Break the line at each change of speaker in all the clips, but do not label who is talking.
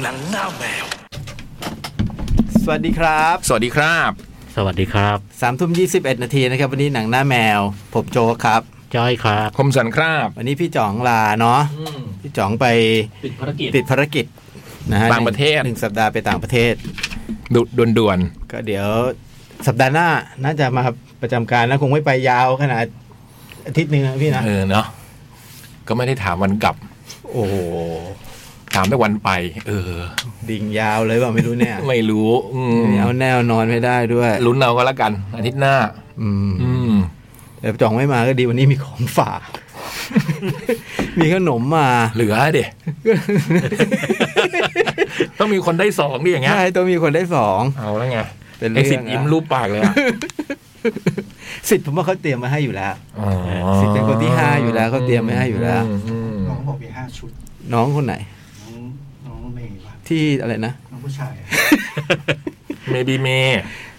หนังหน้าแมว
สวัสดีครับ
สวัสดีครับ
สวัสดีครับ
สามทุ่มยีนาทีนะครับ วันนี้หนังหน้าแมว ผมโจกครับ
จ้อยครับ
คมสันครับ
วันนี้พี่จ๋องลาเนาะพี่จ๋องไป
ปิดภารกิจ
ติดภารกิจนะฮะ
ต่างประเทศ
หนึ่งสัปดาห์ไปต่างประเทศ
ดุด่วน
ก็เดี๋ยวสัปดาห์หน้าน่าจะมาประจำการแล้วคงไม่ไปยาวขนาดอาทิตย์หนึงนะพี่นะ
ๆเออเนาะก็ไม่ได้ถามวันกลับ
โอ้โห
ถามแต่วันไป เออ
ดิ่งยาวเลยเปล่าไม่รู้เนี่ย
ไม่รู้อืม
เอาแนวนอนไม่ได้ด้วย
ลุ้นเอาก็แล้วกัน อาทิตย์หน้า
อืม
อืม
แต่จ่องไม่มาก็ดีวันนี้มีของฝาก มีขนมมา
เหลือเด็ ต้องมีคนได้สองดิอย่างเงี้ย
ใช่ต้องมีคนได้สอง
เอาแล้วไง
เป็นเรื่
ไอ้
อง
สิทธิ์
อะ
ยิ้มรูปปากเลยอ่ะ
สิทธิ์ผมว่าเขาเตรียมมาให้อยู่แล้ว
อ๋อ
สิทธิ์เป็นคนที่ห้าอยู่แล้วเขาเตรียมไว้ให้อยู่แล้ว
มอืม
น้องบอกมีห้าชุด
น้องคนไหน
น้องน้องเมย์ป่ะ
ที่อะไรนะ
น้องผู้ชาย
เมบีเม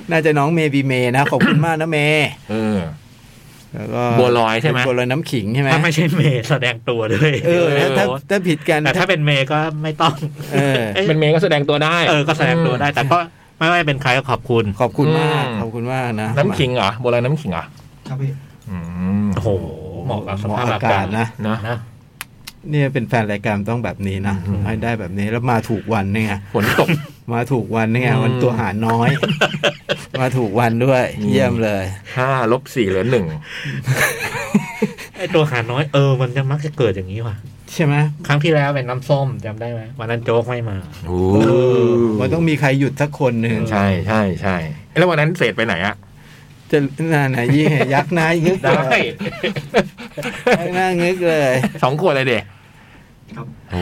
น่าจะน้องเมบีเมนะ ขอบคุณมากนะเม
เออ
แล้วก็
บัวลอยใช่ไหม
บัวลอยน้ำขิงใช่ไหม
ถ้าไม่ใช่เมย์แสดงตัวด้วย
เออถ้าถ้าถ้าผิดกัน
แต่ถ้าเป็นเมย์ก็ไม่ต้อง
เออ
เอ้ย
เป็นเมย์ก็แสดงตัวได้
เออก็แสดงตัวได้ แต่ก็ไม่ว่าจะเป็นใครก็ขอบคุณ
ขอบคุณมาก
อืม
ขอบคุณมากนะ
น้ำขิงเหรอโบราณน้ำขิงเหรอ
ครับพี่
อืม
โอ้โหเหมาะกับส
หมอ
ภาพอา
อาาก
กา
ศ
ศ
นะ
นะ
นะ
เนี่ยเป็นแฟนรายการต้องแบบนี้นะให้ได้แบบนี้แล้วมาถูกวันเนี่ยไง
ฝนตก
มาถูกวันเนี่ยไง
อืม
วันตัวหารน้อย มาถูกวันด้วย
อืม
เยี่ยมเลย
ห้าลบสี่เหลือหนึ่ง
ไอตัวหาน้อยเออมันจะมักจะเกิดอย่างนี้ว่ะ
ใช่ไหม
ครั้งที่แล้วเป็นน้ำส้มจำได้ไหมวันนั้นโจ๊กไม่มา
เออมันต้องมีใครหยุดสักคนหนึ่ง
ใช่ใช่ใช่แล้ววันนั้นเศษไปไหนอะ
จะน่าไหนยี่แห่ยักษ์นายงึก
ได้
เลยยักษ์หน้างึกเลย
สองขวดเลยเด็ก
ครับ
โอ้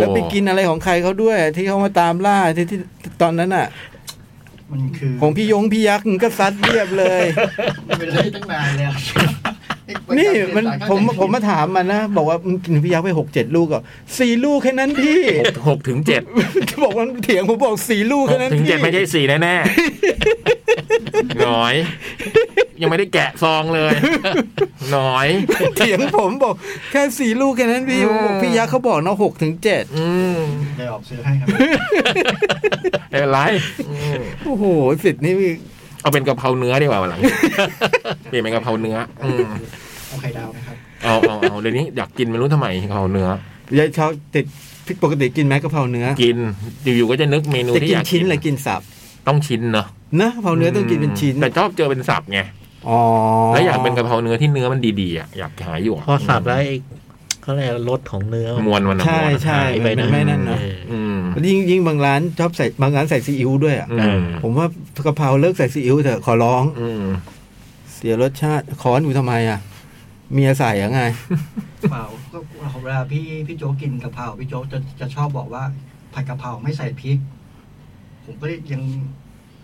แล้วไปกินอะไรของใครเขาด้วย ที่เขามาตามล่าที่ที่ตอนนั้นอ่ะ
มันคือ
ของพี่ยงพี่ยักษ์มึงก็ซัดเรียบเลย
มันเป็นเรื่องตั้งนานแล้ว
นี่มันผมผมมาถามมันนะ บอกว่ามึงกินพี่ยักษ์ไปหกเจ็ดลูกอ่ะสี่ลูกแค่นั้นพี่
หกหกถึงเจ็ด
บอกว่าเถียงผมบอกสี่ลูก
ห
แค่
ก
นั้น
ถึง
พี่
เจ็ดไม่ใช่สี่แน่แน่ๆหน้อย ยังไม่ได้แกะซองเลยหน้อย
เถียงผมบอกแค่สี่ลูกแค่นั้นพี่
อืม
บอกพี่ยักษ์เขาบอกนะหกถึงเจ็ด
อืม
ได้ออกซื้อให้ครับ
ไม่เป็นไรอืม
โอ้โหสิทธิ์นี่พี่
เอาเป็นกะเพราเนื้อดีกว่าวันหลังเปลี่ยนเป็นกะเพราเนื้ออืม
เอาไข่ดาวนะครับ
เอาเอาเอาเดี๋ยวนี้อยากกินไม่รู้ทำไมกะเพราเนื้อ
ยายชอบติดปกติกินไหมกะเพราเนื้อ
กินอยู่ๆก็จะนึกเมนู
จะ
ที่
กิ
อน ยาก
ชิ้นหรือกินสับ
ต้องชิ้นเนอะ
นะกะเพราเนื้อต้องกินเป็นชิ้น
แต่ชอบเจอเป็นสับไง
อ๋อ
แล้วอยากเป็นกะเพราเนื้อที่เนื้อมันดีๆอ่ะอยากหาอยู่ะ
พอสับแล้วไอ้เขาเรียกรสของเนื้อ
มวนมันอะ
ใช่
มวน
ใช่
หายไป
มัน
นะ
ไม่นั่น
เอ
นะ
อ
อืม
ยิ่งยิ่งบางร้านชอบใส่บางร้านใส่ซีอิ๊วด้วยอ่ะ
อืม
ผมว่ากะเพราเลิกใส่ซีอิ๊วเถอะขอร้อง
อืม
เสียรสชาติค้อนอยู่ทำไมอ่ะ เมียใส่ยังไง
เปล่าก็เวลาพี่พี่โจ๊กกินกะเพราพี่โจ๊กจะจะชอบบอกว่าผัดกะเพราไม่ใส่พริก ผมก็เลยยัง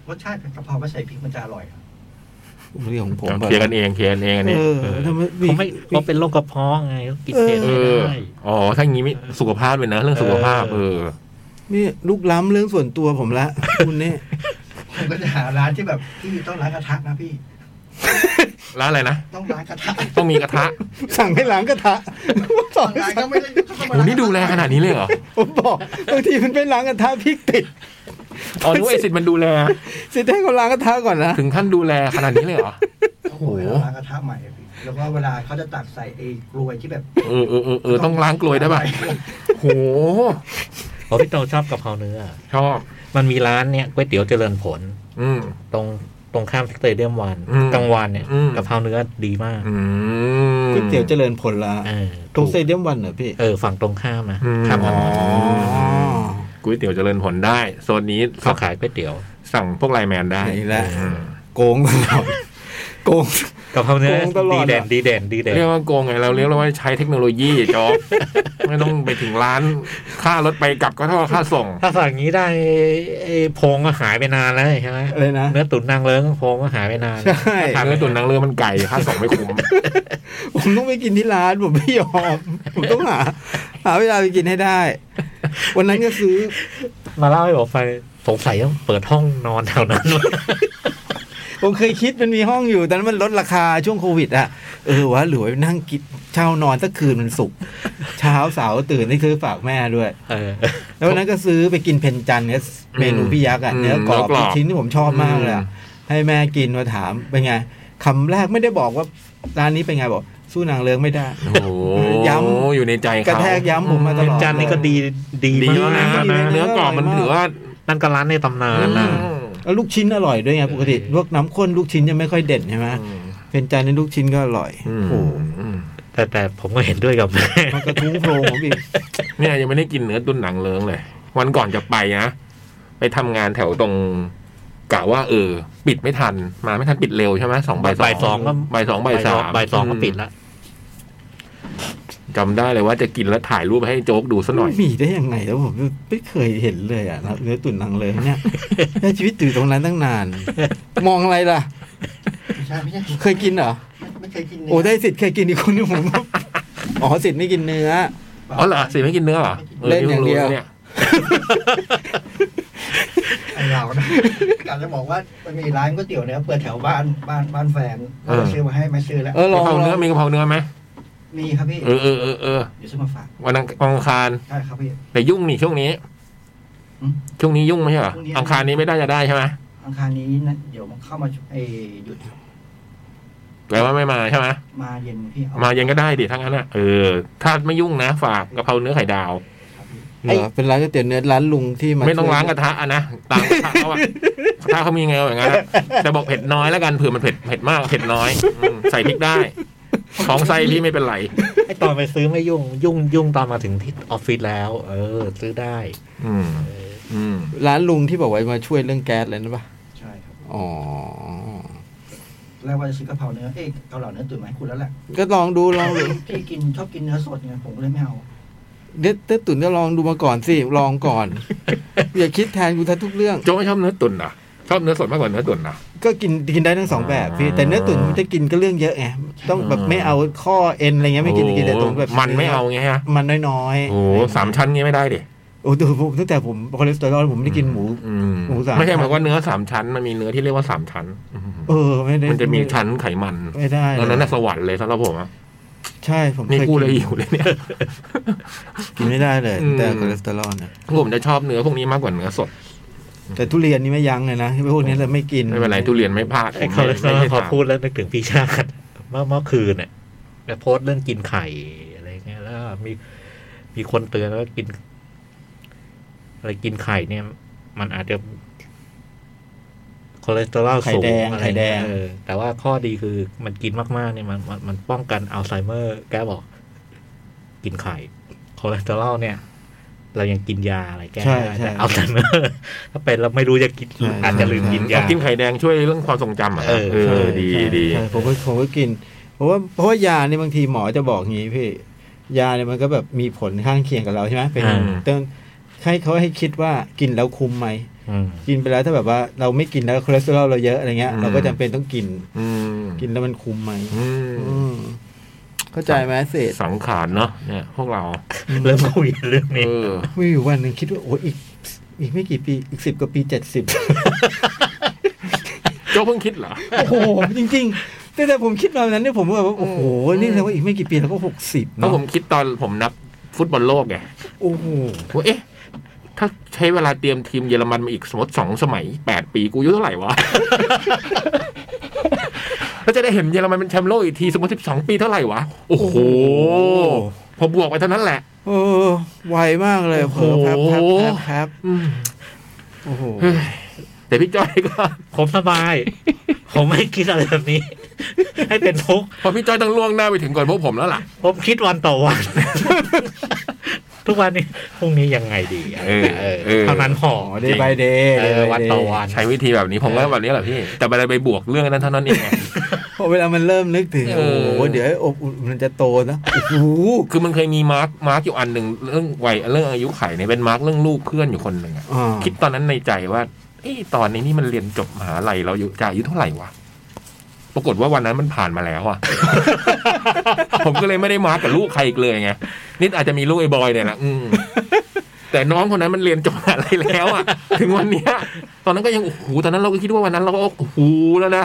รสชาติผัดกะเพราไม่ใส่พริกมันจะอร่อยครับ
เรื่องของผมแบบ
เคลียร์กันเองเคลียร์กันเองอันนี้
เออทำไม
เขาไม่เขาเป็นโรคกระเพาะไงเขากินเผ็ด
เออ
ไม่ได้
อ๋อถ้างี้ไม่สุขภาพเลยนะ เรื่องสุขภาพ เออ
นี่ลุกล้ำเรื่องส่วนตัวผมละ คุณเนี่ย
ผมก็จะหาร้านที่แบบพี่ต้องร้านกระทะนะพี่
แล้วอะไรนะ
ต้องร้านกระทะ
ต้องมีกระทะ
สั่งให้ล้างกระท ะ
ตอนร้านก็ไม่ได้ก็ต้องมา
โหนี่ดูแลขนาดนี้เลยเหรอ
ผมบอกบางทีมันเป็นล้างกระทะพริกติด
อ๋อนึกว่าไอสิทธิ์มันดูแล
สิให้เขาล้างกระทะก่อนนะ
ถึงขั้นดูแลขนาดนี้เลยเหรอ
โอ้โหร้านกระทะใหม่อะพี่แล้วก็เวลาเขาจะตักใส่ไอ้กลวยที่แบบ
เออเออเออเออต้องล้างกลวยได้ป่ะโห
เพราะพี่โตชอบกะเพราเนื้อ
ชอบ
มันมีร้านเนี่ยก๋วยเตี๋ยวเจริญผล
อืม
ตรงตรงข้ามสเตเดียมวัน
อืม
กลางวันเนี่ย
อืม
กะเพราเนื้อดีมาก
อืม
ก๋วยเตี๋ยวเจริญผลละ
เออ
ตรง
ถูก
เซเดียมวันเหรอพี่
เออฝั่งตรงข้ามนะ
อืม
ครับ
อ๋อ
ก๋วยเตี๋ยวเจริญผลได้โซนนี้
เขาขายก๋วยเตี๋ยว
สั่งพวกไลน์แมนได้
ไหนละ
อืม
โกงตลอดโกง
กะเพราเนื้อ
โกงตลอ
ดี
ด
เด่น
อะ
ดีเด่นดีเด่น
เรียกว่าโกงไงเราเรียกว่าใช้เทคโนโลยีจอบ ไม่ต้องไปถึงร้านค่ารถไปกลับก็เท่ากับค่าส่ง
ถ้าสั่งอย่างนี้ได้ไอ้โพงก็หายไปนานแล้วใช่ไหม
อะไรนะ
เนื้อตุ๋นนางเลิ้งโพงก็หายไปนาน
ใช่
ถ้าเนื้อตุ๋นนางเรือมันไก่ค่าส่งไม่คุ้ม
ผมต้องไปกินที่ร้านผมไม่ยอม ผมต้องหา หาเวลาไปกินให้ได้ วันนั้นก็ซื้อ
มาเล่าให้ผมฟังสงสัยต้องเปิดห้องนอนแถวนั้น
ผมเคยคิดมันมีห้องอยู่ ตอนนั้นมันลดราคาช่วงโควิดอะเออวะหรือว่านั่งกินเช่านอนสักคืนมันสุกร์เช้าเสาร์ตื่นได้ซื้อฝากแม่ด้วย
เออ
แล้ววันนั้นก็ซื้อไปกินเพนจันเนี่ยเมนูพี่ยักษ์อะ
อืม
เนื้อกรอบ
เนื้อกรอบ
เป็นชิ้นที่ผมชอบมากเลยอะให้แม่กินมาถามเป็นไงคำแรกไม่ได้บอกว่าร้านนี้เป็นไงบอก สู้นางเลิงไม่ได้
โอ้โห
ย้ำ
อยู่ในใจเขา
กระแทกย้ำผมมาต
เป็น
ลอด
จันทร์นี่ก็ดีดี
ดี
มาก
มาก
นะ
นะเนื้อกรอบมันถือว่า
นั่นก็ร้านในตำนานนะ
แล้วลูกชิ้นอร่อยด้วยไงปกติลวกน้ำข้นลูกชิ้นยังไม่ค่อยเด่นใช่ไหมเพนจันในลูกชิ้นก็อร่อย
อื
โอ้
ม
โห
อืม
แต่แต่ผมก็เห็นด้วยกับแม่
มันกระทุ้งโพรงผมอีก
เนี่ยยังไม่ได้กินเนื้อตุ้นหนังเลิงเลย วันก่อนจะไปนะไปทำงานแถวตรงกะว่าเออ ปิดไม่ทันมาไม่ทันปิดเร็วใช่ไหมสองบ่ายสอง
บ่ายสองก็
บ่ายสองบ่ายสาม
บ่ายสองก็ปิดละ
จำได้เลยว่าจะกินแล้วถ่ายรูปให้โจ๊กดูซะหน่อย
มัมีได้ยังไงแล้วผมไม่เคยเห็นเลยอ่ะเนื้อตุ่นหนังเลยเนี่ย ใช้ชีวิตอยู่ตรงนั้นตั้งนาน มองอะไรล่ะ
ไม่ใช่ไม่ใช่
เคยกินเหรอ
ไม่เคยกินเนื้
โอ้ได้สิทธิ์เคยกินอีกคนนึงผม อ๋อสิทธิ์ไม่กินเนื้อ
อ๋อเหรอสิไม่กินเนื้อเหรออ
เล่นอย่างเดียว
นี่
ไอเรานะ กาจะบอกว่ามันมีร้านก๋วยเตี๋ยวเนี่ยเปิดแถวบ้านบ้านบ้านแฟนเราซื้อมาให้ไม่ซื้อแล้ว
เออล
กะ
อง
เพราเนื้อมีกะเพราเนื้อไหม
มีครับพี่
เออเออเออเออ
เดี๋ยวซื้อมาฝาก
วันอังอังคาร
ได้ครับพี่
แต่ยุ่งนี่ช่วงนี้
อืม
ช่วงนี้ยุ่งไม่ใช่เหรอ
ช่วงนี้
อังคารนี้ไม่ได้จะได้ใช่ไหม
อังคารนี้นะเดี๋ยวมันเข้ามาเออหยุด
แปลว่าไม่มาใช่ไหม
มาเย็นพี่เอา
มาเย็นก็ได้ดิทั้างนั้นอ่ะเออถ้าไม่ยุ่งนะฝากกะเพราเนื้อไข่ดาว
ครับพี่
เหรอเป็นร้านก๋วยเตี๋ยวเนื้อร้านลุงที่มา
ไม่ต้องล้างก
ช่วย
ระทะอะนะตามกระทะเขาอะกระทะเขามีไงอย่างนั้นอะแต่บอกเผ็ดน้อยแล้วกันเผื่อมันเผ็ดเผ็ดมากเผ็ดน้อยอืมใส่พริกได้ ของใส่พี่ไม่เป็นไร
ไอตอนไปซื้อไม่ยุ่งยุ่งยุ่งตอนมาถึงที่ออฟฟิศแล้ว เออ ซื้อได้
อืมอืม
ร้านลุงที่บอกว่ามาช่วยเรื่องแก๊สเลยนะปะ
ใช่ครับ
อ๋อ
แล้วว่าจะซื้อกะเพราเนื้อเอ๊ะเกาเหลาเนื้อตุ๋นไหมาให้คุณแล้วแหละ
ก็ลองดูลองดู
พี่กินชอบกินเนื้อสดไงผมก็เลยไม่เอา
เนื้อเนื้อตุ๋นก็ลองดูมาก่อนสิลองก่อน อย่าคิดแทนกูทัทุกเรื่อง
โจ้ไม่ชอบเนื้อตุ๋นเหรอ่ะชอบเนื้อสดมากกว่าเนื้อตุ๋นเหรอ่ะ
ก็กินกินได้ทั้งสองแบบพี่
อ่า
แต่เนื้อตุ๋นมันจะกินก็เรื่องเยอะไงต้องแบบ
อ่า
ไม่เอาข้อเอ็นอะไรเงี้ยไม่กินกินแต่ตุ๋นแบบ
มันไม่เอาไงฮะ
มันน้อย
โอ้โหสามชั้นงี้ไม่ได้ดิ
โอ้ดูผมตั้งแต่ผมคอเลสเตอรอลผมไม่ได้กินหมู
อืม
หมูสาม
ไม่ใช่
ชั้น
หมายว่าเนื้อสามชั้นมันมีเนื้อที่เรียกว่าสามชั้นอืม
เออไม่ได้
มันจะมีชั้นไขมัน
ไม่ได้เลย
ตอนนั้นน่ะสวรรค์เลยสำหรับผมอะ
ใช่ผม
นี่
ค
กูเลยอยู่เลย เนี่ย
กินไม่ได้เลย
อืม
แต่คอเลสเตอรอลเนี่ย
ผมจะชอบเนื้อพวกนี้มากกว่าเนื้อสด
แต่ทุเรียนนี่ไม่ยั้งเลยนะพวกนี้เลยไม่กิน
ไม่เป็นไรทุเรียนไม่พลาด
ไอ้เขาเลย
ไม่ไม่
พอ
ถาม
พูดแล้วนึกถึงพี่ชาติ เมื่อเมื่อคืนเนี่ยไปโพสต์เรื่องกินไข่อะไรเงี้ยแล้ว มีมีคนเตือนว่ากิน อะไรกินไข่เนี่ย มันอาจจะคอเลสเตอรอล
ไข่
สูง
แดง
อะไร
ไข่แด
เงี้ย
ง
เออแต่ว่าข้อดีคือมันกินมากๆเนี่ยมันมันมันป้องกันอัลไซเมอร์ แกบอก กินไข่คอเลสเตอรอลเนี่ย เรายังกินยาอะไรแก้
ใช่
ได้
ใช่
แต่อัลไซเมอร์ถ้าเป็นเราไม่รู้จะกิน
ใช่
อาจจะลืมกินยา
กินไข่แดงช่วยเรื่องความทรงจำเหรอ่ะ
เออ
เอ
ใช่
อดี
ใช่
ดี
ใช่ผมก็ผมก็กิน เพราะว่าเพราะว่ายาเนี่ยบางทีหมอจะบอกงี้พี่ ยาเนี่ยมันก็แบบมีผลข้างเคียงกับเราใช่ไหมเป็น
อ่า
ต้องให้เขาให้คิดว่ากินแล้วคุ้มไหม
อืม
กินไปแล้วถ้าแบบว่าเราไม่กินแล้วคอเลสเตอรอลเราเยอะอะไรเงี้ยเราก็จำเป็นต้องกิน
อืม
กินแล้วมันคุ้มไหม
อื
อื
ม
มเข้าใจไหมเศษ
สังขารเนาะเนี่ย พวกเรา
เริ่มคุยเรื่องนี้
เออ
มีอยู่วันหนึ่งคิดว่าโอ้ยอีก อีกไม่กี่ปีอีกสิบกว่าปีเจ็ดสิบ
โจ้เพิ่งคิดเหรอ
โอ้โห จริงๆแต่แต่ผมคิดมาแบบนั้นเนี่ยผมก็แบบว่าโอ้โหนี่แสดงว่าอีกไม่กี่ปีเราก็หกสิบ
ถ้า
เนาะ
ผมคิดตอนผมนับฟุตบอลโลกไง
โอ้โห
ว่าเอ๊ะ ถ้าใช้เวลาเตรียมทีมเยอรมันมาอีกสมมติสองสมัยแปดปีกูอายุเท่าไหร่ วะ แล้วจะได้เห็นเยอรมันเป็นแชมป์โลกอีกทีสมมติสิบสองปีเท่าไหร่วะ โอ้โห พอบวกไปเท่านั้นแหละ
เออไวมากเลยเผลอแป๊บแป๊บแป๊บแป๊บ
อืม
โอ้โห
เฮ้ยแต่พี่จ้อยก็
ผมสบาย ผมไม่คิดอะไรแบบนี้ ให้เป็นทุกข์
พอพี่จ้อยต้องล่วงหน้าไปถึงก่อนพวกผมแล้วล่ะ
ผมคิดวันต่อวัน ทุกวันนี้พรุ่งนี้ยังไงดีอะ
เออ
เออ
เออ
เท่านั้นพอ
อ๋อเดย์บายเดย์
เออวันต่อวัน
ใช้วิธีแบบนี้ผมก็แบบนี้แหละพี่ แต่ไปไปบวกเรื่องนั้นเท่านั้นเองไง
พอเวลามันเริ่มนึกถึง
เอ
โอ้
อ
โหเดี๋ยวไอ้อบอุ่นมันจะโตนะโอ้โห
คือมันเคยมีมาร์กมาร์กอยู่อันหนึ่งเรื่องวัยเรื่องอายุไขเนี่ยเป็นมาร์กเรื่องลูกเพื่อนอยู่คนหนึ่งอะ
อ่า
คิดตอนนั้นในใจว่าเอ้ตอนนี้นี่มันเรียนจบมหาลัยเราอยู่จะอายุเท่าไหร่วะปรากฏว่าวันนั้นมันผ่านมาแล้วอะ ผมก็เลยไม่ได้มาร์กกับลูกใครอีกเลยไงนี่อาจจะมีลูกไอ้บอยเนี่ยแหละอืม แต่น้องคนนั้นมันเรียนจบอะไรแล้วอะ ถึงวันเนี้ย ตอนนั้นก็ยังโอ้โหตอนนั้นเราก็คิดว่าวันนั้นเราก็โอ้โหแล้วนะ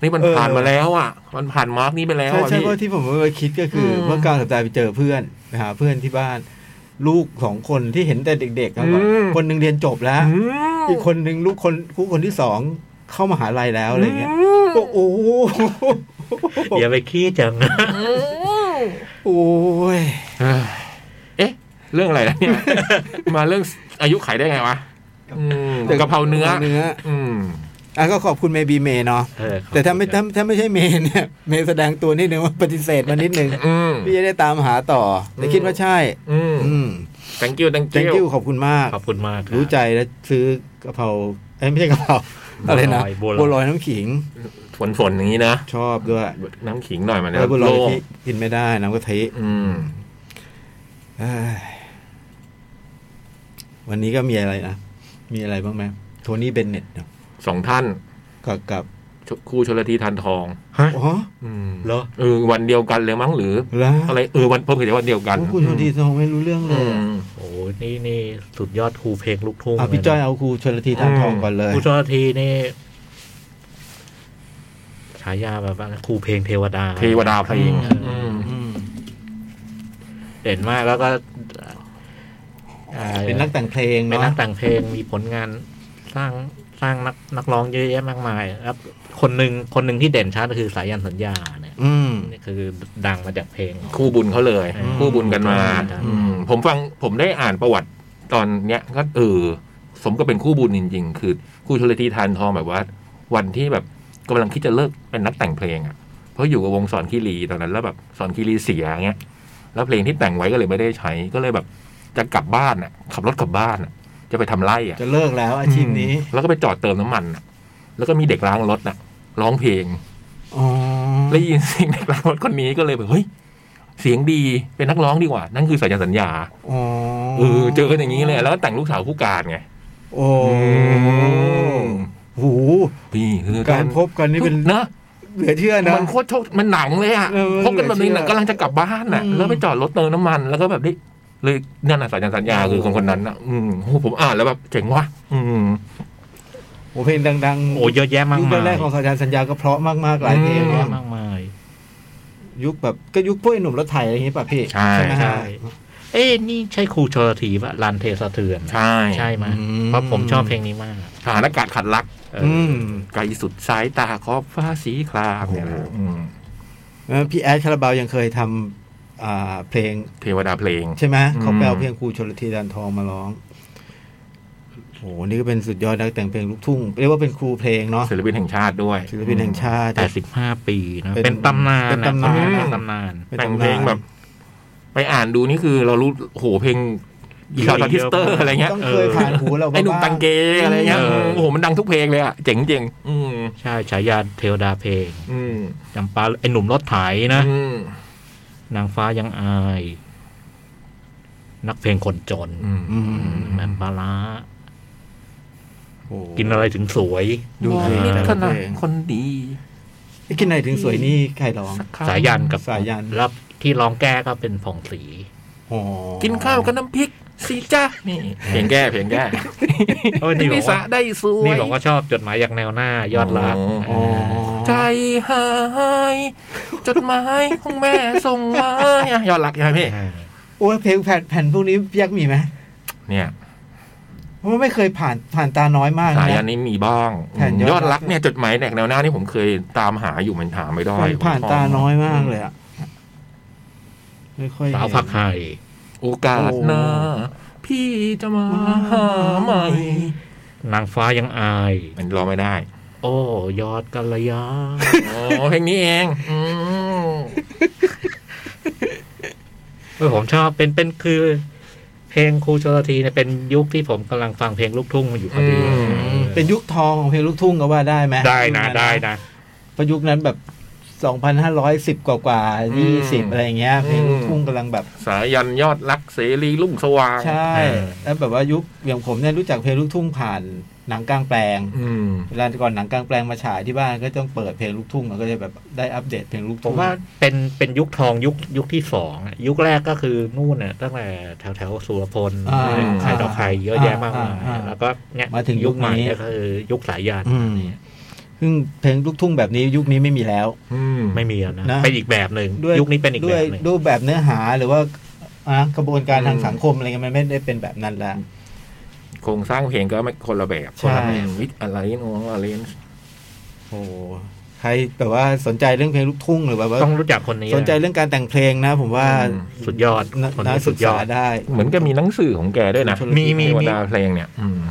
นี่มัน
เออ
ผ่านมาแล้วอะมันผ่านมาร์กนี้ไปแล้ว
ใช่
อะ
ใช่
พี่
เพราะที่ผมไปคิดก็คืออ
ม
เมื่อกลางสัปดาห์ไปเจอเพื่อนนะฮะเพื่อนที่บ้าน ลูกสองคนที่เห็นแต่เด็กๆครับคนหนึ่งเรียนจบแล้ว
อืม
อีกคนหนึ่งลูกคนลูกคนที่สองเข้ามหาลัยแล้วอะไรเงี้ยก็โอ้โห
อย่าไปขี้จัง
โอ้ย
เอ้ยเอ๊ะ เรื่องอะไรนะเนี่ย มาเรื่องอายุไขได้ไงวะอืมกะเพราเนื้อ
เนื้อ
อืม
อ่ะก็ขอบคุณเมบีเมย์เนาะ
เออขอบคุณ
แต่ถ้าไม่ถ้าถ้าไม่ใช่เมย์เนี่ยเมย์แสดงตัวนิดนึงว่าปฏิเสธมานิดนึง
อืม
พี่จะได้ตามหาต่อ แต่
อืม
คิดว่าใช่
อืม
อืม
thank you thank
thank
you
you ขอบคุณมาก
ขอบคุณมากคบ
รู้ใจแล้วซื้อกะเพราเอ้ยไม่ใช่กะเพราอะไรนะ
บัวลอย
บัวลอยน้ำขิง
ฝนฝนอย่างนี้นะ
ชอบด้วย
น้ำขิงหน่อยมัน
แล้วบัวลอย
โล่ง
ที่กินไม่ได้น้ำกะทิ
อืม
เอ้ยวันนี้ก็มีอะไรนะ มีอะไรบ้างไหมโทนี่เบนเน็ตเนอะ
สองท่าน
กับกับ
ชคู่ชลธีทานทอง
ฮะ
อ๋อ
อืม
เหรอ
เออวันเดียวกันเลยมั้งหรือ
แล้ว
อะไรเออวันเพิ่งเห็นวันเดียวกัน
โอ้ครูชนทีทองไม่รู้เรื่องเล
อื
ย
ม
อะ
โอ้โหนี่นี่สุดยอดครูเพลงลูกทุ่ง
เอาพี่
เลนะ
จ้อยเอาครูชนทีทานทองก่อนเลย
ครูชนละทีนี่ฉายาแบบว่าครูเพลงเทวดา
เทวดาเพลง
เอออ
อืม
อืม
เด่นมากแล้วก็อ่า
เป็นนักแต่งเพลง
เป็นนั
เนาะ
กแต่งเพลงมีผลงานสร้างสร้างนักนักร้องเยอะแยะมากมายแล้วคนหนึ่งคนหนึ่งที่เด่นชัดก็คือสายันสัญญาเนี่ย
อืม
นี่คือดังมาจากเพลง
คู่บุญเขาเลย
อืม
คู่บุญกันมา
อืม
อืมผมฟังผมได้อ่านประวัติตอนเนี้ยก็เออสมกับเป็นคู่บุญจริง ๆ คือคู่ชลธีทานทองแบบว่า วันที่แบบกำลังคิดจะเลิกเป็นนักแต่งเพลงอ่ะเพราะอยู่กับวงสอนคีรีตอนนั้น แล้วแบบสอนคีรีเสียเงี้ยแล้วเพลงที่แต่งไว้ก็เลยไม่ได้ใช้ก็เลยแบบจะกลับบ้านอ่ะ ขับรถกลับบ้านอ่ะ จะไปทำไร่อ่ะ
จะเลิกแล้วอาชีพนี้
แล้วก็ไปจอดเติมน้ำมันน่ะ แล้วก็มีเด็กล้างรถน่ะ ร้องเพลง
อ๋อ
แล้วยินเสียงเด็กล้างรถคนนี้ก็เลยแบบเฮ้ย เสียงดีเป็นนักร้องดีกว่า นั่นคือสัญญาสัญญา
อ๋อ
เออเจอกันอย่างนี้เลย แล้วก็แต่งลูกสาวผู้การไง
โอ้
อืม
โห
นี่คือ
การพบกันนี่เป็น
นะ
เหลือเชื่อนะ
มันโคตรโชคมันหนังเลยอ่ะ
เออ
พบกันแบบนี้น่ะกำลังจะกลับบ้านน่ะ
อืม
แล้วไปจอดรถเติมน้ำมัน แล้วก็แบบได้เลยนั่นน่ะสัญญาสัญญาคือคนคนนั้นน่ะอืมโหผมอ่านแล้วแบบเจ๋งว่ะอืม
โอ้เพลงดัง
โอ้เยอะแยะมาก
ยุค
มาย
แรกๆของสัญญาณสัญญาก็เพราะมากๆหลายเพลง
เยอะ
เน
แยะ
อะ
มากมาย
ยุคแบบก็ยุคพวกไอ้หนุ่มรถไถอะไรอย่างงี้ป่ะพี่
ใช่
ไหมฮะ
ใช่ เอ้นี่ใช่ครูชลทีปะลันเทสะเทือน
ใช่
ใช่ไหม
อืม
เพราะผมชอบเพลงนี้มาก
ฐานอากาศขัดลัก
เอออ
อืม
ไกลสุดสายตาขอบฟ้าสีครามเนี่ยนะอืม
แล้วพี่แอดคาราบาวยังเคยทำอ่าเพลง
เทวดาเพลง
ใช่ไหม
อืม
เขาแปลเพลงครูชนละทีดันทองมาร้องโอ้นี่ก็เป็นสุดยอดนักแต่งเพลงลูกทุ่งเรียกว่าเป็นครูเพลงเนาะ
ศิลปินแห่งชาติด้วย
ศิลปินแห่งชาติ
แปดสิบห้าปีนะ
เป็
เป็น นตำนาน
เป็นตำนาน
อืม
อะเป็นตำนาน
เป็น
แต่ง
ตำนาน
เพลงแบบ ไปอ่านดูนี่คือเรารู้โหเพลงอีชาตาทิสเตอร์อะไรเงี้ย
ต้องเคยผ่านหูเรา
ไอ้
บ้าง
หนุ่มตังเกอะไรเงี้ย
เออ
โอ้โหมันดังทุกเพลงเลยอ่ะ เจ๋งจริงอืม
ใช่ฉายาเทวดาเพลง
อืม
จำปาไอหนุ่มรถไถนะ
อืม
นางฟ้ายังอาย นักเพลงคนจน
อืม
อืม
แมนปลาร้า
โอ้
กินอะไรถึงสวย
ดู
มอง
นิด
นิด
ขนาด
เพลง
คนดี
ไอ้กินไหนถึงสวยนี่ใครร้อง
สักครั้ง
สายันกับ
สายัน
แล้วที่ร้องแก้ก็เป็นผ่องสี
อ๋อ
กินข้าวกับน้ำพริกสีจ้านี่เพลงแก้เพลงแก้
โอ้ยนี่
ที่
บ
พิ
อก
สา
ว่า
ได้สวย
นี่บอกว่าชอบจดหมายอยากแนวหน้ายอดรัก
อ๋
อ๋อ
ใจหายจดหมายของแม่ส่งมาเนี่ยยอดรักใช่ไหมพี่
โอ้ยเพลงแผ่นแผ่นพวกนี้พี่ยักษ์มีไหม
เนี่ย
เพราะว่าไม่เคยผ่านผ่านตาน้อยมาก
สาย
นะ
อันนี้มีบ้าง
แผ่นยอด
ยอดรักเนี่ยจดหมายแหนกแนวหน้านี่ผมเคยตามหาอยู่มันหาไม่ได้
มันผ่านตาน้อยมากเลยอะไม่ค่อย
สาวผักไห่
โอกาสหน้า พี่จะมาหาใหม่
นางฟ้ายังอาย
มันรอไม่ได้
โอ้ ยอดกัลยา
อ๋อเพลงนี้เองอืม
เออผมชอบเป็นเป็นคือ เพลงครูชลทีเนี่ยเป็นยุคที่ผมกำลังฟังเพลงลูกทุ่งอยู่พอดี
อืมเป็นยุคทองของเพลงลูกทุ่งก็ว่าได้ไหม
ได้นะได้นะ
เพราะยุคนั้นแบบ 2,510 กว่ากว่า20 อะไรอย่างเงี้ย เพลงลูกทุ่งกำลังแบบ
สายันยอดรักเสรีลุ่งสว่าง
ใช่
เออ
แล้วแบบว่ายุคอย่างผมเนี่ยรู้จักเพลงลูกทุ่งผ่าน หนังกลางแปลง
อืม
เวลาก่อนหนังกลางแปลงมาฉายที่บ้านก็ต้องเปิดเพลงลูกทุ่งมันก็จะแบบได้อัปเดตเพลงลูก
ผ
ทุ่
ม
ง
ว่าเป็นเป็นยุคทองยุคยุคที่สองอะยุคแรกก็คือนู่นน่ะตั้งแต่แถวแถวสุรพล
อ่า
ใครต่อใครเยอะแยะมากมาย
อ่
แล้วก็เนี่ย
มาถึงยุ
ยุ
ค
ค
นี้
ใหม่ก็คือยุคสายยาน
อืมซึ่งเพลงลูกทุ่งแบบนี้ยุคนี้ไม่มีแล้ว
อืม
ไม่มีแล้วนะ
นะ
เป็นอีกแบบหนึ่ง
ด้วย
ยุคนี้เป็นอีก
ด้
แบ
วย
บหนึ่ง
รูปแบบเนื้อหาหรือว่าอ่ะกระบวนการทาง
อืม
สังคมอะไรเงี้ยมันไม่ได้เป็นแบบนั้นแล้ว
โครงสร้างเพลงก็ไม่คนละแบบค
ใช่
นละแบบวิทอะไรน้องอะไรน
โอ้ใครแบบว่าสนใจเรื่องเพลงลูกทุ่งหรือแบบว่า
ต้องรู้จักคนนี้
สนใจเรื่องการแต่งเพลงนะ ผมว่า
สุดยอด
น่า
คน
น่า
นี้
ศึ
สุ
ก
ดยอ
ษา
ด
ได้
เหมือนก็มีหนังสือของแกด้วยนะ
มีมี
เทวดาเพลงเนี่ย อืม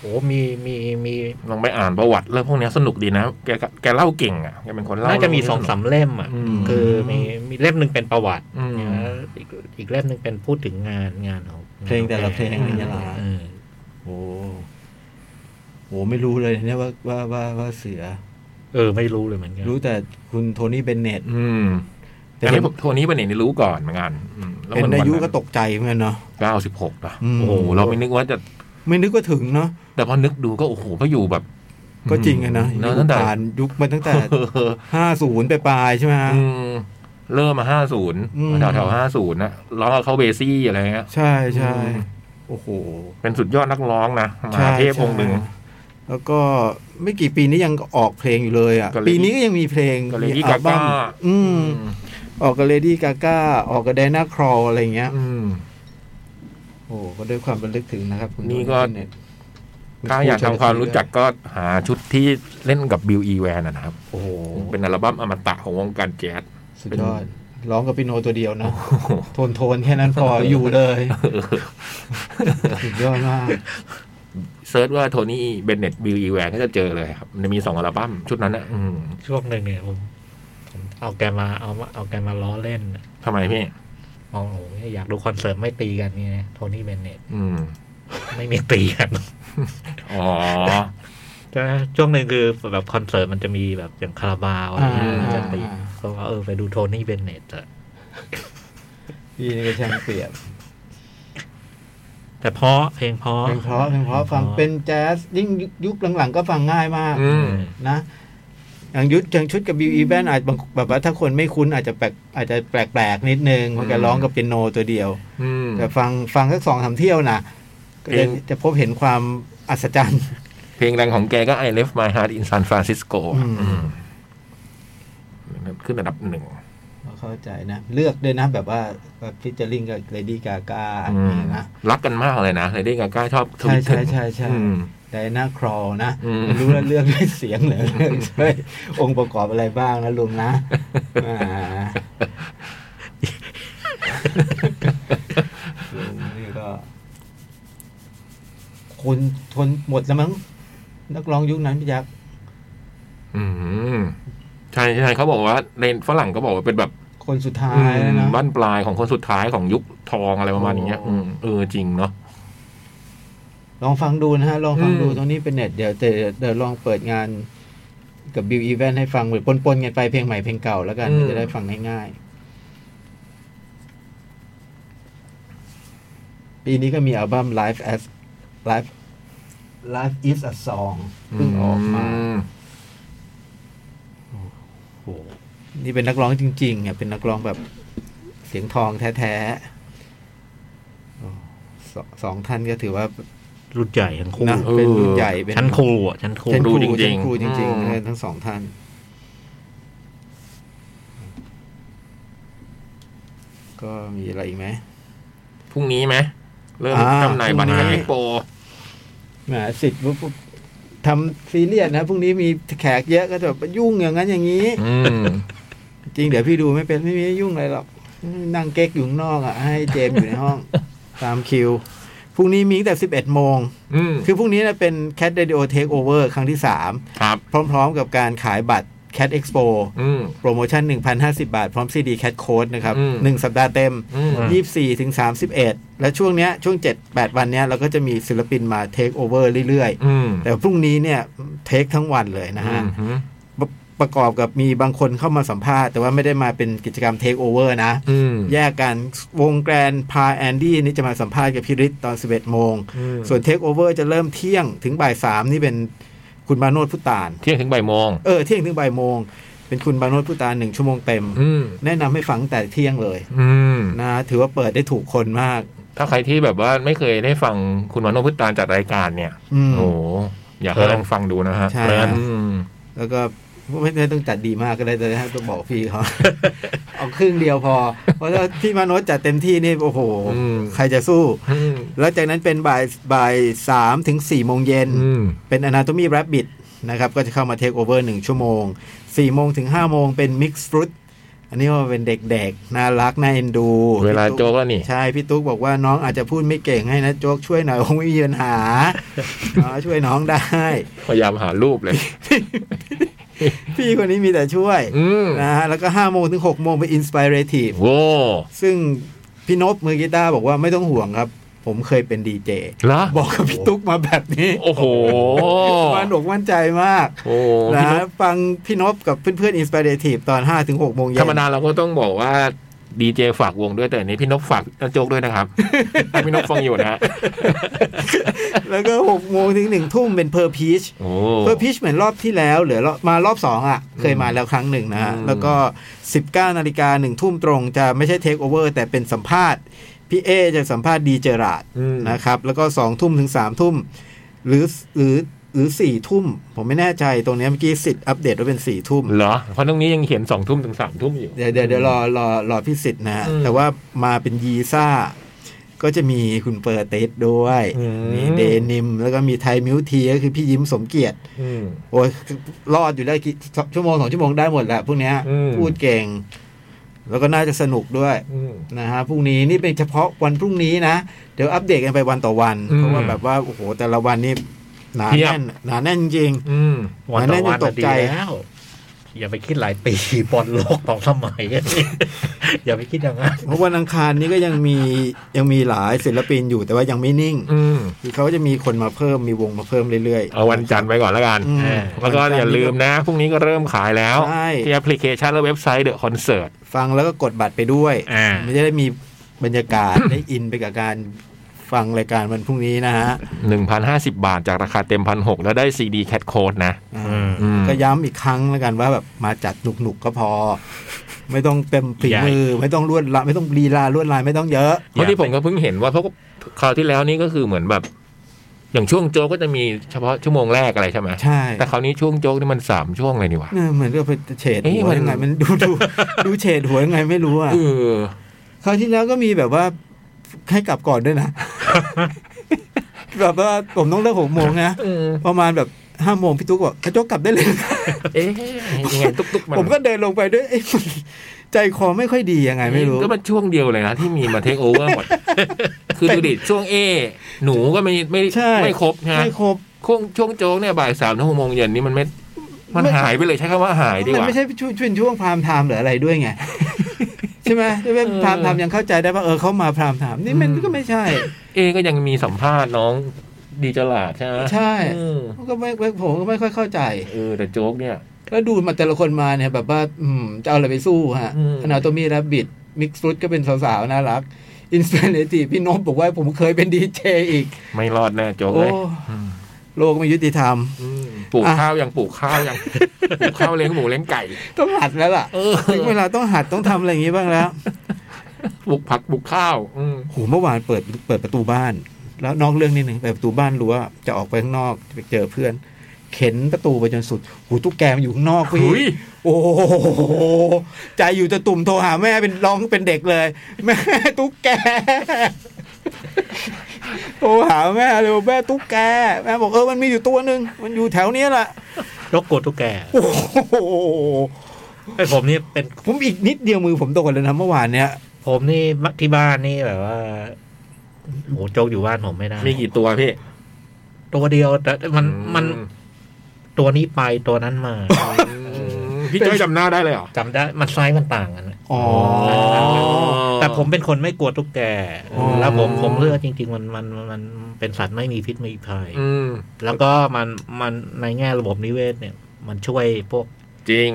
โอ้มีมีมี
ลองไปอ่านประวัติเรื่องพวกเนี้ยสนุกดีนะ แกก็แกเล่าเก่งอ่ะ แกเป็นคนเล่า
น่าจะมี
เรื่
สอง
นี้
สามเล่มอ่ะ
อืม
คือมีมีเล่มหนึ่งเป็นประวัติ
อืม
นะอีกอีกเล่มหนึ่งเป็นพูดถึงงานงานของ
เพลงแต่ละเพลงอะไรอย่างเงี้ยเหรอ
อ
โอ้โหไม่รู้เลยเนี่ยว่าว่าว่าว่าเสือ
เออ ไม่รู้เลยเหมือนกัน
รู้แต่คุณโทนี่เบนเน็ต
อืม
แต่
แต่
เห็
นี่
น
ผมโทนี้ประเด็นนี่รู้ก่อนเหมือนกันอืมแล้ว
เห็
มันน
อายุก็
วันนั้น
ตกใจเหมือนกันเนาะ
เก้าสิบหกป่ะ
อืม
โอ้โหเราไม่นึกว่าจะ
ไม่นึกว่าถึงเนาะ
แต่พอนึกดูก็โอ้โหก็อยู่แบบ
ก็จริงอะนะ
แล้วตั้งแต่
ผ่านยุคมาตั้งแต่
เออ
ห้าศูนย์ไปปลายๆใช่ไหมฮะ
อืมเริ่มมาห้าศูนย์
อืม
แถวแถวห้าศูนย์นะร้องกับเขาเบซี่อะไรเงี้ย
ใช่ใช่
อืม
โอ้โห
เป็นสุดยอดนักร้องนะม
ใช่
หาเทพองค์หนึ่ง
ใช่ แล้วก็ไม่กี่ปีนี้ยังออกเพลงอยู่เลยอ่ะ
ก็เลย
ปีนี้ก็ยังมีเพลง
ก็เลย
มี
Lady
อัลบั้ม
Gaga
อืม ออกกับเลดี้กาก้าออกกับไดนาครออะไรอย่างเงี้ย
อืม
โอ้โหก็ด้วยความระลึกถึงนะครับคุณ
นี่ก็
โทเบเต
ถ้าอยากทำความรู้จักก็หาชุดที่เล่นกับบิลอีแวนนะครับ
โอ้โห
เป็นอัลบั้มอมตะของวงการแจ๊ส
สุดยอดร้องกับปิโนตัวเดียวนะโทนโทนๆแค่นั้นพออยู่เลยสุดยอดมาก
เซิร์ชว่าโทนี่เบนเน็ตบิลอีแวนก็จะเจอเลยครับมันมีสองอัลบั้มชุดนั้นนะอืม
ช่วงหนึ่งเนี่ยผมผมเอาแกมาเอามาเอาแกมาล้อเล่นน่ะ
ทำไมพี่
มองโอ้โหอยากดูคอนเสิร์ตไม่ตีกันนี่นะโทนี่เบนเน็ต
อืม
ไม่มีตี กัน
อ๋อ
แต่ช่วงหนึ่งคือแบบคอนเสิร์ตมันจะมีแบบอย่างคาราบาวอะไรเงี้ย
อ่า
มันจะตีก็ว่าเออไปดูโทนี่เบนเน็ตอะ
พี่นี่ก็ช่างเปรียบ
แต่เพราะเพลงเพราะ
เพลงเพราะเพลงเพราะฟังเป็นแจ๊สยิ่งยุคหลังๆก็ฟังง่ายมาก
อืม
นะอย่างยุทธอย่างชุดกับบิวอีแบนอาจบางแบบว่าถ้าคนไม่คุ้นอาจจะแปลกอาจจะแปลกๆนิดนึงเพราะแก
อืม
ร้องกับเปียโนตัวเดียว
อืม
แต่ฟังฟังสักสองสามเที่ยวนะก็จะ
จริง
จะพบเห็นความอัศจรรย์
เพลงดังของแกก็ I left my heart in San Francisco
อืม
อืมขึ้นอันดับหนึ่ง
เข้าใจนะ เลือกด้วยนะแบบว่าแบบฟิชเจอริงกับเลดี้กาก
อืม
นี่นะ
รักกันมากเลยนะ เลยได้กาก้าชอบท
ใช่
วิต
ใช่
ถึง
ใช่ใช่
อืม
ไดนาครอนะ
อืม
ไม่รู้ว่าเลือกด้วยเสียงหรือเลือกด้วยองค์ประกอบอะไรบ้างนะลุงนะอ่า ลุงนี่ก็คนทนหมดแล้วมั้งนักร้องยุคนั้นพี่ยักษ์
อืมใช่ใช่เขาบอกว่าในฝรั่งก็บอกว่าเป็นแบบ
คนสุดท้ายแล้วนะ
อืมบ้านปลายของคนสุดท้ายของยุคทองอะไรประมาณอย่างเงี้ย
โอ้
อืมเออจริงเนาะ
ลองฟังดูนะฮะ ลองฟังดู
อืม
ตรงนี้เป็นเน็ตเดี๋ยวเดี๋ยวเดี๋ยวลองเปิดงานกับบิวอีเวนให้ฟังเหมือนปนๆกันไปเพลงใหม่เพลงเก่าแล้วกันจะได้ฟังง่ายๆ ปีนี้ก็มีอัลบั้ม Life as Life Life is a song เพิ่งออกมา
ม
โอ้โห
นี่เป็นนักร้องจริงๆอ่ะเป็นนักร้องแบบเสียงทองแท้ๆโอ้สองสองท่านก็ถือว่า
รุ่นใหญ่ทั้งคู่
นะเป็นรุ่นใหญ่เป็น
ชั้นครูอ่ะชั้นครู
เป็นครู
ดูดิ
เป็นครูจริงๆนะทั้งสองท่าน ก็มีอะไรอีกไหม
พรุ่งนี้ไหมเริ่ม
อ่า
จำหน่ายบัตร
พรุ่ง
งาน
นี้
เอ็กโป
แหมสิทธิ์ปุ๊บทำซีเรียสนะพรุ่งนี้มีแขกเยอะก็จะแบบยุ่งอย่างนั้นอย่างนี้
อืม
จริงเดี๋ยวพี่ดูไม่เป็นไม่มียุ่งอะไรหรอกนั่งเก๊กอยู่ข้างนอกอ่ะ ให้เจมส์อยู่ในห้อง ตามคิวพรุ่งนี้มีตั้งแต่สิบเอ็ดโมง
อืม
คือพรุ่งนี้นะเป็น Cat Radio Takeover ครั้งที่สาม
ครับ
พร้อม ๆ กับการขายบัตร Cat Expo
อืม
โปรโมชั่น 1,050 บาท พร้อมซีดีแคทโค้ดนะครับ
อืม
1 สัปดาห์เต็ม
อืม
24 ถึง 31 และช่วงเนี้ยช่วง 7 8 วันเนี้ยเราก็จะมีศิลปินมาเทคโอเวอร์เรื่อย
อืม
ๆ แต่พรุ่งนี้เนี่ยเทคทั้งวันเลยนะฮะ
อืม
ประกอบกับมีบางคนเข้ามาสัมภาษณ์ แต่ว่าไม่ได้มาเป็นกิจกรรมเทคโอเวอร์นะ
อืม
แยกกันวงแกรนพาแอนดี้นี่จะมาสัมภาษณ์กับพี่ฤทธิ์ตอน 11 โมง
อืม
ส่วนเทคโอเวอร์จะเริ่มเที่ยงถึงบ่ายสามนี่เป็นคุณบาโนดพุตาน
เที่ยงถึงบ่ายโมง
เออ เที่ยงถึงบ่ายโมง เป็นคุณบาโนดพุตานหนึ่งชั่วโมงเต็ม
อืม
แนะนำให้ฟังแต่เที่ยงเลย
อืม
นะถือว่าเปิดได้ถูกคนมาก
ถ้าใครที่แบบว่าไม่เคยได้ฟังคุณวันโนพุตานจัดรายการเนี่ย
อืม
โอ้โหอยากให้ลองฟังดูนะฮะ
ใช่
อืม
แล้วก็ไม่ได้ต้องจัดดีมากก็ได้แต่ให้ต้องบอกพี่เขา เอาครึ่งเดียวพอ เพราะถ้าพี่มาโนดจัดเต็มที่นี่โอ้โห
อืม
ใครจะสู้
อืม
แล้วจากนั้นเป็นบ่ายบ่ายสามถึงสี่โมงเย็น
อืม
เป็น Anatomy Rabbit นะครับก็จะเข้ามาเทคโอเวอร์1ชั่วโมง 4 โมงถึง 5 โมงเป็น Mix Fruit อันนี้ว่าเป็นเด็กๆ น่ารัก น่าเอ็นดู
เวลาโจกแล้วนี่
ใช่ พี่ตุ๊กบอกว่าน้องอาจจะพูดไม่เก่งให้นะ โจ๊กช่วยหน่ อยคงไม่มีปัญหา อ๋อช่วยน้องได้
พยายามหารูปเลย
พี่คนนี้มีแต่ช่วย
อืม
นะฮะแล้วก็ 5 โมงถึง 6 โมงเป็น Inspirative
โว้
ซึ่งพี่นพมือกีตาร์บอกว่าไม่ต้องห่วงครับ ผมเคยเป็นดีเจ
เหรอ
บอกกับพี่ตุ๊กมาแบบนี้
โอ้โห
มันอกมั่นใจมาก
โอ้โห
นะฟังพี่นพกับเพื่อนๆอินสปิเรทีฟตอน5้าถึงหกโมงเย็
ธร
น
รมดาเราก็ต้องบอกว่าดีเจฝากวงด้วยแต่อันนี้พี่นกฝากโจกด้วย นะครับ ถ้าพี่นกฟังอยู่นะฮะ
แล้วก็6กโมงถึงหนึ่งทุ่มเป็นเพอร์พีช
โอ้
เพอร์พีชเหมือนรอบที่แล้วเหลือรอบมารอบสองอ่ะ เคยมาแล้วครั้งหนึ่งนะฮะ
อืม
แล้วก็ 19นาฬิกาหนึ่งทุ่มตรงจะไม่ใช่เทคโอเวอร์แต่เป็นสัมภาษณ์ พี่เอจะสัมภาษณ์ดีเจอราด
อืม
นะครับ แล้วก็2องทุ่มถึง3ามทุ่มหรือหรือหรือสี่ทุ่ม ผมไม่แน่ใจตรงเนี้ยเมื่อกี้สิทธิ์อัปเดตว่าเป็นสี่ทุ่ม
เหรอเพราะตรงนี้ยังเขียนสองทุ่มถึงสามทุ่มอยู่
เดี๋ยวเดี๋ยวเดี๋ยวรอรอรอพี่สิทธิ์นะฮะ
อืม
แต่ว่ามาเป็นยีซ่า ก็จะมีคุณเปิดเตสด้วย
อืม
มีเดนิม แล้วก็มีไทยมิวทีก็คือพี่ยิ้มสมเกียรติ
อืม
โอ้ยรอดอยู่ได้กี่ชั่วโมงสองชั่วโมงได้หมดแหละพวกเนี้ย
อืม
พูดเก่ง แล้วก็น่าจะสนุกด้วย
อืม
นะฮะพรุ่งนี้นี่เป็นเฉพาะวันพรุ่งนี้นะ เดี๋ยวอัปเดตกันไปวันต่อวัน
อืม
เพราะว่าแบบว่าโอ้โหแต่ละวันนี่หนา
เพียบ
แน่นหนาแน่นจริง
อืม
วัน
มันน่าจะ
ต่อวัน
ต
ต
ก
ก
ใจ
ใจแล้ว อย่าไปคิดหลายปีบอลโลกสองสมัย อย่า ไปคิดอย่างนั้น
เพราะวันอังคารนี้ก็ยังมียังมีหลายศิลปินอยู่แต่ว่ายังไม่นิ่ง
อืม
คือเขาจะมีคนมาเพิ่มมีวงมาเพิ่มเรื่อยๆ
เอาวันจันทร์ไว้ก่อนแล้วกัน
อืม
เออ
แล้วก็อย่าลืมนะพรุ่งนี้ก็เริ่มขายแล้ว
ใช่
ที่แอปพลิเคชันและเว็บไซต์เดอะคอนเสิร์ต
ฟังแล้วก็กดบัตรไปด้วย
อ่า
มันจะได้มีบรรยากาศ ได้อินไปกับการฟังรายการวันพรุ่งนี้นะฮะ
หนึ่งพันห้าสิบาทจากราคาเต็มพันหกแล้วได้ซีดีแคทโค้ดนะ
อ่า
อืม
อืม
ก็ย้ำอีกครั้งแล้วกันว่าแบบมาจัดหนุกๆก็พอ ไม่ต้องเต็มฝีมือ ไม่ต้องลวดลายไม่ต้องลีลาลวดลายไม่ต้องเยอะ
เพราะที่ผมก็เพิ่งเห็นว่าเพราะคราวที่แล้วนี่ก็คือเหมือนแบบ อย่างช่วงโจ๊กก็จะมีเฉพาะชั่วโมงแรกอะไรใช่ไหม
ใช่
แต่คราวนี้ช่วงโจ๊กนี่มันสามช่วงเลยนี่หว่า
เนี่ยเหมือนก็ไปเฉด
เอ๊ะ
หัว
มัน
ยังไงมันดู ดูดูเฉดหัวยังไงไม่รู้อ่ะ
เออ
คราวที่แล้วก็มีแบบว่าให้กลับก่อนด้วยนะ แบบว่าผมต้องเลิกหกโมงนะ
เออ
ประมาณแบบห้าโมงพี่ตุ๊กบอกกระจกกลับได้เลย
เอ๊ะยังไง ตุ๊กตุ๊กมัน
ผมก็เดินลงไปด้วยเอ๊ะมันใจคอไม่ค่อยดียังไงไม่รู้
ก็มันช่วงเดียวเลยนะ ที่มีมาเทคโอเวอ ร์หมด คือดูดิช่วงเอ หนูก็ไม่ไม่
ใช่
ไม่ครบนะฮะ
ไม่ครบ
ช่วงช่วงโจ๊กเนี่ยบ่ายสามถึงหกโมงเย็นนี่มันไม่มันหายไปเลยใช้คำว่าหายดี
มั
ก
น
ว่า
ไม่ใช่ช่วงช่วงช่วงพรามไทม์หรืออะไรด้วยไง ใช่ไหมใช่ไหม
เออ
พรามไทม์ยังเข้าใจได้ว่าเออเขามาพรามไทม์นี่มัน
อืม
ก็ไม่ใช่
เอก็ยังมีสัมภาษณ์น้องดีจลาดใช่ไหม
ใช่
อืม
มันก็ไม่ไม่ผมก็ไม่ค่อยเข้าใจ
เออแต่โจ๊กเนี่ย
แล้วดูมาแต่ละคนมาเนี่ยแบบว่าอืมจะเอาอะไรไปสู้ฮะ
อืม
อนาโตมีแรบบิทมิกซ์ฟรุตก็เป็นสาวๆน่ารักอินสปิเรทีพี่นพบอกว่าผมเคยเป็นดีเจอีก
ไม่รอดแน่โจ๊ก
โอ้
เลยอืม
โลกไม่ยุติธรรม
ปลูก
อ่ะ
ข้าวยังปลูกข้าว ยัง ปลูกข้าวเลี้ยงหมูเลี้ยงไก่
ต้องหัดแล้วล่ะ
เออ
ถึงเวลาต้องหัดต้องทำอะไรอย่างนี้บ้างแล้ว
ปลูกผักปลูกข้าว อืม
โหเมื่อวานเปิดเปิดประตูบ้าน แล้วนอกเรื่องนิดหนึ่งเปิดประตูบ้านรั้วจะออกไปข้างนอกจะไปเจอเพื่อน เข็นประตูไปจนสุดหูตุ๊กแกมันอยู่ข้างนอก
หุย
พี่โอ้โหใจอยู่จะตุ่มโทรหาแม่เป็นร้องเป็นเด็กเลย แม่ตุ๊กแกโทรหาแม่เลยบอกแม่ตุ๊กแกแม่บอกเออมันมีอยู่ตัวหนึ่งมันอยู่แถวเนี้ยแหละ
ยกโกดทุกแก
โอ้โห
ไอ้ผมนี่เป็น
ผมอีกนิดเดียวมือผมโดนเลยนะเมื่อวานเนี้ย
ผมนี่มักที่บ้านนี่แบบว่าโหโจ๊กอยู่บ้านผมไม่ได้
มีกี่ตัวพี่
ตัวเดียวแต่มันมันตัวนี้ไปตัวนั้นมา
อืมพี่จ้อยจำหน้าได้เลยเหรอ
จำได้มันไซส์มันต่างกันนะ
อ๋อ
แต่ผมเป็นคนไม่กลัวทุกแก
อ๋อ
แล้วผมผมเลือกจริง ๆ มันมันมันเป็นสัตว์ไม่มีพิษไม่มีภัย
อืม
แล้วก็มันมันในแง่ระบบนิเวศเนี่ย มันช่วยพวก
จริง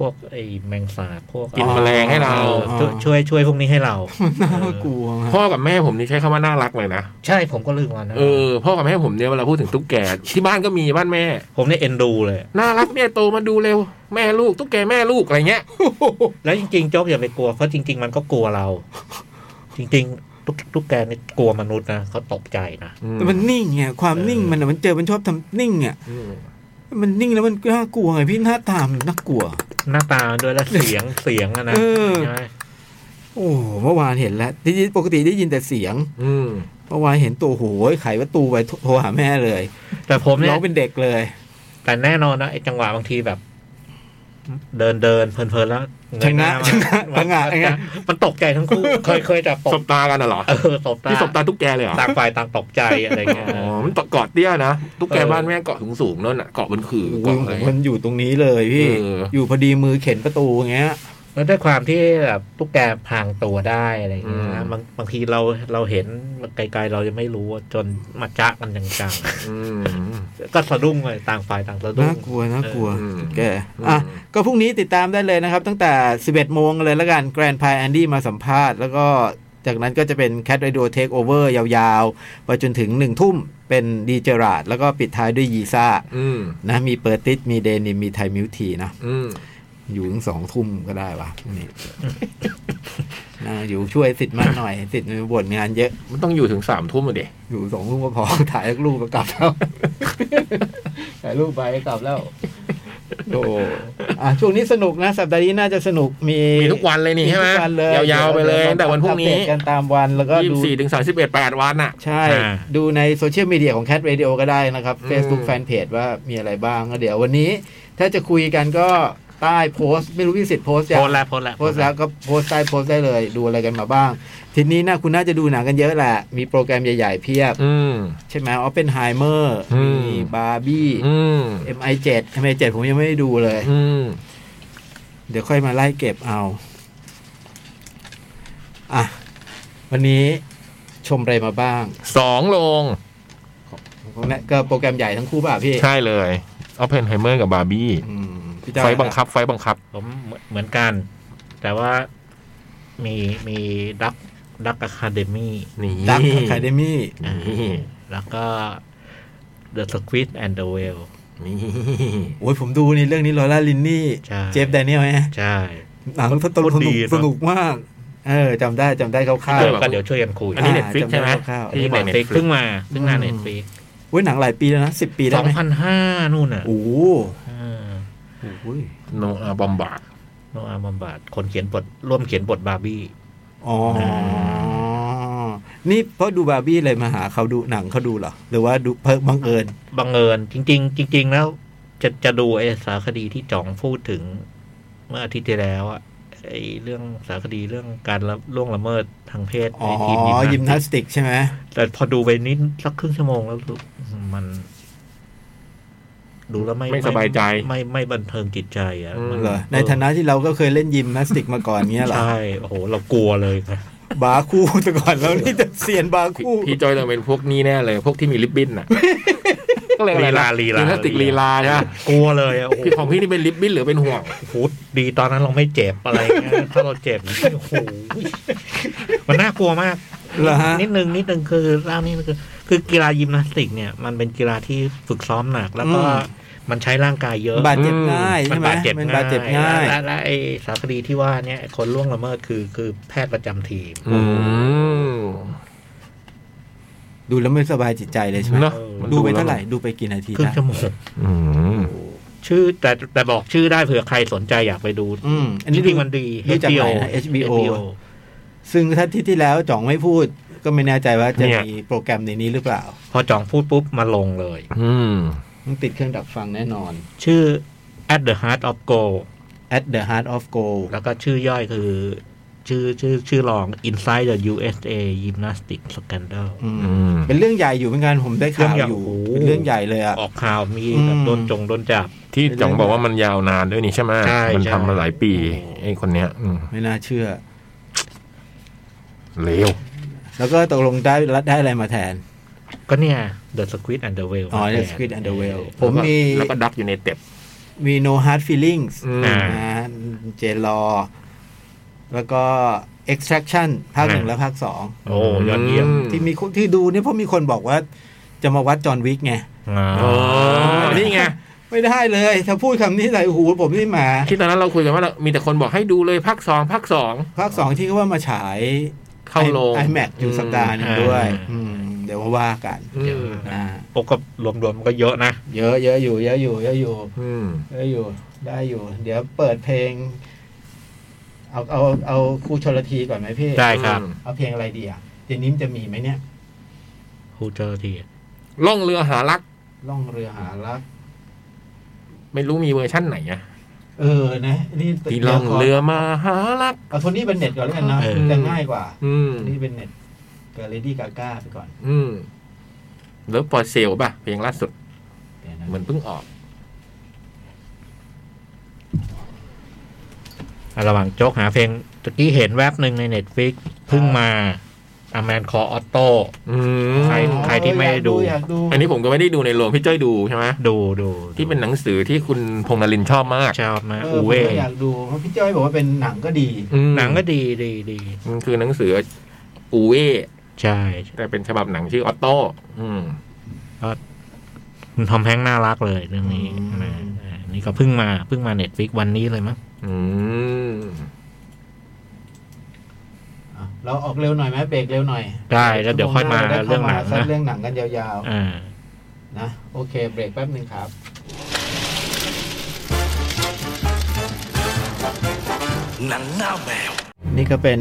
พวกไอ้แมงสาบพวก
กินแมลงให้เรา
เออช่วยช่วยช่วยพวกนี้ให้เรา
น่ากลัวมาก
พ่อกับแม่ผมนี่ใช้คำว่าน่ารักเลยนะ
ใช่ผมก็ลืมวันนะ
เออ พ่อกับแม่ผมเนี่ยเวลาพูดถึงตุ๊กแก ที่บ้านก็มีบ้านแม่
ผมเนี่ยเอ็นดูเลย
น่ารักเนี่ยโตมาดูเร็ว แม่ลูกตุ๊กแกแม่ลูกอะไรเงี้ย
แล้วจริงๆโจ๊กอย่าไปกลัวเพราะจริง ๆ มันก็กลัวเรา จริงๆ ทุกทุกแกนี่กลัวมนุษย์นะเขาตกใจนะ
แต่มันนิ่งไงความนิ่งมันอะมันเจอมันชอบทำนิ่งอ่ะมันนิ่งแล้วมันน่ากลัวไงพี่หน้าตามันน่ากลัว
หน้าตามันด้วยและเสียง เสียงอะนะ
เออ
ใช่ไหม
โอ้โหเมื่อวานเห็นแล้วได้ยินปกติได้ยินแต่เสียง
อืม
เมื่อวานเห็นตัวโหยไขประตูไปโทรหาแม่เลย
แต่ผมเนี่
ร้
ย
องเป็นเด็กเลย
แต่แน่นอนนะไอ้จังหวะบางทีแบบ เดินเดินเพลินๆแล้วเยหน้า
ชะงะชะงะ
มั
ชะงะ
มั
ไง
มันตกใจทั้งคู่ เคยเคยจะต
ส
บบ
ตากันน่ะเหรอ
เออตบตา
ที่สบตาตุ๊กแกเลยเหรอ
ต่างฝ่ายต่างตกใจอะไรเงี้ย
อ๋อ มันเกาะเตี้ยนะ ตุ๊กแก
เออ
บ้านแม่เกาะสูงสูงๆนั่นน่ะ เกาะบนขื่อ
โอ้
เกาะ
โห
อะไร
มันอยู่ตรงนี้เลยพี่
เอออ
อยู่พอดีมือเข็นประตูอย่างเงี้ย
แล้วด้วยความที่แบบตุ๊กแกพรางตัวได้อะไรอย่างเงี้ย
อืม
บางบางทีเราเราเห็นไกลๆเราจะไม่รู้จนมาจะกันจัง
อืม
ๆ ก็สะดุ้งเลยต่างฝ่ายต่างสะดุ้
น่าง กลัวน่ากลัว
เออ
แกอ่ะ
อืม
ก็พรุ่งนี้ติดตามได้เลยนะครับ ตั้งแต่ 11 โมงเลยละกันแกรนพายแอนดี้มาสัมภาษณ์ แล้วก็จากนั้นก็จะเป็นแค t ไร d ดเทคโอเวอร์ยาวๆ ไปจนถึง 1 ทุ่มเป็นดีเจราดแล้วก็ปิดท้ายด้วยยีซ่า
อืม
นะ มีเปอร์ติสมีเดนิมมีไทยมิวทีนะ
อืม
อยู่ถึงสองทุ่มก็ได้วะพรุ่ง นี่ นะอยู่ช่วยสิทธิ์มากหน่อย สิทธิ์มันบ่นงานเยอะ
มันต้องอยู่ถึงสามทุ่มอะเด็
อยู่สองทุ่มก็พอ ถ่ายรูปก็กลับแล้ว ถ่ายรูปไปก็กลับแล้วโอ้อ่ะช่วงนี้สนุกนะ สัปดาห์นี้น่าจะสนุกมี
มีทุกวันเลยนี่ใช่ไหม
ทุกวันเลย
ยาวๆไปเลยตั้งแต่วันพรุ่งนี้
อัปเดตกันตามวันแล้วก็
ยี่
ดู
สี่ถึงสามสิบเอ็ดแปดวันน่ะ
ใช่
อ่า
ดูในโซเชียลมีเดียของ Cat Radio ก็ได้นะครับ
อืม
Facebook Fanpage ว่ามีอะไรบ้างก็เดี๋ยววันนี้ ถ้าจะคุยกันก็ใต้โพสต์ ไม่รู้พี่สิทธิ์โพสต์ยั
โพ
ง
สต์แล้วโพสต์แล้ว
โพสต์แล้วก็โพสต์ใต้โพสต์ได้เลย ดูอะไรกันมาบ้าง ทีนี้นะคุณน่าจะดูหนังกันเยอะแหละ มีโปรแกรมใหญ่ๆเพียบ
อืม
ใช่ไหมออฟเปนไฮเมอร์
อื
มี
ม
บาร์บี้
อืม
เอ็มไอเจ็ดเอ็มไอเจ็ดผมยังไม่ได้ดูเลย
อืม
เดี๋ยวค่อยมาไล่เก็บเอา อ่ะ วันนี้ชมอะไรมาบ้าง
สองโรง
ของเนี่ยก็โปรแกรมใหญ่ทั้งคู่ป่ะพี่
ใช่เลยออเพนไฮเมอร์กับบาร์บี้
อืมพี่เจ้า
ไฟบังคับ ไฟบังคับ
ผมเหมือนเหมือนกัน แต่ว่ามีมีดักดักอะคาเดมี่
นี่
ดักคาเดมี่
นี่
แล้วก็ The Squid and the Whale
นี่
โอ้ยผมดูนี่เรื่องนี้ลอร่าลินนี่
ใช่
เจฟแดเนียลไหม
ใช่
หนังสนุก
โคตรดีนะ
สนุกมาก เออจำได้จำได้คร่าว
แล้วก็เดี๋ยวช่วยกันคุย
อันนี้
อ่า
เน็ตฟิก
จำได้
ใช่ไหม
คร่าวๆ
ที่
ที่
เน็
เน็
ต
ต
ฟิ
ฟิ
ก
กเพิ่งมาเพิ่งหน้า
อืม
เน็ตฟิก
ๆเว้ยหนังหลายปีแล้วนะสิบปี
ส
ได้
อง
ไหม
พันห้านู่นน่ะ
โอ้โห
อืม
โอ้ย
โนอาบอมบาร์ด
โนอาห์มัมบาดคนเขียนบทร่วมเขียนบทบาร์บี้
อ๋อนี่เพราะดูบาร์บี้เลยมาหาเขาดูหนังเขาดูเหรอ หรือว่าดูเพิ่งบังเอิญ
บังเอิญจริง ๆ จริง ๆ แล้ว จะจะดูไอ้สารคดีที่จ่องพูดถึง เมื่ออาทิตย์ที่แล้วอะไอ้เรื่องสารคดีเรื่องการละล่วงละเมิดทางเพศ
อ๋อ
ในทีม
ยิ
ยิ
ม
ม
นา
นา
ส
สติก
ติกใช่ไหม
แต่พอดูไปนิดสักครึ่งชั่วโมงแล้วรู้สึกมัน ดูแล้วไม่
ไม่สบายใจ
ไม่ไม่บันเทิงจิตใจอ่ะ
อืม
มั
เหรอในฐานะที่เราก็เคยเล่นยิมนาสติกมาก่อนเงี้ยเหรอ
ใช่โอ้โห เรากลัวเลยนะ
บาคู่แต่ก่อนเรานี่จะเซียนบา
พี่
คู่
พี่จอยต้องเป็นพวกนี้แน่เลย พวกที่มีลิปบิ้น น่ะก็เลยกอะไร
ลีลา
นะ
ลีลา
นาสติกลีลาใช่ไหม
กลัวเลยอะโอ้โห
พี่ของพี่นี่เป็นลิปบิ้นหรือเป็นห่วง
โหดีตอนนั้นเราไม่เจ็บอะไรเงี้ย ถ้าเราเจ็บโอ้โหมันน่ากลัวมาก
เหรอฮะ
นิดนึงนิดนึงคือเล่านี่คือ คือกีฬายิมนาสติกเนี่ย มันเป็นกีฬาที่ฝึกซ้อมหนัก แล้วก็มันใช้ร่างกายเยอะ
บาดเจ็บง่าย
มั
ใช่ไหม
บาดเจ็บ
มัน
ง่าย
บาดเจ็บง่าย
และและและไอสารคดีที่ว่าเนี่ยไอ้คนล่วงละเมิดคือคือแพทย์ประจำทีม
อืม
ดูแล้วไม่สบายจิตใจเลยใช่ไหม
เนาะ
มัน
ดูไปเท่าไหร่ดูไปกี่นาที
ครึ่ง
นะ
ชั่วโมง
อืม
ชื่อแต่แต่บอกชื่อได้เผื่อใครสนใจอยากไปดู
อืมอัน
จ
นี้
ริง
ดู
ๆมันดี
ดูจากไหนนะ HBO ซึ่งถ้าที่ที่แล้วจ่องไม่พูด ก็ไม่แน่ใจว่าจะมีโปรแกรมในนี้หรือเปล่า
พอจ่องพูดปุ๊บมาลงเลย
อืม
ต้องติดเครื่องดักฟังแน่นอน
ชื่อ at the heart of gold
at the heart of gold
แล้วก็ชื่อย่อยคือชื่อชื่อชื่อรอง Inside the USA Gymnastic Scandal
อืม
อืม
เป็นเรื่องใหญ่อยู่เหมือนกันผมได้ข่าวอยู่
เรื่องใหญ่โอ้โห
เป็นเรื่องใหญ่เลยอ่ะ
ออกข่าวมี
อืม
แบบโดนจงโดนจับ
ที่จ่องบอกว่ามันยาวนานด้วยนี่ใช่ไหม
ใช่
มัน
ใช่
ทำมาหลายปีไอ้คนเนี้ย อืม
ไม่น่าเชื่อ
เลว
แล้วก็ตกลงได้ได้อะไรมาแทน
ก็เนี่ย The Squid and the Whale
อ๋อ The Squid and the Whale ผมมี
แล้วก็ดักอยู่ในเต็บ
มีโนฮาร์ดฟีลิ่งส์
อืม
นะฮะเจรอ แล้วก็ extraction ภาคหนึ่งและภาคสอง
โอ้ยอดเยี่ยม
ม
ที่มีคนที่ดูเนี่ยเพราะมีคนบอกว่าจะมาวัดจอห์นวิกไง
อ่า
อ๋อนี่ไง
ไม่ได้เลย ถ้าพูดคำนี้ใส่หูผมนี่หมา
ที่ตอนนั้นเราคุยกันว่าเรามีแต่คนบอกให้ดูเลยภาคสองภาคสอง
ภาคสองที่เขาว่ามาฉาย
เข้าโรง
ไอแม็กอยู่สัปดาห์หนึงด้วยอืมเดี๋ยวมาว่ากัน
อืม
อ่า
โอ้ก็รวมๆมันก็เยอะนะ
เยอะเยอะอยู่เยอะอยู่เยอะอยู่
อืม
เยอะอยู่ ได้อยู่ เดี๋ยวเปิดเพลง เอาเอาเอาครูชนละทีก่อนไหมพี่
ได้ครับ
อืม
เอาเพลงอะไรดีอ่ะเจนนิ้มจะมีไหมเนี่ย
ฮูเจอร์ที
ล่องเรือหารัก
ล่องเรือหารัก
ไม่รู้มีเวอร์ชั่นไหนอะ
เออนะนี่
ที่ล่องเรือมาหารัก
เอาโทนี่เป็นเน็ตก่อนแล้วกันเนาะ
เออ
จะง่ายกว่า
อืม
นี่เป็นเน็ตกับเลดี้กาก้าไปก่อน
อืมแล้วปอเซลป่ะ เพลงล่าสุด
เดี๋ยวนะ
เหมือนเพิ่งออก
อ่ะระหว่างโจ๊กหาเพลงตะกี้เห็นแวบหนึ่งในเน็ตฟิกเพิ่งมาอาแมนคอออโต้
อืม
ใคร ที่ไม่ได้ดู
อยากดู
อันนี้ผมก็ไม่ได้ดูในโรงพี่จ้อยดูใช่ไหม
ดูดู
ที่เป็นหนังสือที่คุณพงษ์นรินทร์ชอบมาก
ชอบมาก
เออ
อู
ผม
เว่
ก็อยากดูเพราะพี่จ้อยบอกว่าเป็นหนังก็ดี
อืม
หนังก็ดีดีดี
มันคือหนังสืออูเว่
ใช่
แต่เป็นฉบับหนังชื่อออโต้อืม
คุณทอมแฮงค์น่ารักเลยเรื่องนี้
อืม
นะอ่านี่ก็เพิ่งมาเพิ่งมาเน็ตฟิกวันนี้เลยมั้ง
อืม
อ่ะเราออกเร็วหน่อยไหมเบรกเร็วหน่อย
ได้แล้วเดี๋ยวค่อยมา
ชั่วโ
เรื่องหนัง
ได้ข้ามาซั
นะ
ดเรื่องหนังกันยาว
อ่า
ๆนะโอเค เบรกแป๊บหนึ่งครับ
nắng ngao mèo
นี่ก็เป็น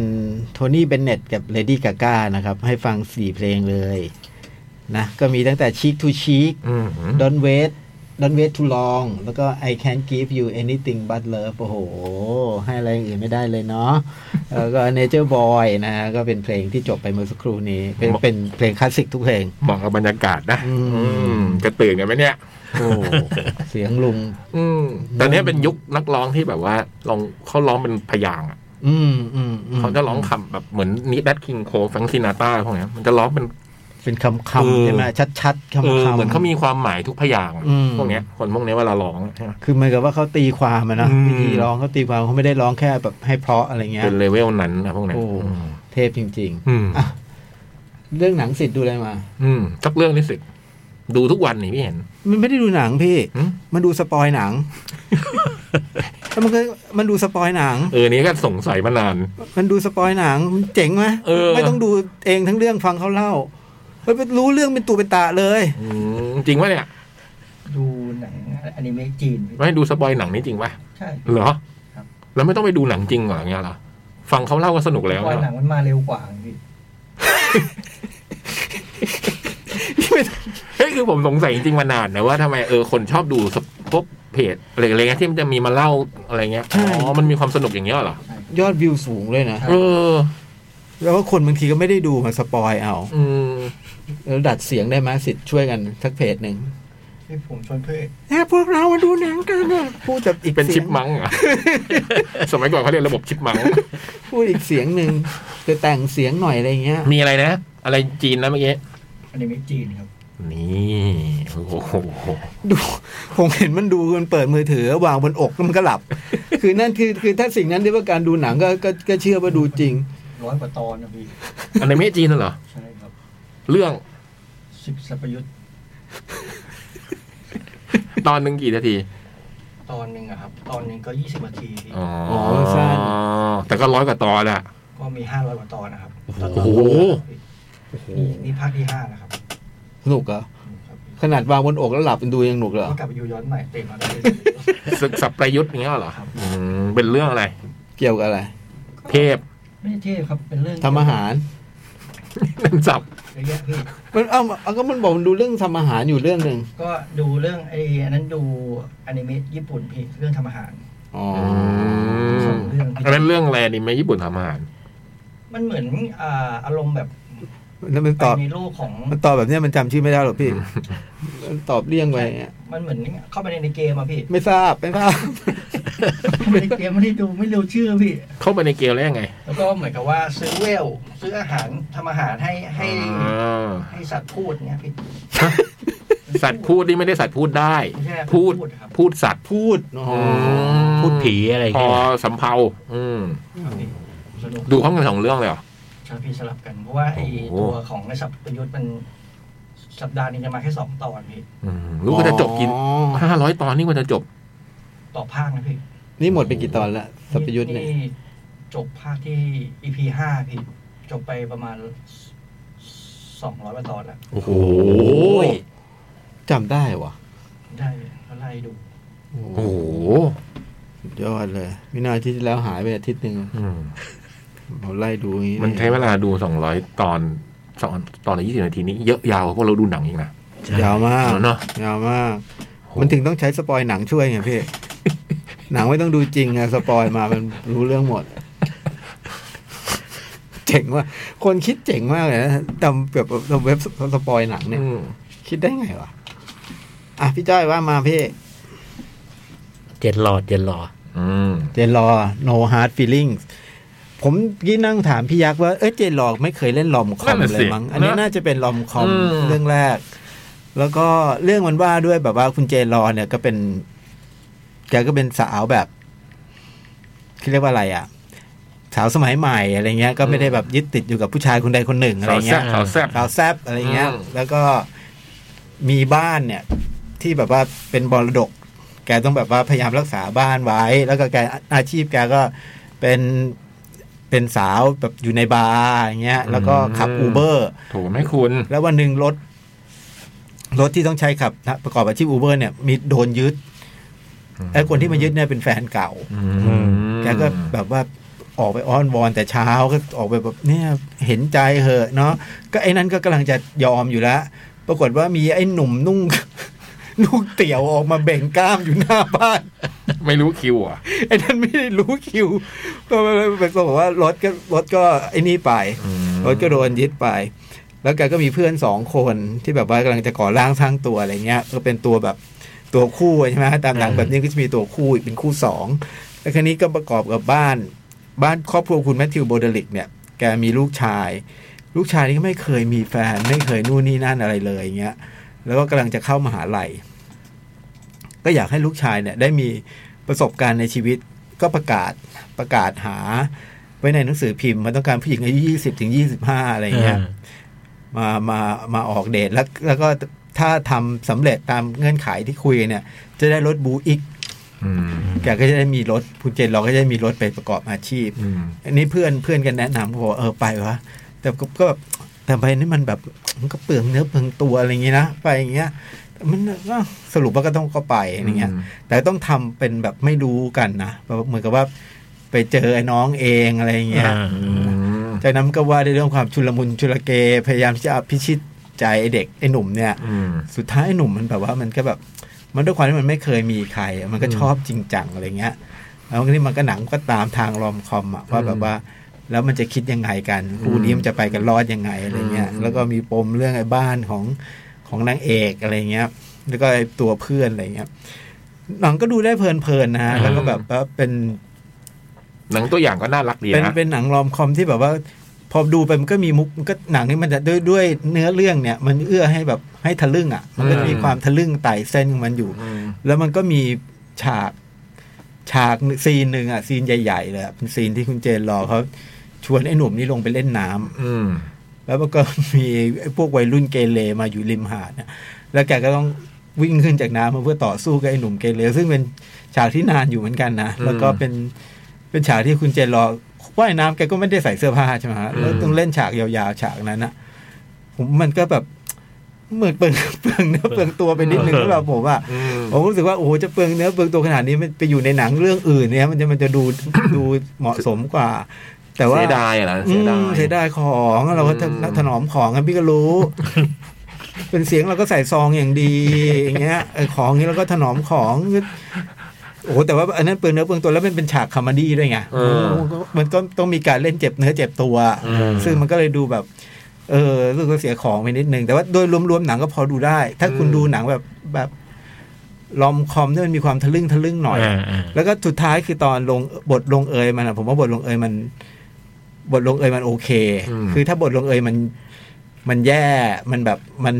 โทนี่เบนเน็ตกับเลดี้กาก้านะครับ ให้ฟังสี่เพลงเลยนะก็มีตั้งแต่ชีคทูชีค
อืม
Don't wait Don't wait too long แล้วก็ I can't give you anything but love โอ้โห ให้อะไรอย่างอื่นไม่ได้เลยเนาะ แล้วก็ Nature Boy นะฮะก็เป็นเพลงที่จบไปเมื่อสักครู่นี้ เป็น
บอก
เป็นเพลงคลาสสิกทุกเพลง
เหมาะกับบรรยากาศนะ
อืม
มจะตื่นกันไหมเนี่ย
โอ้ เสียงลุง
อืมตอนนี้เป็นยุคนักร้องที่แบบว่าลองเขาร้องเป็นพยางค์อะ
อืมอืมม
เขาจะร้องคำแบบเหมือนนิดัตคิงโคฟังซินาต้าพวกเนี้ยมันจะร้องเป็น
เป็นคำ
เอ
คำ
อ
ใช่ไหมชัดชัดๆ
เออ
คำคำ
เหมือนเขามีความหมายทุกพยางค์อะ
อืม
พวกเนี้ย คนพวกเนี้ยเวลาร้องอะใช่ไหม
คือเหมือนกับว่าเขาตีความอะเนอะ
อืม
วิธีร้องเขาตีความเขาไม่ได้ร้องแค่แบบให้เพราะอะไรเงี้ย
เป็นเลเวลนั้นนะพวกเนี้ย
โอ้
อืม
เทพจริง
อืม
อ่ะ ๆ เรื่องหนังสิทธิ์ดูอะไรมา
อืมสักเรื่องนี้สิดูทุกวันนี่พี่เห็น
มันไม่ได้ดูหนังพี่
หืม
มันดูสปอยห นัง แล้วมันก็มันดูสปอยหนัง
เออนี่ก็สงสัยมานาน
มันดูสปอยหนังมันเจ๋งไหม
เออ
ไม่ต้องดูเองทั้งเรื่องฟังเขาเล่าเฮ้ยรู้เรื่องเป็นตูเป็นตาเลย
อืมจริงปะเนี่ย
ดูหนังอนิเมะจีนพี่
ไม่ดูสปอยหนังนี่จริงปะ
ใช่
เหรอ
ครับ
แล้วไม่ต้องไปดูหนังจริงเหรออย่างเงี้ยเหรอฟังเขาเล่าก็สนุกแล้ว
ปล่อย
เนี่ย
ห
เหรอง
นัมันมาเร็วกว่าพี่
เฮ้ยคือผมสงสัยจริงๆมานานนะว่าทำไมเออคนชอบดูสปพวกเพจอะไรอะไรเงี้ยที่มันจะมีมาเล่าอะไรเงี้ย
ใช่
อ๋อมันมีความสนุกอย่างเงี้ยเหรอย
อดวิวสูงเลยนะ
เออ
แล้วว่าคนบางทีก็ไม่ได้ดูมาสปอยเอา
อืม
แล้วดัดเสียงได้ไหมสิทธิ์ช่วยกันสักเพจหนึ่ง
ที่ผมชวนเพื่อน
แอบพวกเรามาดูหนังกันเนี่ยพูดแบบอีก
เป็น
สียง
ชิปมังเหรอ สมัยก่อนเขาเรียกระบบชิปมัง
พูดอีกเสียงหนึ่งจะแต่งเสียงหน่อยอะไรเงี้ย
มีอะไรนะ อะไรจีนนะเมื่อกี้
อนิเมะจีนครับ
นี่โอ้โห
ดูผมเห็นมันดูมันเปิดมือถือวางบนอกแล้วมันก็หลับ คือนั่นคือคือถ้าสิ่งนั้นเรียกว่าการดูหนังก็ก็ก็เชื่อว่าดูจริง
ร้อยกว่าตอนนะพี่
อันนี้ไม่จีนน่ะเหรอ
ใช่ครับ
เรื่อง
สิบสัพยุทธ์
ตอนหนึ่งกี่นาที
ตอนหนึ่งอะครับ ตอนหนึ่งก็ยี่สิบนาทีพี่
อ๋อ
สั้น
แต่ก็ร้อยกว่าตอนอะ
ก็มีห้าร้อยกว่าตอนนะครับ
โอ้โห
นี่นี่ภาคที่ห้านะครับ
สนุกเหรอ
ครับพี่
ขนาดวางบนอกแล้วหลับมันดูยังหนุกเหรอ
ก็กลับไปดูย้อนใหม่เต็มมา เลย
ศึกสับประยุทธ์อย่างเงี้ยเหรออืมเป็นเรื่องอะไร
เกี่ยวกับอะไร
เทพ
ไม่ใช่เท่ครับเป็นเรื่อง
ทำอาหาร
นั่นสับ
เยอะแยะพี่
มันเอ้าเอาก็มันบอกมันดูเรื่องทำอาหารอยู่เรื่องหนึ่ง
ก็ดูเรื่องไอ้อันนั้นดูอนิเมะญี่ปุ่นพี่เรื่องทำอาหาร
อ๋อ
อื
ส
ม
องเรื่อง
อันนั้นเรื่องอะไรนี่ไม่ญี่ปุ่นทำอาหาร
มันเหมือนอ่าอารมณ์แบบ
แล้วมัน
ไป
ตอบ
ในโลกของ
มันตอบแบบเนี้ยมันจำชื่อไม่ได้หร อกพี่มันตอบเลี่ยงไปอย่างเงี้ย
มันเหมือนเข้าไปในในเกมอะพี่
ไม่ทราบไม่ทราบ
ไม่ได้เกมไม่ได้ดูไม่รู้ชื่อพี่
เข้าไปในเกมแล้วยังไง
แล้วก็เหมือนกับว่าซื้อเวล ซื้ออาหารทำอาหารให้ให้
อ่า
ให้สัตว์พูดเงี้ยพี่
สัตว์พูดนี่ไม่ได้สัตว์พูดได้
ไม่ใช่
พูด
ครับ
พูดสัตว์
พูดอ๋ออ
ม
พูดผีอะไร
พอ
เงี้ย
สำเพาอืม
นี่สนุก
ดูพร้อมกันสองเรื่องเลยเหรอ
ชาพีสลับกันเพราะว่าไอ้
โอ้
ตั
โห
วของไอ้สับประยุทธ์มันสัปดาห์นี้จะมาแค่สองตอนพี่
อืมรู้ว่าจะจบกิน
อ๋อ
ห้าร้อยตอนนี่กว่าจะจบ
ต่อภาคนะพี่
นี่หมดไปกี่ตอนละสัพยุทธ์เนี่ย
จบภาคที่ EP ห้าพี่จบไปประมาณสองร้อยกว่าตอนแล้ว
โอ้โห
จำได้วะ
ได้เลยเขาไล่ดู
โอ้โห
สุดยอดเลยวินาทีที่แล้วหายไปอาทิตย์หนึ่ง
อืม
ผมไล่ดูอย่างนี้
มันใช้เวลาดูสองร้อยตอนสองตอนละยี่สิบนาทีนี้เยอะยาวกว่าพวกเราดูหนังอีกนะ
ใช่
ยาวมาก
เนาะ
ยาวมาก
โห
มันถึงต้องใช้สปอยหนังช่วยไงพี่ หนังไม่ต้องดูจริงอะสปอยมามันรู้เรื่องหมด เจ๋งว่ะคนคิดเจ๋งมากเลยนะทำแบบทำเว็บสปอยหนังเนี่ย
อืม
คิดได้ไงวะอ่ะพี่จ้อยว่ามาพี่
เจนรอเจนรอ
อืม
เจนรอ no hard feelings ผมยี่นั่งถามพี่ยักษ์ว่า เอ้ยเจนรอไม่เคยเล่นลอมคอม
นั่นน่ะ
เล
สิ
ยมั้ง อันนี้
นะ
น่าจะเป็นลอมคอม
อืม
เรื่องแรก แล้วก็เรื่องมันว่าด้วยแบบว่าคุณเจนรอเนี่ยก็เป็น แกก็เป็นสาวแบบเขาเรียกว่าอะไรอ่ะ สาวสมัยใหม่อะไรเงี้ย ก็ไม่ได้แบบยึดติดอยู่กับผู้ชายคนใดคนหนึ่งอะไร
สาวแซ่
เงี้
บ
ย
สาวแซ่บ
สาวแซบอะไรเงี้ย
อืม
แล้วก็มีบ้านเนี่ย ที่แบบว่าเป็นบรดก แกต้องแบบว่าพยายามรักษาบ้านไว้ แล้วก็แกอาชีพแกก็เป็นเป็นสาวแบบอยู่ในบาร์อย่างเงี้ย แล้วก็ขับอูเบอร์
ถูกไหมคุณ
แล้ววันหนึ่งรถ รถที่ต้องใช้ขับนะประกอบอาชีพอูเบอร์เนี่ย มีโดนยึด
อืม
ไอ้คนที่มายึดเนี่ยเป็นแฟนเก่า
อืม
แกก็แบบว่าออกไปอ้อนวอนแต่เช้าก็ออกไปแบบเนี่ยเห็นใจเหอะเนาะก็ไอ้นั้นก็กำลังจะยอมอยู่แล้ว ปรากฏว่ามีไอ้หนุ่ม นุ่ง นุ่งเตี่ยวออกมาเบ่งกล้ามอยู่หน้าบ้าน
ไม่รู้คิวเหรอ่ะ
ไอ้นั้นไม่ได้รู้คิวก็บอกว่ารถก็รถก็ไอ้นี่ไป รถก็โดนยึดไป แล้วแกก็มีเพื่อนสองคนที่แบบว่ากำลังจะก่อร่างสร้างตัวอะไรเงี้ย ก็เป็นตัวแบบตัวคู่ใช่ไหมตามหลัง
อืม
แบบนี้ก็จะมีตัวคู่อีกเป็นคู่สองแล้วครั้นี้ก็ประกอบกับบ้าน บ้านครอบครัวคุณแมทธิวโบเดลิกเนี่ย แกมีลูกชาย ลูกชายนี่ก็ไม่เคยมีแฟน ไม่เคยนู่นนี่นั่นอะไรเลยเงี้ย แล้วก็กำลังจะเข้ามหาลัย ก็อยากให้ลูกชายเนี่ยได้มีประสบการณ์ในชีวิต ก็ประกาศประกาศหา ไว้ในหนังสือพิมพ์มันต้องการผู้หญิงอายุยี่สิบถึงยี่สิบห้าอะไรเงี้ย มามามาออกเดทแล้วแล้วก็ถ้าทำสำเร็จตามเงื่อนไขที่คุยกันเนี่ย จะได้รถบูอิกแกก็จะได้มีรถคุณเจนเราก็จะได้มีรถไปประกอบอาชีพ อันนี้เพื่อนเพื่อนกันแนะนำก็บอกว่าเออไปวะแต่ก็ก็แบบแต่ไปนี่มันแบบมันก็เปลืองเนื้อเปลืองตัวอะไรอย่างงี้นะไปอย่างเงี้ยแต่มันก็สรุปว่าก็ต้องก็ไปอย่างเงี้ย แต่ต้องทำเป็นแบบไม่รู้กันนะแบบเหมือนกับว่าไปเจอไอ้น้องเองอะไรอย่างเงี้ย จากนั้นก็ว่าในเรื่องความชุลมุนชุลเก พยายามที่จะพิชิตใจไอ้เด็กไอ้หนุ่มเนี่ย สุดท้ายไอ้หนุ่มมันแบบว่ามันก็แบบ มันด้วยความที่มันไม่เคยมีใครอะมันก็ชอบจริงจังอะไรเงี้ยแล้วทีนี้มันก็หนังก็ตามทางรอมคอมอะว่าแบบว่า แล้วมันจะคิดยังไงกันคู่นี้มันจะไปกันรอดยังไงอะไรเงี้ย
อืม
แล้วก็มีปมเรื่องไอ้บ้านของของนางเอกอะไรเงี้ย แล้วก็ไอ้ตัวเพื่อนอะไรเงี้ยหนังก็ดูได้เพลินๆนะฮะแล้วก็แบบว่าเป็น
หนังตัวอย่างก็น่ารักดี
เป็น
นะ
เป็นหนังรอมคอมที่แบบว่า พอดูไปมันก็มีมุกมันก็หนังนี่มันจะด้วยด้วยเนื้อเรื่องเนี่ย มันเอื้อให้แบบให้ทะลึ่งอ่ะ มันก็จะมี
อืม
ความทะลึ่งไต่เส้นของมันอยู่
อืม
แล้วมันก็มีฉากฉากซีนหนึ่งอ่ะซีนใหญ่ๆเลยอะเป็นซีนที่คุณเจนรอเขาชวนไอ้หนุ่มนี่ลงไปเล่นน้ำ
อืม
แล้วมันก็มีไอ้พวกวัยรุ่นเกเรมาอยู่ริมหาดเนี่ยแล้วแกก็ต้องวิ่งขึ้นจากน้ำมาเพื่อต่อสู้กับไอ้หนุ่มเกเรซึ่งเป็นฉากที่นานอยู่เหมือนกันนะ
อืม
แล้วก็เป็นเป็นฉากที่คุณเจนรอว่ายน้ำแกก็ไม่ได้ใส่เสื้อผ้าใช่ไหมฮะ
อืม
แล้วต้องเล่นฉากยาวๆฉากนั้นนะผมมันก็แบบเหมือนเปลืองเปลืองเนื้อเปลืองตัวไปนิด นึง
เออ
สำหรับผมอ่ะ
อืม
ผมรู้สึกว่าโอ้โหจะเปลืองเนื้อเปลืองตัวขนาดนี้มันไปอยู่ในหนังเรื่องอื่นเนี่ย มันจะมันจะดู ดูเหมาะสมกว่า แต่ว่า
เสียดายเหรอ
อืม
เสียดาย
เสียดายของเราก็จะ
อืม
ถนอมของกันพี่ก็รู้ เป็นเสียงเราก็ใส่ซองอย่างดี อย่างเงี้ยเออของนี้เราก็ถนอมของโอ้โหแต่ว่าอันนั้นเปลืองเนื้อเปลืองตัวแล้วมันเป็นฉากคอมเมดี้ด้วยไง
เออ
มันก็มันก็ต้องมีการเล่นเจ็บเนื้อเจ็บตัว
อืม
ซึ่งมันก็เลยดูแบบ เออรู้สึกว่าเสียของไปนิดนึงแต่ว่าโดยรวมๆหนังก็พอดูได้ ถ้าคุณ
อืม
ดูหนังแบบแบบลอมคอมที่มันมีความทะลึ่งทะลึ่งหน่อย แล้วก็สุดท้ายคือตอนลงบทลงเอยมันอะผมว่าบทลงเอยมัน บทลงเอยมันโอเค
อืม
คือถ้าบทลงเอยมัน มันแย่มันแบบมัน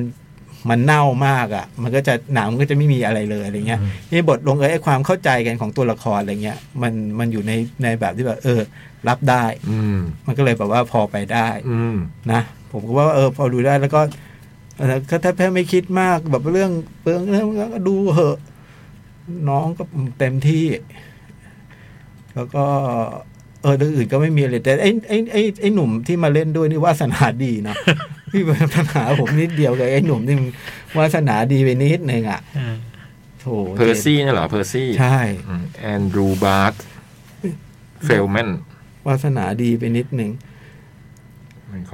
มันเน่ามากอะ่ะ มันก็จะหนังมันก็จะไม่มีอะไรเลยอะไรเงี้ยนี่บทลงเอยไอ้ความเข้าใจกันของตัวละครอะไรเงี้ยมันมันอยู่ในในแบบที่แบบเออ รับได้
อืม
มันก็เลยแบบว่าพอไปได้
อืม
นะผมก็ว่าเออพอดูได้แล้วก็เออก็ถ้าแพ้ไม่คิดมากแบบเรื่องเปลืองเรื่องก็ดูเหอะ น้องก็เต็มที่ แล้วก็ เออเรื่องอื่นก็ไม่มีอะไรแต่ไอ้ไอ้ไอ้ไอ้หนุ่มที่มาเล่นด้วยนี่วาสนาดีนะ พี่ปัญหาผมนิดเดียวกับไอ้หนุ่มนี่มันวาสนาดีไปนิดนึงอ่ะ
อ่า
โถ
เพอร์ซี่เนี่ยเหรอ เพอร์ซี่
ใช่
แอนดรูบาร์ตเฟลแมน
วาสนาดีไปนิดนึง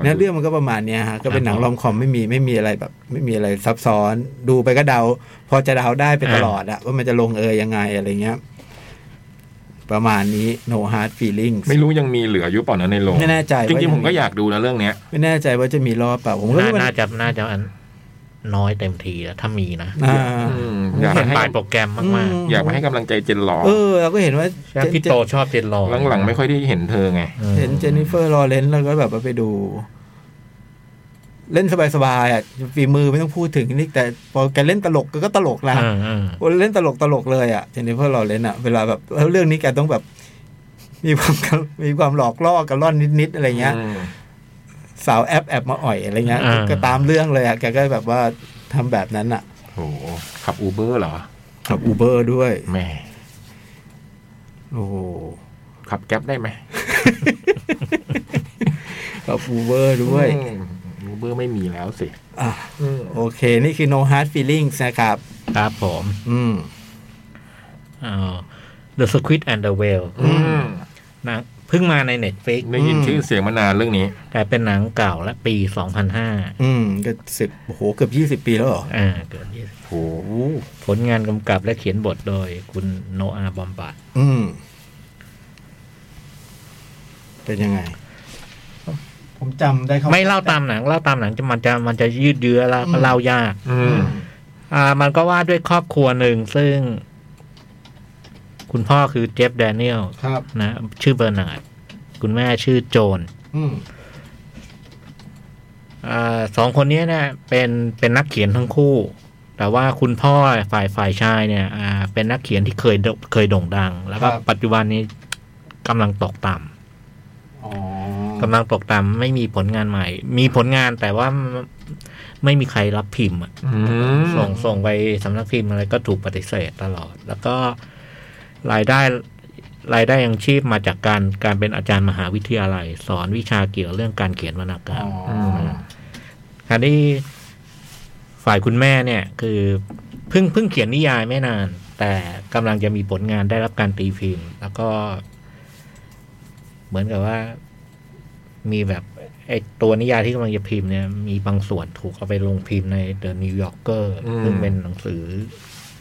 เนื้อเรื่องมันก็ประมาณเนี้ยฮะก็เป็นหนังรอมคอมไม่มีไม่มีอะไรแบบ ไม่มีอะไรซับซ้อน ดูไปก็เดา พอจะเดาได้ไปตลอดอะว่ามันจะลงเอยยังไงอะไรเงี้ย ประมาณนี้ no hard feeling
ไม่รู้ยังมีเหลืออยู่เปล่านะในโรง
ไม่แน่ใจ
จริงๆ
ว่า
ผมก็อยากดูนะเรื่องเนี้ย
ไม่แน่ใจว่าจะมีรอบเปล่าผมก็
น่า
รู้ว่า
น่าจะน่าจะอันน้อยเต็มทีแล้วถ้ามีนะ
อ่า
อืมอยาก
เห็น
ให้
ปลายโปรแกรมมาก
อื
อยากมาให้กำลังใจเจนหล่อ
เออ เราก็เห็นว่า
ๆแล้วพี่โตชอบเจนรอ
หลังๆไม่ค่อยได้เห็นเธอไง
อืม
เห็นเจนนิเฟอร์ลอเรนซ์แล้วก็แบบว่าไปดู เล่นสบายๆอะฝีมือไม่ต้องพูดถึงนี่แต่พอแกเล่นตลกก็ตลกนะ
อ่าอ่า
โอ้เล่นตลกตลกเลยอ่ะเจนนิเฟอร์ลอเรนอ่ะเวลาแบบแล้วเรื่องนี้แกต้องแบบ มีความ มีความหลอกล่อกับล่อนนิด ๆ อะไรเงี้ย สาวแอบแอบมาอ่อยอะไรเงี้ย
อ่า
ก็ตามเรื่องเลยอ่ะแกก็แบบว่าทำแบบนั้นอ่ะ
โอ้โหขับอูเบอร์เหรอ
ขับอูเบอร์ด้วย
แหม่
โอ้โห
ขับแก๊ปได้ไหม
ขับอูเบอร์ด้วย
อูเบอร์ไม่มีแล้วสิ
อ่ะ
อืม
โอเค นี่คือ no hard feelings นะครับ
ครับผม
อืม
อ่า The Squid and the Whale
อืม
นะเพิ่งมาใน Netflix
ได้ยินชื่อเสียงมานานเรื่องนี้
แต่เป็นหนังเก่าและปี 2005
อืม ก็สิบโอ้โห เกือบยี่สิบปีแล้วเหรอ
อ่าเกิดที่
โห
ผลงานกำกับและเขียนบทโดยคุณโนอาบอมบัด
อืม เป็นยังไง ผมจำได้ครับ
ไม่เล่าตามหนัง เล่าตามหนังจะมันจะมันจะยืดเยื้อแล้ว
อืม
เล่ายาก
อืม
อ่า มันก็ว่าด้วยครอบครัวหนึ่งซึ่ง คุณพ่อคือเจฟแดเนียล
ครับ
นะ ชื่อเบอร์นาร์ดคุณแม่ชื่อโจน
อืม
อาสองคนเนี้ยเนี่ยเป็นเป็นนักเขียนทั้งคู่ แต่ว่าคุณพ่อฝ่ายฝ่ายชายเนี่ยอ่าเป็นนักเขียนที่เคยโดเคยโด่งดัง แล้วก็
ครับ
ปัจจุบันนี้กำลังตกต่ำ
อ๋อ
กำลังตกต่ำไม่มีผลงานใหม่ มีผลงานแต่ว่าไม่มีใครรับพิมพ์อะ
อืม
ส่งส่งไปสำนักพิมพ์อะไรก็ถูกปฏิเสธตลอด แล้วก็รายได้รายได้ยังชีพมาจากการการเป็นอาจารย์มหาวิทยาลัย สอนวิชาเกี่ยวเรื่องการเขียนวรรณกรรม
อืม
คราวนี้ฝ่ายคุณแม่เนี่ยคือเพิ่งเพิ่งเขียนนิยายไม่นาน แต่กำลังจะมีผลงานได้รับการตีพิมพ์ แล้วก็ เหมือนกับว่ามีแบบไอตัวนิยายที่กำลังจะพิมพ์เนี่ย มีบางส่วนถูกเอาไปลงพิมพ์ใน The New Yorker ซึ่งเป็นหนังสือ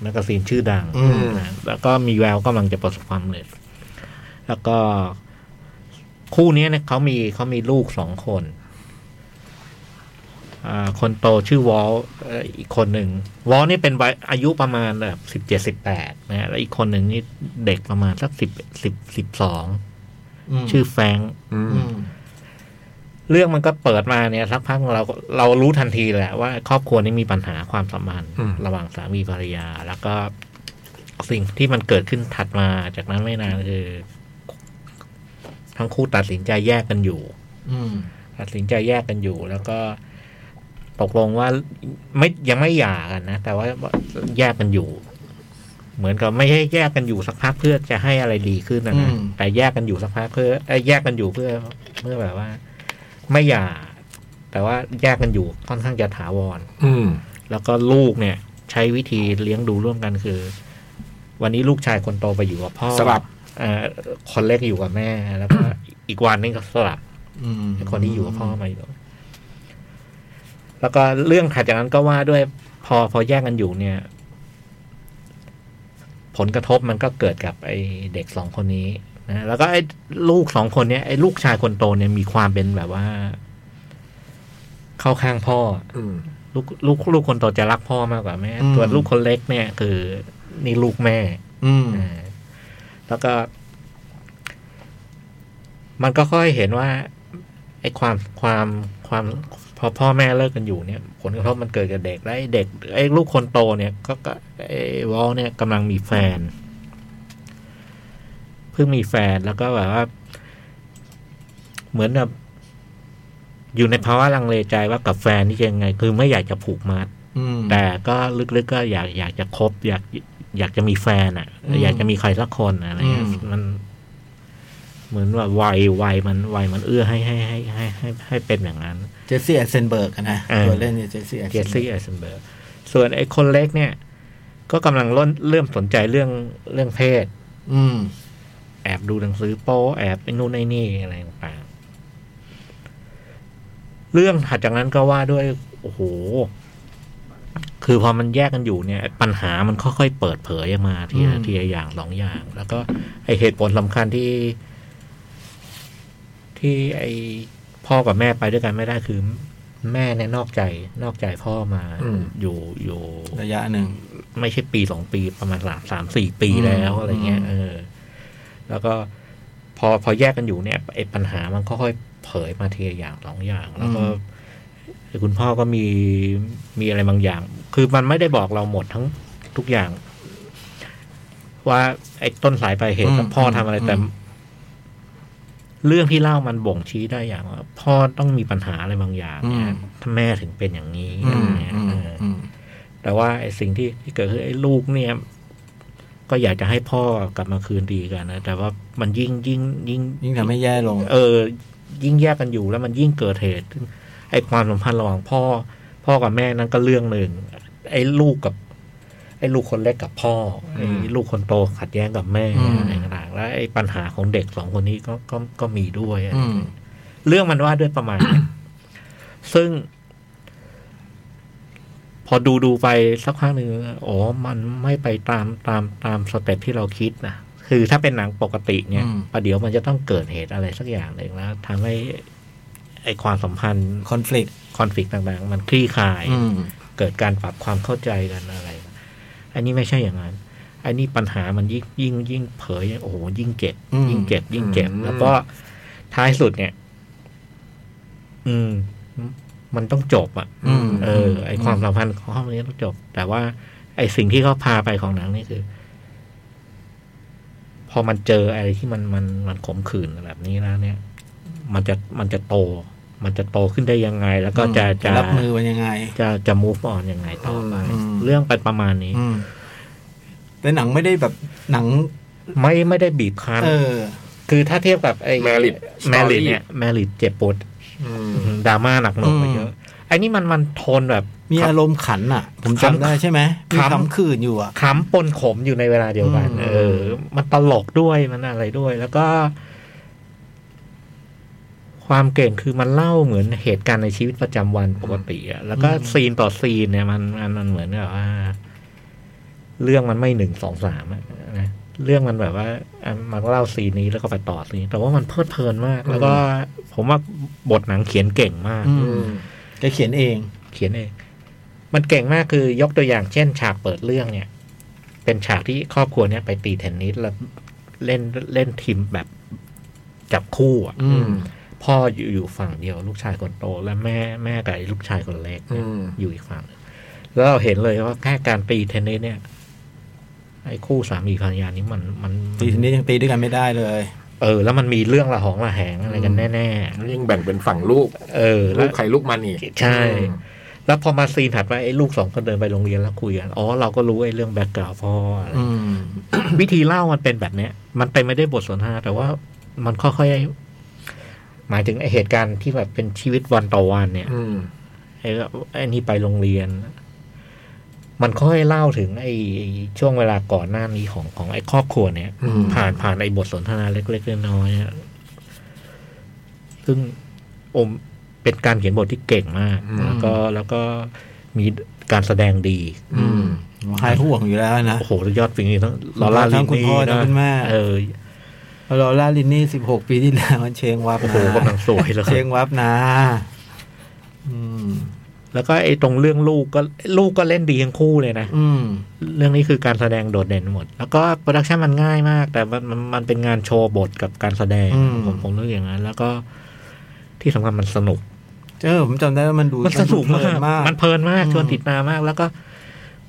แมกกาซีนชื่อดัง
อืม
นะแล้วก็มีแววกำลังจะประสบความสำเร็จ แล้วก็คู่เนี้ยเนี่ยเขามีเขามีลูกสองคน อ่าคนโตชื่อวอลเอ่ออีกคนหนึ่งวอลนี่เป็นวัยอายุประมาณแบบสิบเจ็ดสิบแปดนะฮะแล้วอีกคนหนึ่งนี่เด็กประมาณสักสิบสิบสิบสองชื่อแฟรงค์
อืม
อืม
เรื่องมันก็เปิดมาเนี่ยสักพักเราเรารู้ทันทีแหละว่าครอบครัวนี้มีปัญหาความสัมพันธ์
อืม
ระหว่างสามีภรรยา แล้วก็สิ่งที่มันเกิดขึ้นถัดมาจากนั้นไม่นานคือ ทั้งคู่ตัดสินใจแยกกันอยู่
อืม
ตัดสินใจแยกกันอยู่ แล้วก็ตกลงว่าไม่ยังไม่หย่ากันนะ แต่ว่าแยกกันอยู่ เหมือนกับไม่ใช่แยกกันอยู่สักพักเพื่อจะให้อะไรดีขึ้นนะนะ
อืม
แต่แยกกันอยู่สักพักเพื่อเอ้ยแยกกันอยู่เพื่อเพื่อแบบว่า ไม่หย่า แต่ว่าแยกกันอยู่ค่อนข้างจะถาวร
อืม
แล้วก็ลูกเนี่ย ใช้วิธีเลี้ยงดูร่วมกันคือ วันนี้ลูกชายคนโตไปอยู่กับพ่อ
สลับ
เอ่อคนเล็กอยู่กับแม่ แล้วก็อีกวันนึงก็สลับ
อืม
คนที่อยู่กับพ่อมาอยู่ แล้วก็เรื่องถัดจากนั้นก็ว่าด้วยพอพอแยกกันอยู่เนี่ย ผลกระทบมันก็เกิดกับไอ้เด็กสองคนนี้นะแล้วก็ไอ้ลูกสองคนเนี้ยไอ้ลูกชายคนโตเนี่ยมีความเป็นแบบว่า เข้าข้างพ่อ
อืม
ลูกลูกลูกคนโตจะรักพ่อมากกว่าแม่ส่วนลูกคนเล็กเนี่ย คือนี่ลูกแม่
อืม
อ่าแล้วก็ มันก็ค่อยเห็นว่าไอ้ความความความ พอพ่อแม่เลิกกันอยู่เนี่ย ผลกระทบมันเกิดกับเด็กแล้วไอ้เด็กไอ้ลูกคนโตเนี่ย ก็ก็ไอ้วอลเนี่ยกำลังมีแฟน เพิ่งมีแฟนแล้วก็แบบว่า เหมือนแบบอยู่ในภาวะลังเลใจว่ากับแฟนนี่จะยังไง คือไม่อยากจะผูกมัด
อืม
แต่ก็ลึกๆก็อยากอยากจะคบ อยากอยากจะมีแฟนอ่ะ
อืม
อยากจะมีใครสักคนอะอะไรเงี้ย
อืม
มัน เหมือนว่าวัยวัยมันวัยมันเอื้อให้ให้ให้ให้ให้ให้เป็นอย่างนั้น
เจสซี่แอนเซนเบิร์กอะนะ
อ่า
ตัวเล่นเนี่ยเจสซี่แอน
เจ
เซน
ส
เบิ
ซี่
ร์ก
ไอเซนเบิร์กส่วนไอ้คนเล็กเนี่ย ก็กำลังเริ่มเริ่มสนใจเรื่องเรื่องเพศ
อืม
แอบดูหนังสือโป๊แอบไปนู่นไอ้นี่อะไรต่างๆ เรื่องถัดจากนั้นก็ว่าด้วย โอ้โห คือพอมันแยกกันอยู่เนี่ย ปัญหามันค่อยๆเปิดเผยออกมาทีละ
อืม
ทีละอย่างสองอย่าง แล้วก็ ไอเหตุผลสำคัญที่ ที่ไอพ่อกับแม่ไปด้วยกันไม่ได้คือ แม่เนี่ยนอกใจ นอกใจพ่อมา
อืม
อยู่อยู่
ระยะหนึ่ง
ไม่ใช่ปีสองปีประมาณสามสามสี่ปีแล้ว
อืม
อะไรเงี้ย
อืม
เออ แล้วก็พอพอแยกกันอยู่เนี่ยไอ้ปัญหามันก็ค่อยเผยมาทีละอย่างสองอย่าง แล้วก็ไอ้คุณพ่อก็มีมีอะไรบางอย่าง คือมันไม่ได้บอกเราหมดทั้งทุกอย่าง ว่าไอ้ต้นสายปลายเหตุ
อืม
กับพ่อทำอะไร
อืม
แต่เรื่องที่เล่ามันบ่งชี้ได้อย่างว่าพ่อต้องมีปัญหาอะไรบางอย่างเนี่ยถ้าแม่ถึงเป็นอย่างนี้
อื
อะไร
ม
เงี้ย
อืม
เอออ
อืม
แต่ว่าไอ้สิ่งที่ที่เกิดขึ้นไอ้ลูกเนี่ย ก็อยากจะให้พ่อกลับมาคืนดีกันนะแต่ว่ามันยิ่งยิ่งยิ่ง
ยิ่งทำให้แย่ลง
เออ ยิ่งแยกกันอยู่แล้วมันยิ่งเกิดเหตุซึ่งไอ้ความสัมพันธ์ระหว่างพ่อ พ่อกับแม่นั่นก็เรื่องหนึ่งไอ้ลูกกับ ไอ้ลูกคนเล็กกับพ่อไอ้ลูกคนโตขัดแย้งกับแม่
อืม
อะไรต่างๆแล้วไอ้ปัญหาของเด็กสองคนนี้ก็ก็ก็มีด้วยอะไร
อืม
เรื่องมันว่าด้วยประมาณเนี้ย ซึ่ง พอดูดูไปสักพักหนึ่งอ๋อ มันไม่ไปตามตามตามสเต็ปที่เราคิดนะ คือถ้าเป็นหนังปกติเนี่ย
อืม
ประเดี๋ยวมันจะต้องเกิดเหตุอะไรสักอย่างหนึ่งแล้วทำให้ไอความสัมพันธ์
คอน FLICT
คอนฟ lict ต่างๆ มันคลี่คลาย
อืม
เกิดการปรับความเข้าใจกันอะไร อันนี้ไม่ใช่อย่างนั้น อันนี้ปัญหามันยิ่งยิ่งยิ่งเผย โอ้โห ยิ่งเจ็บ
อืม
ยิ่งเจ็บ ยิ่งเจ็บ
อืม
แล้วก็ท้ายสุดเนี่ย อืม มันต้องจบอ่ะ
อืม
เออ ไอความสัมพันธ์ของห้องนี้ต้องจบ แต่ว่า ไอสิ่งที่เขาพาไปของหนังนี่คือ พอมันเจออะไรที่มันมันมันขมขื่นแบบนี้แล้วเนี่ย มันจะมันจะโต มันจะโตขึ้นได้ยังไง แล้วก็จะจะ
รับมือมันยังไง
จะจะ move on ยังไงต่อไป
อืม
เรื่องเป็นประมาณนี้
อืม แต่หนังไม่ได้แบบหนัง
ไม่ไม่ได้บีบคั้น
เออ
คือถ้าเทียบกับไอ้
Marriage
แมริ
Story
เนี่ยแมริเจ็บปวด
อืม
ดราม่าหนักหน่วงไปเยอะไอ้นี่มันมันโทนแบบ
มีอารมณ์ขันอ่ะ ผมจำได้ใช่ไหมมี
ขำ
คำขื่นอยู่อ่ะ
ขำปนขมอยู่ในเวลาเดียวกัน
อืม
เออ มันตลกด้วยมันอะไรด้วย แล้วก็ ความเก่งคือมันเล่าเหมือนเหตุการณ์ในชีวิตประจำวันปกติอะแล้วก็ซีนต่อซีนเนี่ยมันมันมันเหมือนแบบว่า เรื่องมันไม่หนึ่งสองสามอะนะเรื่องมันแบบว่าอ่ะมันเล่าซีนนี้แล้วก็ไปต่อซีนนี้แต่ว่ามันเพลิดเพลินมาก แล้วก็ ผมว่าบทหนังเขียนเก่งมาก
อื
อื
ม
ม
แกเขียนเอง
เขียนเอง มันเก่งมากคือยกตัวอย่างเช่น ฉากเปิดเรื่องเนี่ย เป็นฉากที่ครอบครัวเนี่ยไปตีเทนนิสแล้วเล่นเล่นทีมแบบจับคู่อะ
อืม
พ่ออยู่อยู่ฝั่งเดียว ลูกชายคนโต และแม่แม่กับไอ้ลูกชายคนเล็กเนี่ย
อืม
อยู่อีกฝั่งหนึ่งแล้วเราเห็นเลยว่าแค่การตีเทนนิสเนี่ย ไอ้คู่สามีภรรยานี้มันมัน
ตีทีนี้ยังตีด้วยกันไม่ได้เลย
เออ แล้วมันมีเรื่องระหองระแหงอะไรกันแน่
แล้วยังแบ่งเป็นฝั่งลูก
ๆเออ
ลู
แล้ว
กใครลูกมันนี่
ใช่
อืม
แล้วพอมาซีนถัดไปไอ้ลูกสองคนเดินไปโรงเรียนแล้วคุยกันอ๋อเราก็รู้ไอ้เรื่องแบ็กกราวพ่ออะไร
อืม
วิธีเล่ามันเป็นแบบเนี้ย มันเป็นไม่ได้บทสนทนาแต่ว่ามันค่อยๆหมายถึงไอ้เหตุการณ์ที่แบบเป็นชีวิตวันต่อวันเนี่ย
อืม
ไอ้ไอ้นี่ไปโรงเรียน มันค่อยเล่าถึงไอ้ช่วงเวลาก่อนหน้านี้ของของไอ้ครอบครัวเนี่ย
อืม
ผ่านผ่านไอ้บทสนทนาเล็กๆน้อยๆอะซึ่งโอมเป็นการเขียนบทที่เก่งมาก
อืม
แล้วก็แล้วก็มีการแสดงดี
อืมหายห่วงอยู่แล้วนะ
โอ้โหยอดฝีมือทั้งลอร่า
ทั้
ลิ
ง
น
คุณ
นี่
พ่อทั้ง
นะ
คุณแม่
เออ
ลอร่าลินนี่สิบหกปีที่แล้วมันเชงวับ
โอ้โห
นะ
กำลังสวยเลย
เชงวับนะอืม
แล้วก็ไอ้ตรงเรื่องลูกก็ลูกก็เล่นดีทั้งคู่เลยนะ
อืม
เรื่องนี้คือการแสดงโดดเด่นหมด แล้วก็โปรดักชันมันง่ายมาก แต่มันมันมันเป็นงานโชว์บทกับการแสดง
อืม
ผมผมรู้อย่างนั้น แล้วก็ที่สำคัญมันสนุก
เออผมจำได้ว่ามันดู
มันสนุก
เพ
มา
ลิ
ก
มาก
มันเพลินมาก
อืม
ชวนติดตามมาก แล้วก็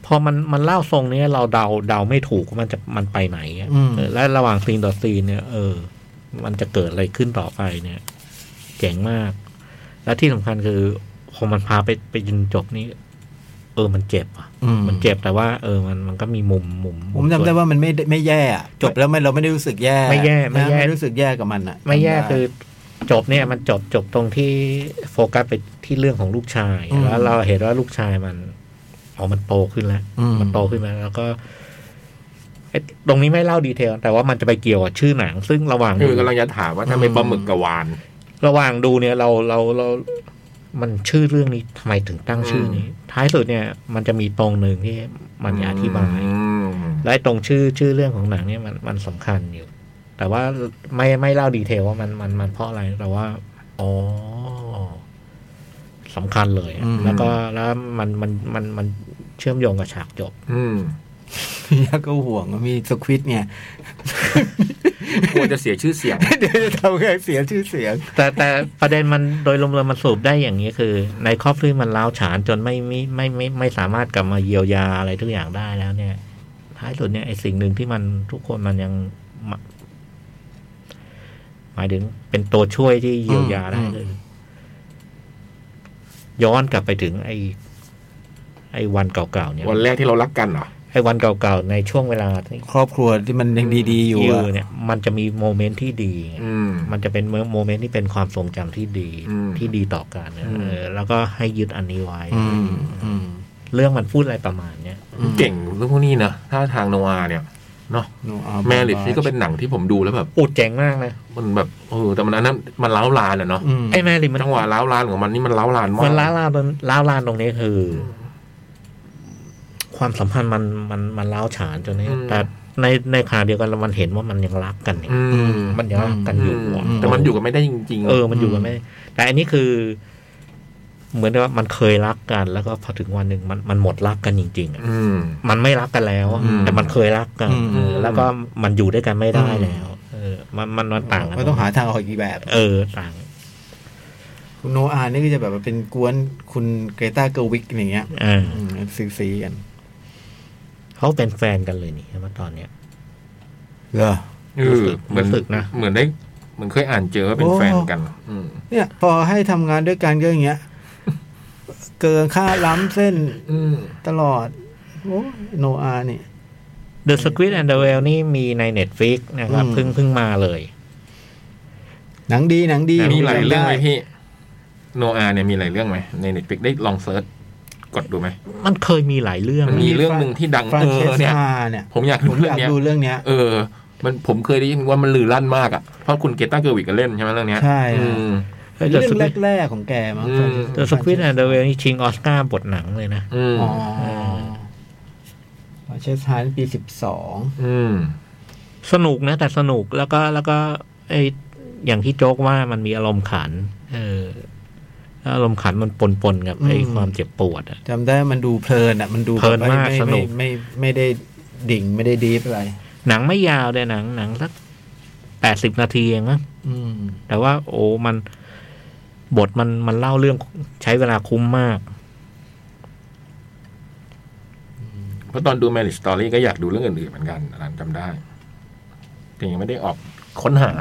พอมันมันเล่าทรงเนี้ยเราเดาเดาไม่ถูกว่ามันจะมันไปไหนอะ
อืม
เออและระหว่างซีนต่อซีนเนี่ย เออ มันจะเกิดอะไรขึ้นต่อไปเนี่ย เจ๋งมาก และที่สำคัญคือพอมันพาไปไปจนจบนี่เออมันเจ็บอ่ะ
อืม
มันเจ็บแต่ว่า เออ มันมันก็มีมุมมุม
ผมจำได้
ส่น
ว่ามันไม่ไม่แย่อะจบแล้วมันเราไม่ได้รู้สึกแย่
ไม่แย่ไม่แย่
นะรู้สึกแย่กับมันอ่ะ
ไม่แย่
จำด้
คือจบเนี่ยมันจบจบตรงที่โฟกัสไปที่เรื่องของลูกชาย
อืม
แล้วเราเห็นว่าลูกชายมันอ๋อมันโตขึ้นแล้ว
อืม
มันโตขึ้นแล้วแล้วก็ไอ้ตรงนี้ไม่เล่าดีเทล แต่ว่ามันจะไปเกี่ยวกับชื่อหนัง ซึ่งระหว่าง
คือกำลังจะถามว่าถ้าไม่ปลาหมึกกับวาน
ระหว่างดูเนี่ยเราเราเรา มันชื่อเรื่องนี้ทำไมถึงตั้งชื่อนี้ ท้ายสุดเนี่ย มันจะมีตรงหนึ่งที่มันจะอธิบาย
อืม
และไอ้ตรงชื่อชื่อเรื่องของหนังเนี่ยมันมันสำคัญอยู่ แต่ว่าไม่ไม่เล่าดีเทลว่ามันมันมันเพราะอะไรแต่ว่าอ๋อสำคัญเลยอะ
อืม
แล้วก็แล้วมันมันมันมันเชื่อมโยงกับฉากจบ
อืม
พี่ยักษ์ก็ห่วงว่ามีสควิตเนี่ย
กลัวจะเสียชื่อเสียง
เดี๋ยว จะทำให้เสียชื่อเสียง
แต่แต่ประเด็นมันโดยรวมๆมันสูบได้อย่างนี้คือ ในครอบครัวมันล้าวฉานจนไม่ไม่ไม่ไมไม่ไม่สามารถกลับมาเยียวยาอะไรทุกอย่างได้แล้วเนี่ย ท้ายสุดเนี่ยไอสิ่งหนึ่งที่มันทุกคนมันยังมาหมายถึงเป็นตัวช่วยที่เยียวยาได้
อืม
คือย้อนกลับไปถึง ไอไอวันเก่าๆเนี่ย
วันแรกที่เรารักกันเหรอ
ไอวันเก่าๆในช่วงเวลาที่
ครอบครัวที่มันยังดี ๆ อยู่
อ
อะ
ยู่เนี่ย มันจะมีโมเมนต์ที่ดีไง
อืม
มันจะเป็นโมเมนต์ที่เป็นความทรงจำที่ดี
อืม
ที่ดีต่อกันนะ
อืม
เออแล้วก็ให้ยึดอันนี้ไว้
อืมอืม
เรื่องมันพูดอะไรประมาณเนี้ย
อืม
เก่งเรื่องพวกนี้นะถ้าทางโนอาเนี่ยเนาะ
หนูเอา
แมริดนี่ก็เป็นหนังที่ผมดูแล้วแบบ
อุดเจ๋งมากนะ
มันแบบเออแต่มันอันนั้นมันเล้าวลานอะเนาะ
อืม
ไอ้แมรี่มัน
จังหวะเล้าวลานของมันนี่มันเล้าวลานมา
มัน
ก
ล้าลานล้าลานตรงนี้คืออความสัมพันธ์มันมันมันล้าวฉานจนเนี้ยแต่ในในขณะเดียวกันมันเห็นว่ามันยังรักกันเนี่ย
อืม
มันยังรักกันอยู่อะ
แต่มันอยู่กันไม่ได้จริงๆ
เออ มันอยู่กันไม่ได้แต่อันนี้คือ เหมือนกับว่ามันเคยรักกัน แล้วก็พอถึงวันหนึ่งมันมันหมดรักกันจริงๆอะ
อืม
มันไม่รักกันแล้วอะ
อืม
แต่มันเคยรักกันเออแล้วก็มันอยู่ด้วยกันไม่ได้แล้วเออมันมันมันต่างกัน
ก็ต้องหาทางออกอีกแบบ
เออต่าง
คุณโนอาห์นี่ก็จะแบบว่าเป็นกวนคุณเกรตาเกอร์วิกอย่างเงี้ย
อ่า
อืมซื้อซีกัน
เขาเป็นแฟนกันเลยนี่ใช่ไหมตอนเนี้ย
เหรอ
เออเหมือน
รู้สึกนะ
เหมือนได้เหมือนเคยอ่านเจอว่าเป็น
โอ้
แฟนกัน อืม
เนี่ย พอให้ทำงานด้วยกันก็อย่างเงี้ย เกินค่าล้ำเส้น
อืม
ตลอด โอ้โนอาห์นี่
The Squid and the Whale นี่มีใน Netflix นะครับ
อืม
เพิ่งเพิ่งมาเลย
หนังดีหนังดี
มีหลายเรื่องไหม
ได้
พี่โนอาเนี่ยมีหลายเรื่องไหมในเน็ตฟลิกได้ลองเซิร์ชกดดูไหม
มันเคยมีหลายเรื่อง
มันมีเรื่องหนึ่งที่ดัง
ฟราน
เอ
เช
อ
ส
เนี่ย
ฮาเนี่ย
ผมอยาก
ผ
ดู
ม
เรื่อยเนี้
อาง ก
ย
ดูเรื่องเนี้ย
เออ มันผมเคยได้ยินว่ามันลือลั่นมากอ่ะเพราะคุณเกตาเกอร์วิกก็เล่นใช่ไหมเรื่องเนี้ย
ใช่ฮะ
อืม
เออ The
เรื่อง
Squid
แรกๆของแกมั้ง
อืม
Francis
The Squid and the Whale นี่ชิงออสการ์บทหนังเลยนะ
อืม
อ๋อฟรานเชสฮานี่ปีสิบสอง
อืม
สนุกนะ แต่สนุกแล้วก็แล้วก็ไออย่างที่โจ๊กว่ามันมีอารมณ์ขัน เออแล้วอารมณ์ขันมันปนๆกับไอความเจ็บปวดอะ
จำได้มันดูเพลินอ่ะ มันดู
เพลินมาก
แบบไ
สนุก
ไม่ไม่ไม่ไม่ได้ดิ่งไม่ได้ดีฟอะไร
หนังไม่ยาวเลยหนังหนังสักแปดสิบนาทีเองนะ
อืม
แต่ว่า โอ้มันบทมันมันเล่าเรื่องใช้เวลาคุ้มมาก
เพราะตอนดู Marriage Story ก็อยากดูเรื่องอื่นๆเหมือนกันอันนั้นจำได้แต่ยังไม่ได้ออกค้นหา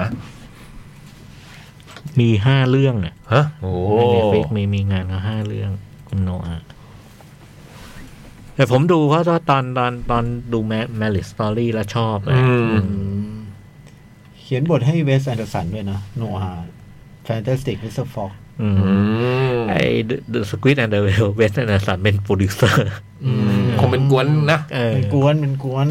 มีห้าเรื่องเนี่ย
ฮะโอ้
ในเน็ตฟลิกมีมีงานเขาห้าเรื่องคุณโนอาแต่ผมดูเพราะว่าตอนตอนตอนดูแมแมริสตอรี่แล้วชอบเลย
อืม
อืม เขียนบทให้เวสแอนเดอร์สันด้วยนะ โนอาห์แฟนตาสติกมิสเตอร์ฟอก
อืม
อืม
ไอ้เดอะสควิตแอนด์เดอะเว ลเวสแอนด์สันเป็นโปรดิวเซอร์
อืมคงเป็นกวนนะ
เออ
เป็นกวนเป็นกวน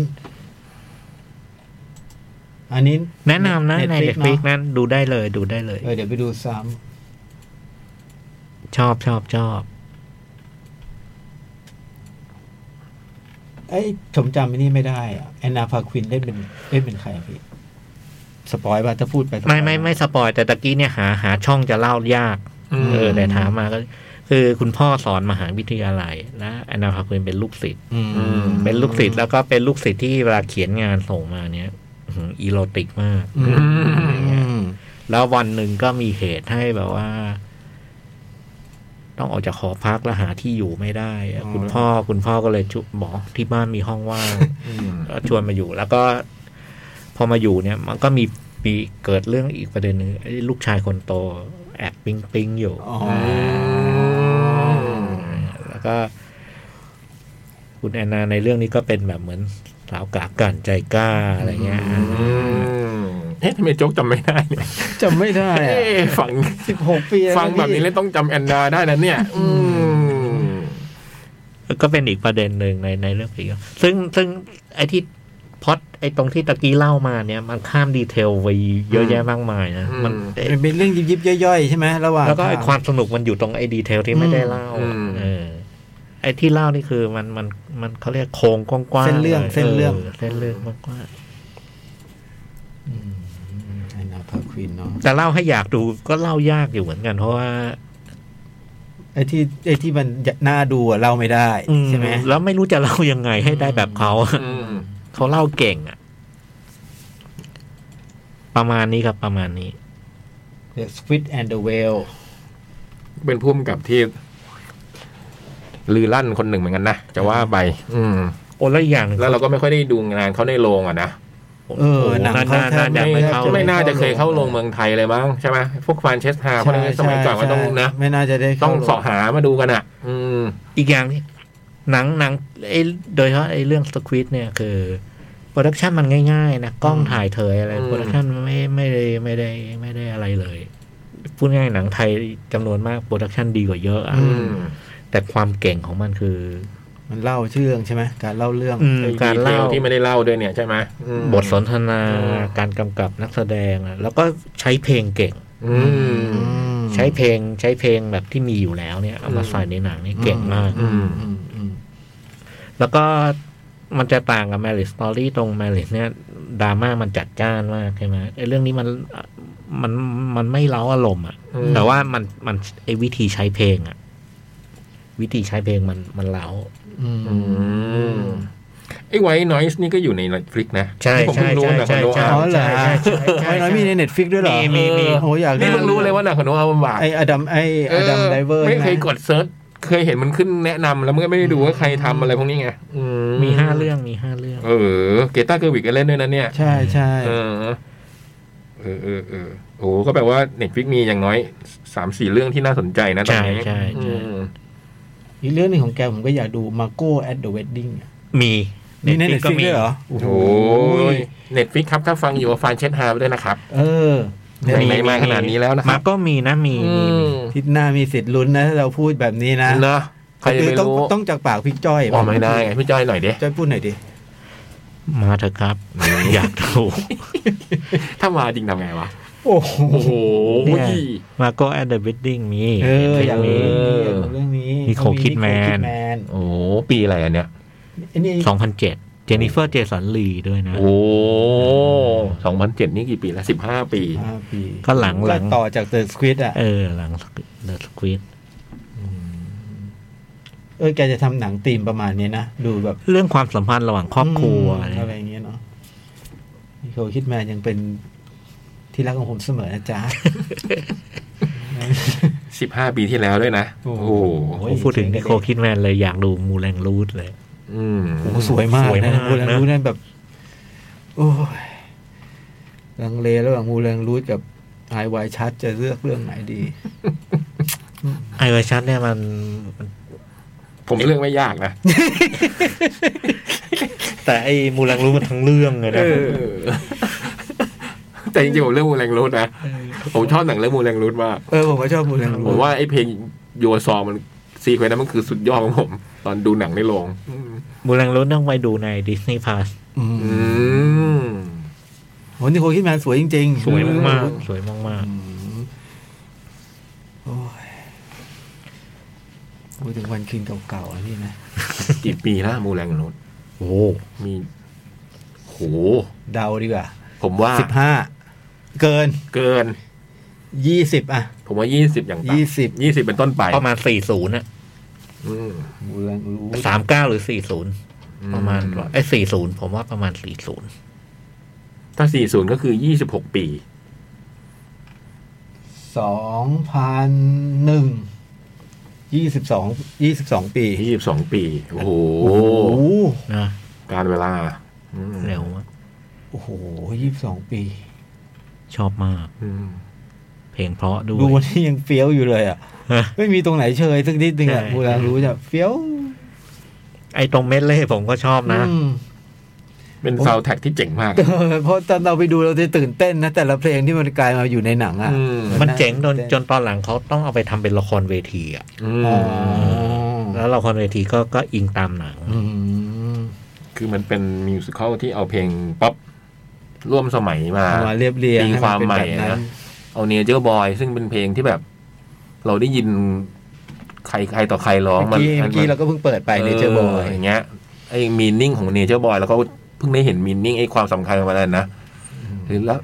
อันนี้
แนะนำนะ ใน
Netflix
เน็ตฟลิก
เนอะ
นั้นดูได้เลยดูได้เลย
เออเดี๋ยวไปดูซ้
ชอบชอบชอบ
ำไอ้ยผมจำอันนี้ไม่ได้อ่ะแอนนาพาควินเล่นเป็นเล่นเป็นใครอะพี่ สปอยป่ะถ้าพูดไปสปอย
ไม่ไม่ไม่สปอยแต่ตะกี้เนี่ยหาหาช่องจะเล่ายาก เออแต่ถามมาก็ คือคุณพ่อสอนมหาวิทยาลัยและแอนนาพาควินเป็นลูกศิษย์
อืม
เป็นลูกศิษย์แล้วก็เป็นลูกศิษย์ที่เวลาเขียนงานส่งมาเนี่ยอื้อหืออีโรติกมาก
อืม
แล้ววันหนึ่งก็มีเหตุให้แบบว่า ต้องออกจากหอพักแล้วหาที่อยู่ไม่ได้อะ
อ๋อ
คุณพ่อคุณพ่อก็เลยชุหมอที่บ้านมีห้องว่าง
อืม
ก็ชวนมาอยู่ แล้วก็พอมาอยู่เนี่ย มันก็มีมีเกิดเรื่องอีกประเด็นหนึ่งไอ้ลูกชายคนโต แอบปิ๊งปิ๊งอยู่
อ๋อ
แล้วก็ คุณแอนนาในเรื่องนี้ก็เป็นแบบเหมือนสาวกากันใจกล้าอะไรเงี้ย
อืมเอ๊ะทำไมโจ๊กจำไม่ได้เนี่ย
จำไม่ได้
เอ๊ะฟัง
สิบหกปีล้ว
ฟังแบบนี้แล้วต้องจำแอนนาได้นะเนี่ย อืม
ก็เป็นอีกประเด็นหนึ่งในในเรื่องอีกซึ่งซึ่งไอ้ที่พอดไอ้ตรงที่ตะกี้เล่ามาเนี่ย มันข้ามดีเทลไปเยอะแยะมากมายนะมัน
มันเป็นเรื่องยิบยิบๆย่อยๆใช่ไหมระหว่าง
แล้วก็ไอความสนุกมันอยู่ตรงไอดีเทลที่ไม่ได้เล่าอะเออไอที่เล่านี่คือมันมันมันเขาเรียกโครงกว้างๆ
เส้นเรื่อง
ลย
เส้นเรื่อง
เส้นเรื่องกว้าง
ไอ้นาพาควินเนาะ
ๆแต่เล่าให้อยากดูก็เล่ายากอยู่เหมือนกัน เพราะว่า
ไอ้ที่ไอ้ที่มันน่าดูอะเล่าไม่ได้ใช่ไหม
อืแล้วไม่รู้จะเล่ายังไงให้ได้แบบเขา
อืม
เขาเล่าเก่งอะประมาณนี้ครับประมาณนี้
สควิตแอนด์เดอะเวล
เป็นพุ่มกับที่ลือลั่นคนหนึ่งเหมือนกันนะจะว่าไป อืม
โอ้แล้วอีกอย่างหนึ่ง
แล้วเราก็ไม่ค่อยได้ดูงานเขาในโรงอ่ะนะ
เออหนังเขา
น่า
แทบ
น่าจะ
ไม่
ไม่เข้า
แทบ
ไม่น่าจะเคยเข้า
โร
โรงเมืองไทยเลยมั้งใช่ไหมพวกฟรานเชสฮาพวกนั้นสมัยก่อนก็ต้องนะ
ใช่ไม่น่าจะได้เข้า
ต้อง
โรง
เสอหามาดูกันอ่ะ อืม
อีกอย่างนี่หนังหนังไอ้โดยเฉพาะไอ้เรื่องสควิตเนี่ยคือโปรดักชันมันง่ายๆนะกล้องถ่ายเถยอะไร
อืม
โปรดักชันไม่ไม่ได้ไม่ได้ไม่ได้อะไรเลย พูดง่ายหนังไทยจำนวนมากโปรดักชันดีกว่าเยอะอะ
อืม
แต่ความเก่งของมันคือ
มันเล่าเชื่องใช่ไหมการเล่าเรื่อง
อืม
ไอ้
การ
ดี
เล่า
ทที่ไม่ได้เล่าด้วยเนี่ยใช่ไหมอืม
บทสนทนา
อืม
การกำกับนักแสดงอะแล้วก็ใช้เพลงเก่ง
อืม
ใช้เพลงใช้เพลงแบบที่มีอยู่แล้วเนี่ยเอามา
อืม
ใส่ในหนังนี่เก่งมาก
อืม
อืมอืม
แล้วก็มันจะต่างกับ Marriage Story ตรง Marriage เนี่ยดราม่ามันจัดจ้านมากใช่ไหมไอ้เรื่องนี้มันมันมันไม่เล้าอารมณ์อ่ะ
อืม
แต่ว่ามันมันไอ้วิธีใช้เพลงอ่ะ วิธีใช้เพลงมันมันเล้า
อืม
อืมไอ้ไว้นอยส์นี่ก็อยู่ใน Netflix นะ
ใช่
ที่ผมเพิ่งรู้นะ
ใช่
คนโน
ใช่
อา
อ๋อเหรอ
ใช่ใช่ใช่
ไอ้น้อยมีในเน็ตฟิกด้วยเหรอ
มีมีมี
โอ้อยากดู
นี่เพิ่งรู้เลยว่านะคนโนอาบำบัด
ไอ้อดัมไอ้อดัมไดเวอร์
ไม่เคยกดเซิร์ชเคยเห็นมันขึ้นแนะนำแล้วมันก็ไม่ได้ดูว่าใครทำอะไรพวกนี้ไงอื
มีห้าเรื่องมีห้าเรื่อง
เออ เกต้าเกอร์วิกก็เล่นด้วยนะเนี่ย
ใช่ใช่
เออ เออเออเออโอ้ก็แปลว่าเน็ตฟิกมีอย่างน้อยสามสี่เรื่องที่น่าสนใจนะตอนนี้
ใช่ใช่ใช่
อืม
อีกเรื่องหนึ่งของแกผมก็อยากดูมาโก้แอดเดอะเวดดิ้ง
มี
มีในเน็ตฟิกด้วยเหรอ
โอ้โหเน็ตฟิกครับถ้าฟังอยู่ฟานเชสฮาไปด้วยนะครับ
เออ
ไหนๆมาขนาดนี้แล้วนะครับ
มาก็มีนะมี
อื
มี
ม
มี
ทิศหน้ามีสิทธิ์ลุ้นนะถ้าเราพูดแบบนี้นะ
นะใครจะไป
ต้อง
รู้
ต้องจากปากพี่จ้อย
อ๋อไม่ได้ไงพี่จ้อยหน่อยเด้
จ้อยพูดหน่อยดิ
มาเถอะครับ อยากดู
ถ้ามาจริงทำไงวะ
โอ้โห
โอ้โห
เนี่ย มาก็ at the wedding มี
เอออยาก
มี
ดู
อ
อยากดูเรื่องนี้
นิโคลคิดแมน
นิโคลน
โอ้โหปีอะไรอันเนี้ย
ไอ้นี่
สองพันเจ็ดเจนิเฟอร์เจสันลีด้วยนะ
โอ้สองพันเจ็ดนี่กี่ปีแล้วสิบห้าปี
ห้าปี
ก็หลังๆ
ก็ต่อจากเ h e s สควิ d อ่ะ
เออ หลังเดอะสควิด
เออแกจะทำหนังธีมประมาณนี้นะ ดูแบบ
เรื่องความสัมพันธ์ระหว่างครอบครัว
มอะไรอย่างเงี้ยเนาะนิโคลคิดแมนยังเป็นที่รักของผมเสมอนะจ๊ะ
สิบห้าปีที่แล้วด้วยนะ
โอ้
โอ้
โห
โห
ผมพูดถึงนิโคลคิดแมนเลยอยากดูมูแรงรูทเลย
อืม
โอ้โหสวยมาก
สวย
นะ
มาก
มูแรง
นะ
รูดนั่นแบบ โอ้ยลังเลระหว่างมูแรงรูดกับไอวายชัดจะเลือกเรื่องไหนดี
ไอเวอร์ชันเนี่ยมัน
ผมเรื่องไม่ยากนะ
แต่ไอมูแรงรูทมันทั้งเรื่องเลยนะ
แต่จริงๆผมเรื่องมูแรงรูทนะผมชอบหนังเรื่องมูแรงรูทมาก
เออผมก็ชอบมูแรงรูด
ผมว่าไอ้เพลงโยซอมันซีเควนต์นั้นมันคือสุดยอดของผม ตอนดูหนังในโรง
มูแรงรูทต้องไปดูในดิสนีย์พาส
อืม
อืม
โหนิโคลคิดแมนสวยจริงๆ
สวยมาก
อื
ๆ สวยมาก
มโอ้ยพูดถึงวันคืนเก่าๆอันนี้นะ
กี่ปีแล้วมูแรงรูท
ๆ โอ้
มีโห
เดาดีกว่า
ผมว่า
สิบห้าเกิน
เกิน
ยี่สิบอ่ะ
ผมว่ายี่สิบอย่างต่ำ
ยี่สิบ
ยี่สิบเป็นต้นไป
ประมาณสี่ศูนย์อะ
อืม
มูแรงรู้
สามเก้าหรือสี่ศูนย์ประมาณไอสี่ศูนย์ผมว่าประมาณสี่ศูนย์
ถ้าสี่ศูนย์ก็คือยี่สิบหกปี
สองพันหนึ่ง ยี่สิบสองยี่สิบสองปี
ยี่สิบสองปี โอ้โห
ห
นะ
การเวลาอืม
เร็วมาก
โอ้โหยี่สิบสองปี
ชอบมาก
อืม
เพลงเพราะด้วย
ดูวันนี้ยังเฟี้ยวอยู่เลยอ่ะ
ฮะ
ไม่มีตรงไหนเชยสักนิดนึงอ่ะ
ใช่
เวลารู้จะเฟี้ยว
ไอ้ตรงเม็ดเล่ผมก็ชอบนะ
อืม
เป็น
ผม
ซาวด์แท็กที่เจ๋งมาก
เออเพราะตอนเราไปดูเราจะตื่นเต้นนะ แต่ละเพลงที่มันกลายมาอยู่ในหนังอ่ะ
อืม
มันเจ๋งจน
เจ๋ง
จนตอนหลังเขาต้องเอาไปทำเป็นละครเวทีอ่ะ
อื
อ๋อ
ม
แล้วละครเวทีก็ก็อิงตามหนัง
อืม
คือมันเป็นมิวสิควลที่เอาเพลงป๊อปร่วมสมัยมา
เอามาเรียบเรียง
ตีความใหม่
ห้นเป็นแบบ
นะ เอาเนเจอร์บอยซึ่งเป็นเพลงที่แบบ เราได้ยินใครใครต่อใครร้อง
เมื่อกี้
น
เมื่อกี้เราก็เพิ่งเปิดไปเนเจอร์บอย
อย่างเงี้ยไอ้มีนิ่งของเนเจอร์บอยแล้วก็เพิ่งได้เห็นมีนิ่งไอ้ความสำคัญของมันนะหรือแล้ว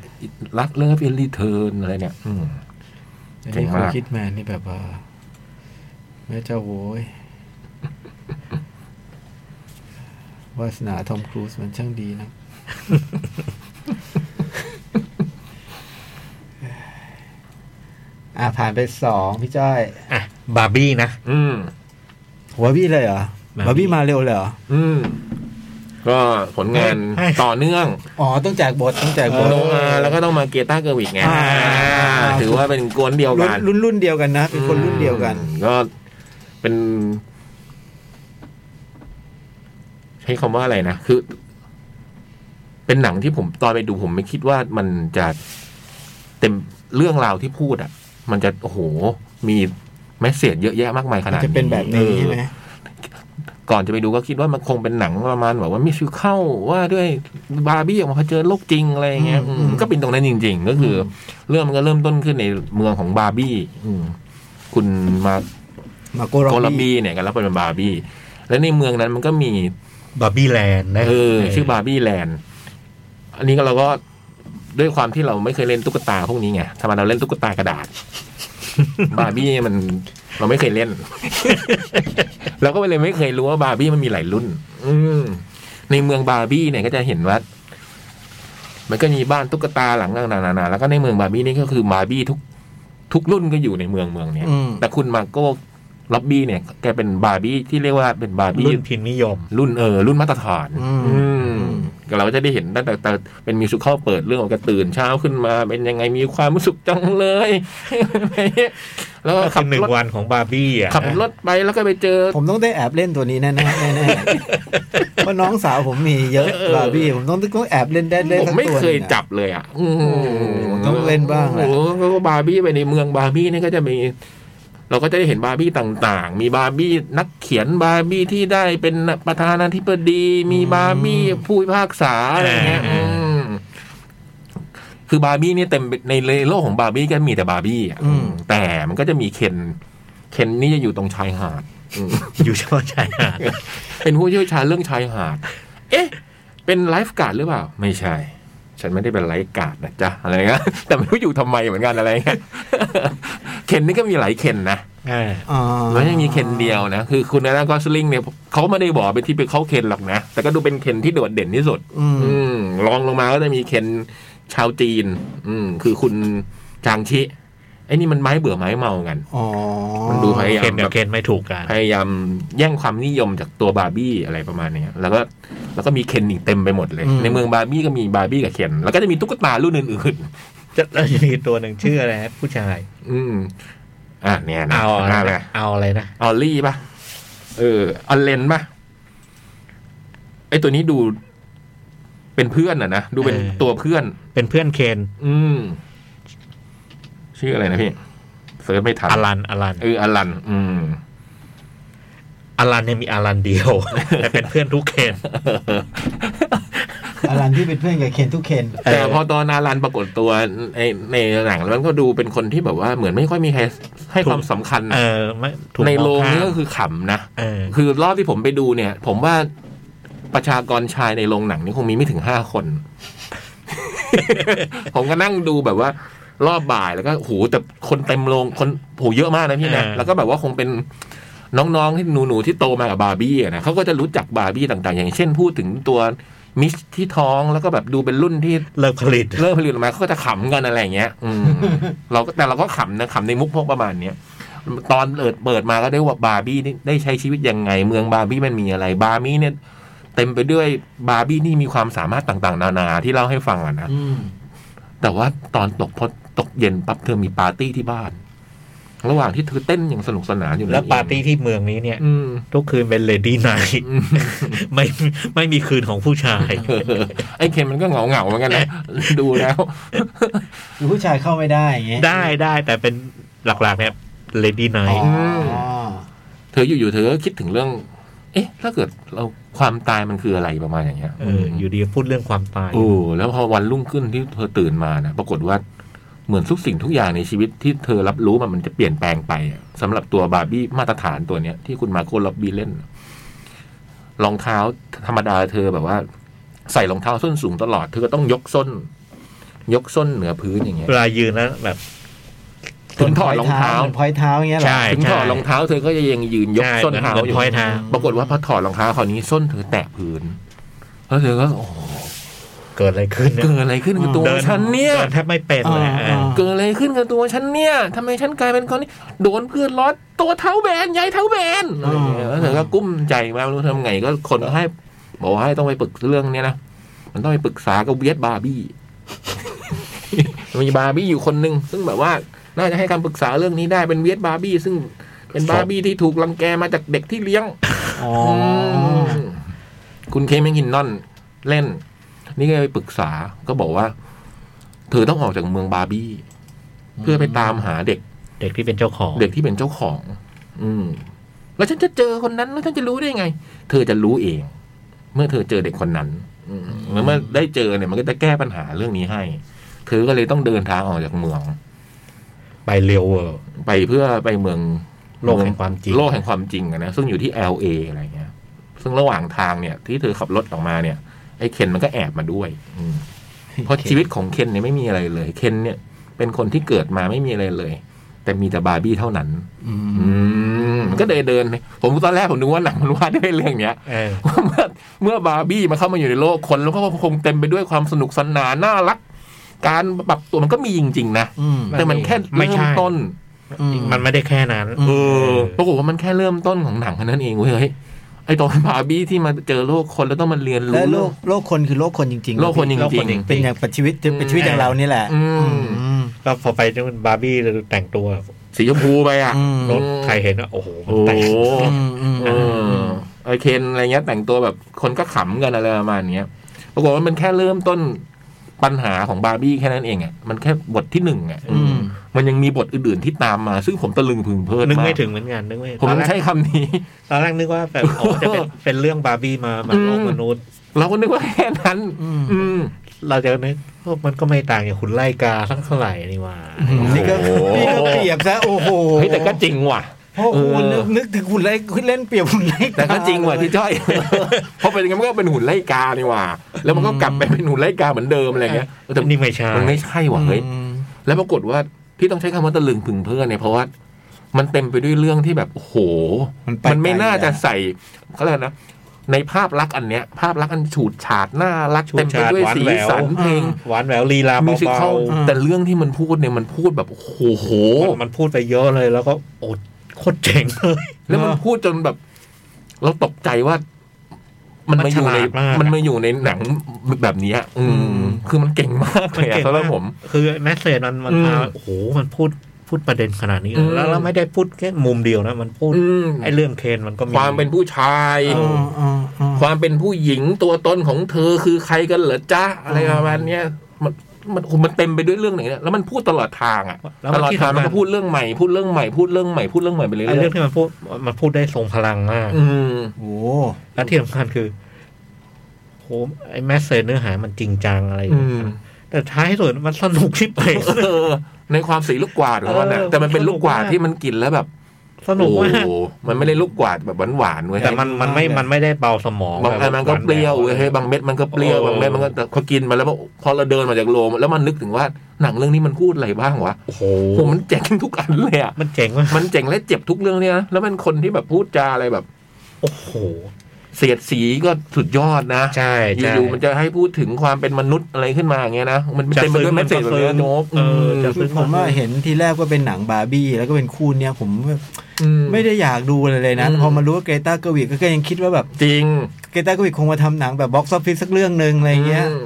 รักเลิฟเอลีเทิร์นอะไรเนี่ย อืม
อัน
เจ๋
นี้
ง
คุ
มา
ณ
ก
คิดแมนนี่แบบว่าแม่เจ้าโว้ยวาสนาทอมครูซมันช่างดีนะ อ่ะผ่านไปสองพี่จ้อย
อ่ะ บาร์บี้นะ
อืม
บาร์บี้เลยเหรอ
บา
บา
ร์
ร์
บี้
บี้มาเร็วเลยเหรอ
อืม ก็ผลงาน
ให้
ต่อเนื่อง
อ๋อ ต้องแจกบทต้องแจกบท
โนอาแล้วก็ต้องมาเกยต้าเกอร์วิกไง
อ่า
ถือว่าเป็นกวนเดียว
รุ่น
กัน
รุ่นรุ่นเดียวกันนะ เป็นคนรุ่นเดียวกัน
อืมก็เป็น ใช้คำว่าอะไรนะ คือ เป็นหนังที่ผมตอนไปดูผมไม่คิดว่ามันจะเต็มเรื่องราวที่พูดอ่ะ มันจะโอ้โห มีแมสเสจเยอะแยะมากมายข
มัน
นาด
จะเป็นแบบนี้ใช่ไหม
เออก่อนจะไปดูก็คิดว่ามันคงเป็นหนังประมาณแบบว่ามิชิวเข้าว่าด้วยบาร์บี้ออกมาเผจอโลกจริงอะไรอย่างเงี้ยอืมก็เป็นตรงนั้นจริง ๆ ก็คือ เรื่องมันก็เริ่มต้นขึ้นในเมืองของบาร์บี้อืมคุณมา
มาโก
โค
โร
ลัม
บี
บีเนี่ยกันแล้วเป็นบาร์บี้ และในเมืองนั้นมันก็มี
บาร์บี้แลนด์นะ
เออ ชื่อบาร์บี้แลนด์ อันนี้ก็เราก็ด้วยความที่เราไม่เคยเล่นตุ๊กตาพวกนี้ไงธรรมดาเราเล่นตุ๊กตากระดาษ บาร์บี้มันเราไม่เคยเล่น เราก็เลยไม่เคยรู้ว่าบาร์บี้มันมีหลายรุ่น อืมในเมืองบาร์บี้เนี่ยก็จะเห็นว่า มันก็มีบ้านตุ๊กตาหลังต่างๆๆแล้วก็ในเมืองบาร์บี้นี่ก็คือบาร์บี้ทุก ทุกรุ่นก็อยู่ในเมืองเมืองเนี้ย
อืม
แต่คุณมาโก้ล็อบบี้เนี่ยแกเป็นบาร์บี้ที่เรียกว่าเป็นบาร์บี้
รุ่นพินนิยม
รุ่นเออรุ่นมาตรฐาน
อืม
อืม
อืม
เราก็จะได้เห็นตั้งแต่แต่เป็นมิวสิควลเปิดเรื่องออกกตื่นเช้าขึ้นมา เป็นยังไงมีความรู้สึกจังเลย แล้วก็
ก็
ขับ
คื อหนึ่
รง ถ
วันของบาร์บี้อ่ะ
ขับรถไปแล้วก็ไปเจอ
ผมต้องได้แอบเล่นตัวนี้แน่ๆแน่ๆเพราะน้องสาวผมมีเยอะ
เออ
บาร์บี้ผมต้องต้องแอบเล่นได้ได้
ผม
สักตัวห
ไม่
นึ่งอะ
เคยจับเลยอ่ะอืม
โอ้โหต้องเล่นบ้างแหละ
โอ้โหแล้วก็บาร์บี้ไปในเมืองบาร์บี้นี่ก็จะมี เราก็จะได้เห็นบาร์บี้ต่างๆ มีบาร์บี้นักเขียนบาร์บี้ที่ได้เป็นประธานาธิบดี มีบาร์บี้ผู้พิพากษาอะไรเงี้ยอืมคือบาร์บี้เนี่ยเต็มไปในโลกของบาร์บี้ก็มีแต่บาร์บี้อะ
อืม
แต่มันก็จะมีเคนเคนนี่จะอยู่ตรงชายหาดอืม
อยู่เฉพาะชายหาด
เป็นผู้เชี่ยวชาญเรื่องชายหาด เอ๊ะ เป็นไลฟ์การ์ดหรือเปล่า ไม่ใช่ ฉันไม่ได้เป็นไลฟ์การ์ดนะจ๊ะ อะไรเงี้ย แต่ไม่รู้อยู่ทำไมเหมือนกันอะไรเงี้ย เคนนี่ก็มีหลายเคนนะ
อ่า
อ่า
ไม่ใช่มีเคนเดียวนะ คือคุณนะก็สลิงเนี่ยเขาไม่ได้บอกเป็นที่เป็นเขาเคนหรอกนะ แต่ก็ดูเป็นเคนที่โดดเด่นที่สุด
อืม
อืมรองลงมาก็จะมีเคนชาวจีน อืม คือคุณจางชิไอ้นี่มันไม้เบื่อไม้เมากัน
อ๋อ
มันดูพยายา
เคน
ม
กั
แบบ บ
เคนไม่ถูกกัน
พยายามแย่งความนิยมจากตัวบาร์บี้อะไรประมาณเนี้ยแล้วก็แล้วก็มีเคนอีกเต็มไปหมดเลย ในเมืองบาร์บี้ก็มีบาร์บี้กับเคน แล้วก็จะมีตุ๊กตารุ่นอื่น
จะแล้วจะมีตัวหนึ่งชื่ออะไรนะผู้ชาย
ๆ อืม อ่ะเนี่ยนะ
เอาอะไร
น่า
นะ
นะ
เอาอะไรนะ
ออลลี่ป่ะ เออออลเลนป่ะ ไอตัวนี้ดู เป็นเพื่อนอ่ะนะ ดูเป็น
เออ
ตัวเพื่อน
เป็นเพื่อนเคน
อืม ชื่ออะไรนะพี่เซิร์ชไม่ทัน
อลันอลัน
เอออลัน อืม
อลันเนี่ยมีอลันเดียว แต่เป็นเพื่อนทุกเคน
อลันที่เป็นเพื่อนกับเคนทุกเคน
แต่พอตอนอารันปรากฏตัวในในหนังแล้วมันก็ดูเป็นคนที่แบบว่าเหมือนไม่ค่อยมีใครให้ความสำคัญ
เออไม่ถูก
ใน
มอ
โรง
ข้าม
นี่ก็คือขำนะ
เออ
คือรอบที่ผมไปดูเนี่ย ผมว่าประชากรชายในโรงหนังนี่คงมีไม่ถึงห้าคน ผมก็นั่งดูแบบว่า รอบบ่ายแล้วก็โหแต่คนเต็มโรงคนโหเยอะมากนะพี่นะ
เออ
แล้วก็แบบว่าคงเป็นน้องๆที่หนูๆที่โตมากับบาร์บี้อะนะเขาก็จะรู้จักบาร์บี้ต่าง ๆ อย่างเช่นพูดถึงตัวมิชที่ท้องแล้วก็แบบดูเป็นรุ่นที่
เลิกผลิต
เริ่ มผลิตออกมาเขาก็จะขำกันอะไรอย่างเงี้ย อืม เราก็แต่เราก็ขำนะขำในมุกพวกประมาณเนี้ย ตอนเปิดเปิดมาก็ได้ว่าบาร์บี้นี่ได้ใช้ชีวิตยังไง เมืองบาร์บี้มันมีอะไร บาร์บี้เนี่ย เต็มไปด้วยบาร์บี้นี่มีความสามารถต่างๆ นานาที่เล่าให้ฟังอะนะ
อืม
แต่ว่าตอนตกพอตกเย็นปั๊บเธอมีปาร์ตี้ที่บ้าน ระหว่างที่เธอเต้นอย่างสนุกสนานอยู่
แล้วปาร์ตี้ที่เมืองนี้เนี่ย
อืม
ทุกคืนเป็นเลดี้ไนท์
อืม
ไม่ไม่มีคืนของผู้ชาย
เออไอ้เคนมันก็เหงาเหงาๆเหมือนกันนะดูแล้ว
คือผู้ชายเข้าไม่ได้อย่างเงี้ย
ได้ได้แต่เป็นหลักๆเนี่ยเลดี้ไน
อ๋อ
ท์
อ๋อ
เธออยู่ๆเธอก็คิดถึงเรื่อง เอ๊ะ ถ้าเกิดเราความตายมันคืออะไรประมาณอย่างเงี้ย
เอออยู่ดีก็พูดเรื่องความตาย
โอ้แล้วพอวันรุ่งขึ้นที่เธอตื่นมานะปรากฏว่าเหมือนทุกสิ่งทุกอย่างในชีวิตที่เธอรับรู้มันมันจะเปลี่ยนแปลงไปอะสำหรับตัวบาร์บี้มาตรฐานตัวเนี้ยที่คุณมาโคล็อบบี้เล่นอะรองเท้าธรรมดาเธอแบบว่า ใส่รองเท้าส้นสูงตลอด เธอก็ต้องยกส้น ยกส้นเหนือพื้นอย่างเงี้ย
เวลายืนแล้วแบบ
ถึงถอดรองเท้า
หมือนพอยเท้าอย่างเงี้ยเหรอ
ใช่
ถึงถอดรองเท้าเธอก็ยังยืนยก
ใช่
ส้นเท้า
เหมือน
อยู่
พอยเท้า
ปรากฏว่าพอถอดรองเท้าคราวนี้ส้นเธอแตะพื้น แล้วเธอก็โอ้โห
เกิดอะไรขึ้นเนี่ย
เกิดอะไรขึ้นกับตัว
เดิ
ฉันเนี่ย
ดิแทบไม่เป็นเลย
อ่า
เออ
อ่า
เกิดอะไรขึ้นกับตัวฉันเนี่ยทำไมฉันกลายเป็นคนนี้โดนเพื่อนล้อตัวเท้าแบนยายเท้าแบนอะไรอย่างเงี้ยแล้วเธอก็กุ้มใจมากไม่รู้ทำไงก็คนก็ให้บอกว่าให้ต้องไปปรึกเรื่องเนี้ยนะมันต้องไปปรึกษากับเวียดบาร์บี้ มีบาร์บี้อยู่คนหนึ่งซึ่งแบบว่าน่าจะให้คำปรึกษาเรื่องนี้ได้เป็นเวียดบาร์บี้ซึ่งเป็นบาร์บี้ที่ถูกรังแกมาจากเด็กที่เลี้ยง
อ๋อ
อืมคุณเคมิงกินนอนเล่น นี่ก็ไปปรึกษาก็บอกว่า เธอต้องออกจากเมืองบาร์บี้ เพื่อไปตามหาเด็ก
เด็กที่เป็นเจ้าของ
เด็กที่เป็นเจ้าของ อืม แล้วฉันจะเจอคนนั้น แล้วฉันจะรู้ได้ไง เธอจะรู้เอง เมื่อเธอเจอเด็กคนนั้น อืมแล้วเมื่อได้เจอเนี่ย มันก็จะแก้ปัญหาเรื่องนี้ให้ เธอก็เลยต้องเดินทางออกจากเมือง
ไปเร็วเวอร์
ไปเพื่อไปเมือง
โลกแห่งความจริง
โลกแห่งความจริงอะนะซึ่งอยู่ที่ LA อะไรเงี้ย ซึ่งระหว่างทางเนี่ยที่เธอขับรถออกมาเนี่ย ไอ้เคนมันก็แอบมาด้วยอืมเพราะชีวิตของเคนเนี่ยไม่มีอะไรเลย เคนเนี่ย เป็นคนที่เกิดมาไม่มีอะไรเลย แต่มีแต่บาร์บี้เท่านั้น
อืม
อืมมันก็เดินเดินๆผมตอนแรกผมนึกว่าหนังมันว่าด้วยเรื่องเนี้ย
เออ
ว่าเมื่อเมื่อบาร์บี้มาเข้ามาอยู่ในโลกคนแล้วก็คงเต็มไปด้วยความสนุกสนานน่ารัก การปรับตัวมันก็มีจริงๆนะ
อืม
แต่มันแค่
ไม่
เริ่ม
ใช่
ต้น
อืม
มันไม่ได้แค่นั้น
อืม
เออปรากฏว่ามันแค่เริ่มต้นของหนังแค่นั้นเองเว้ยเฮ้ยไอตอนบาร์บี้ที่มาเจอโลกคนแล้วต้องมาเรียนรู้
และโลกโลกคนคือโลกคนจริงๆ
โลกคนจ
โลก
ริ
ค
ง
นจริง
ๆ
เป็นอย่างชีวิตเป็นชีวิตอย่างเรานี่แหละ
อืม
อืม
ก็พอไปนี่มันบาร์บี้แต่งตัว
สีชมพูไปอ่ะ
อืม
รถใครเห็นก็โอ้โห
โอ้โห
แต่ง
อืมอืม
เออไอเคนอะไรเงี้ยแต่งตัวแบบคนก็ขำกันอะไรประมาณเนี้ยปรากฏว่ามันแค่เริ่มต้นปัญหาของบาร์บี้แค่นั้นเองอ่ะมันแค่บทที่หนึ่งอ่ะ
อืม
มันยังมีบทอื่นๆที่ตามมา ซึ่งผมตะลึงพึงเพลิด
นึก
มา
ไม่
ก
ถึงเหมือนกันนึกไม่
ผม
ตอนแรก
ใช้คำนี้
ตอนแรกนึกว่าแบบอ๋อจะเป็นเป็นเรื่องบาร์บี้มามาโลกมนุษย์
เราก็นึกว่าแค่นั้น
อืม
อืม
เราจะนึกว่ามันก็ไม่ต่างจากหุ่นไล่กาสักเท่าไหร่นี่หว่า
นี่ก็
โอ้โห
นี่ก็เปรียบซะโอ้โห
เฮ้ยแต่ก็จริงว่ะ
โอ้โห
เออ
นึกนึกถึงหุ่นไล่เล่นเปรียบหุ่นไล่
แต่ก็จริง ว่ะพี่จ้อย เพราะเป็นอย่างนั้นมันก็เป็นหุ่นไล่กานี่ว่ะแล้วมันก็กลับไปเป็นหุ่นไล่กาเหมือนเดิมอะไรเงี้ยแต่
นี่ไม่ใช่
มันไม่ใช่ว่ะเฮ้ย
อืม
แล้วปรากฏว่าที่ต้องใช้คำว่าตะลึงพึงเพรื่อเนี่ยเพราะว่ามันเต็มไปด้วยเรื่องที่แบบโอ้โห
มันป
มันไม่น่าจะ
ไกล
ใส่เขาเรียกอะไรนะ ในภาพลักษณ์อันเนี้ย ภาพลักษณ์อันฉูดฉาดน่ารัก
ชู
เต็มไป
ชาด
ด้วย
หวาน
สี
แหวว
สันเพลง
หวานแหววลีลา
มิวสิค
เบา
ลแต่เรื่องที่มันพูดเนี่ยมันพูดแบบโอ้โห
ๆมันพูดไปเยอะเลยแล้วก็โอดโคตรเจ๋งเลย
แล้วมันพูดจนแบบ เราตกใจว่า มัน
มัน
มาอยู่ใน
ฉลาดมากอะ
มันมาอยู่ในหนังแบบเนี้ยอืม คือมันเก่งมากเลยอะสำหรับผม
คือแมสเซจมันมัน
อืม
พาโอ้โหมันพูดพูดประเด็นขนาดนี้
อืม
แล้วแล้วไม่ได้พูดแค่มุมเดียวนะ มันพูด
อืม
ไอ้เรื่องเคนมันก็มี
ความเป็นผู้ชาย
อ่าอ่าอ่า
ความเป็นผู้หญิงตัวตนของเธอคือใครกันเหรอจ๊ะอะไรประมาณเนี้ยมันมันโอ้โหมันเต็มไปด้วยเรื่องไหนเนี่ยแล้วมันพูดตลอดทางอ่ะ
แล้ว
ตลอดทาง
ที่สำคัญ
มันก็พูดเรื่องใหม่พูดเรื่องใหม่พูดเรื่องใหม่พูดเรื่องใหม่ไปเรื่
ไอ้
อ
เรื่อย งที่มันพูดมันพูดได้ทรงพลังมาก
ๆอืม
โอ้โห
และที่สำคัญคือโหไอ้แมสเซจเนื้อหามันจริงจังอะไรอย่าง
อื
เงี้ย
ม
แต่ท้ายสุดมันสนุกที่ไป
เออ ในความสีลูกกวาดของมันอะ
เออ
แต่มันเป็นลูกกวาดที่มันกินแล้วแบบ
สนุกมาก
โอ้โหมันไม่ได้ลูกกวาดแบบหวานๆเว้ย
แต่มันมันไม่มันไม่ได้เบาสมอง
บางอันมันก็เปรี้ยวเว้ยเฮ้ย
บาง
บางเม็ดมันก็เปรี้ยว
โอ้
บางเม็ดมันก็แต่พอกินมาแล้วพอเราเดินมาจากโรงแล้วมันนึกถึงว่าหนังเรื่องนี้มันพูดอะไรบ้างวะ
โอ้โห
โอ้โหมันเจ๋งทุกอันเลยอ่ะ
มันเจ๋งมาก
มันเจ๋งและเจ็บทุกเรื่องเนี่ยนะแล้วมันคนที่แบบพูดจาอะไรแบบ
โอ้โห
เสียดสีก็สุดยอดนะ
ใช่ใช่
อยู่ๆมันจะให้พูดถึงความเป็นมนุษย์อะไรขึ้นมาอย่างเงี้ยนะ มันเต็มไปด้วย
จะซึ้ง
แมสเซจแบบเนี้ย
มันก็ซึ้ง
โน้บ
เออจะ
คือผมว่าเห็นทีแรกก็เป็นหนังบาร์บี้แล้วก็เป็นคู่เนี้ยผมแบบ
อื
ไม่ได้อยากดูเลยเลยนะ
อืม
แต่พอมารู้ว่าเกรตาเกวิกก็ยังคิดว่าแบบ
จริง
เกรตาเกวิกคงมาทำหนังแบบบ็อกซ์ออฟฟิศสักเรื่องหนึ่งอะไรเงี้ย
อืม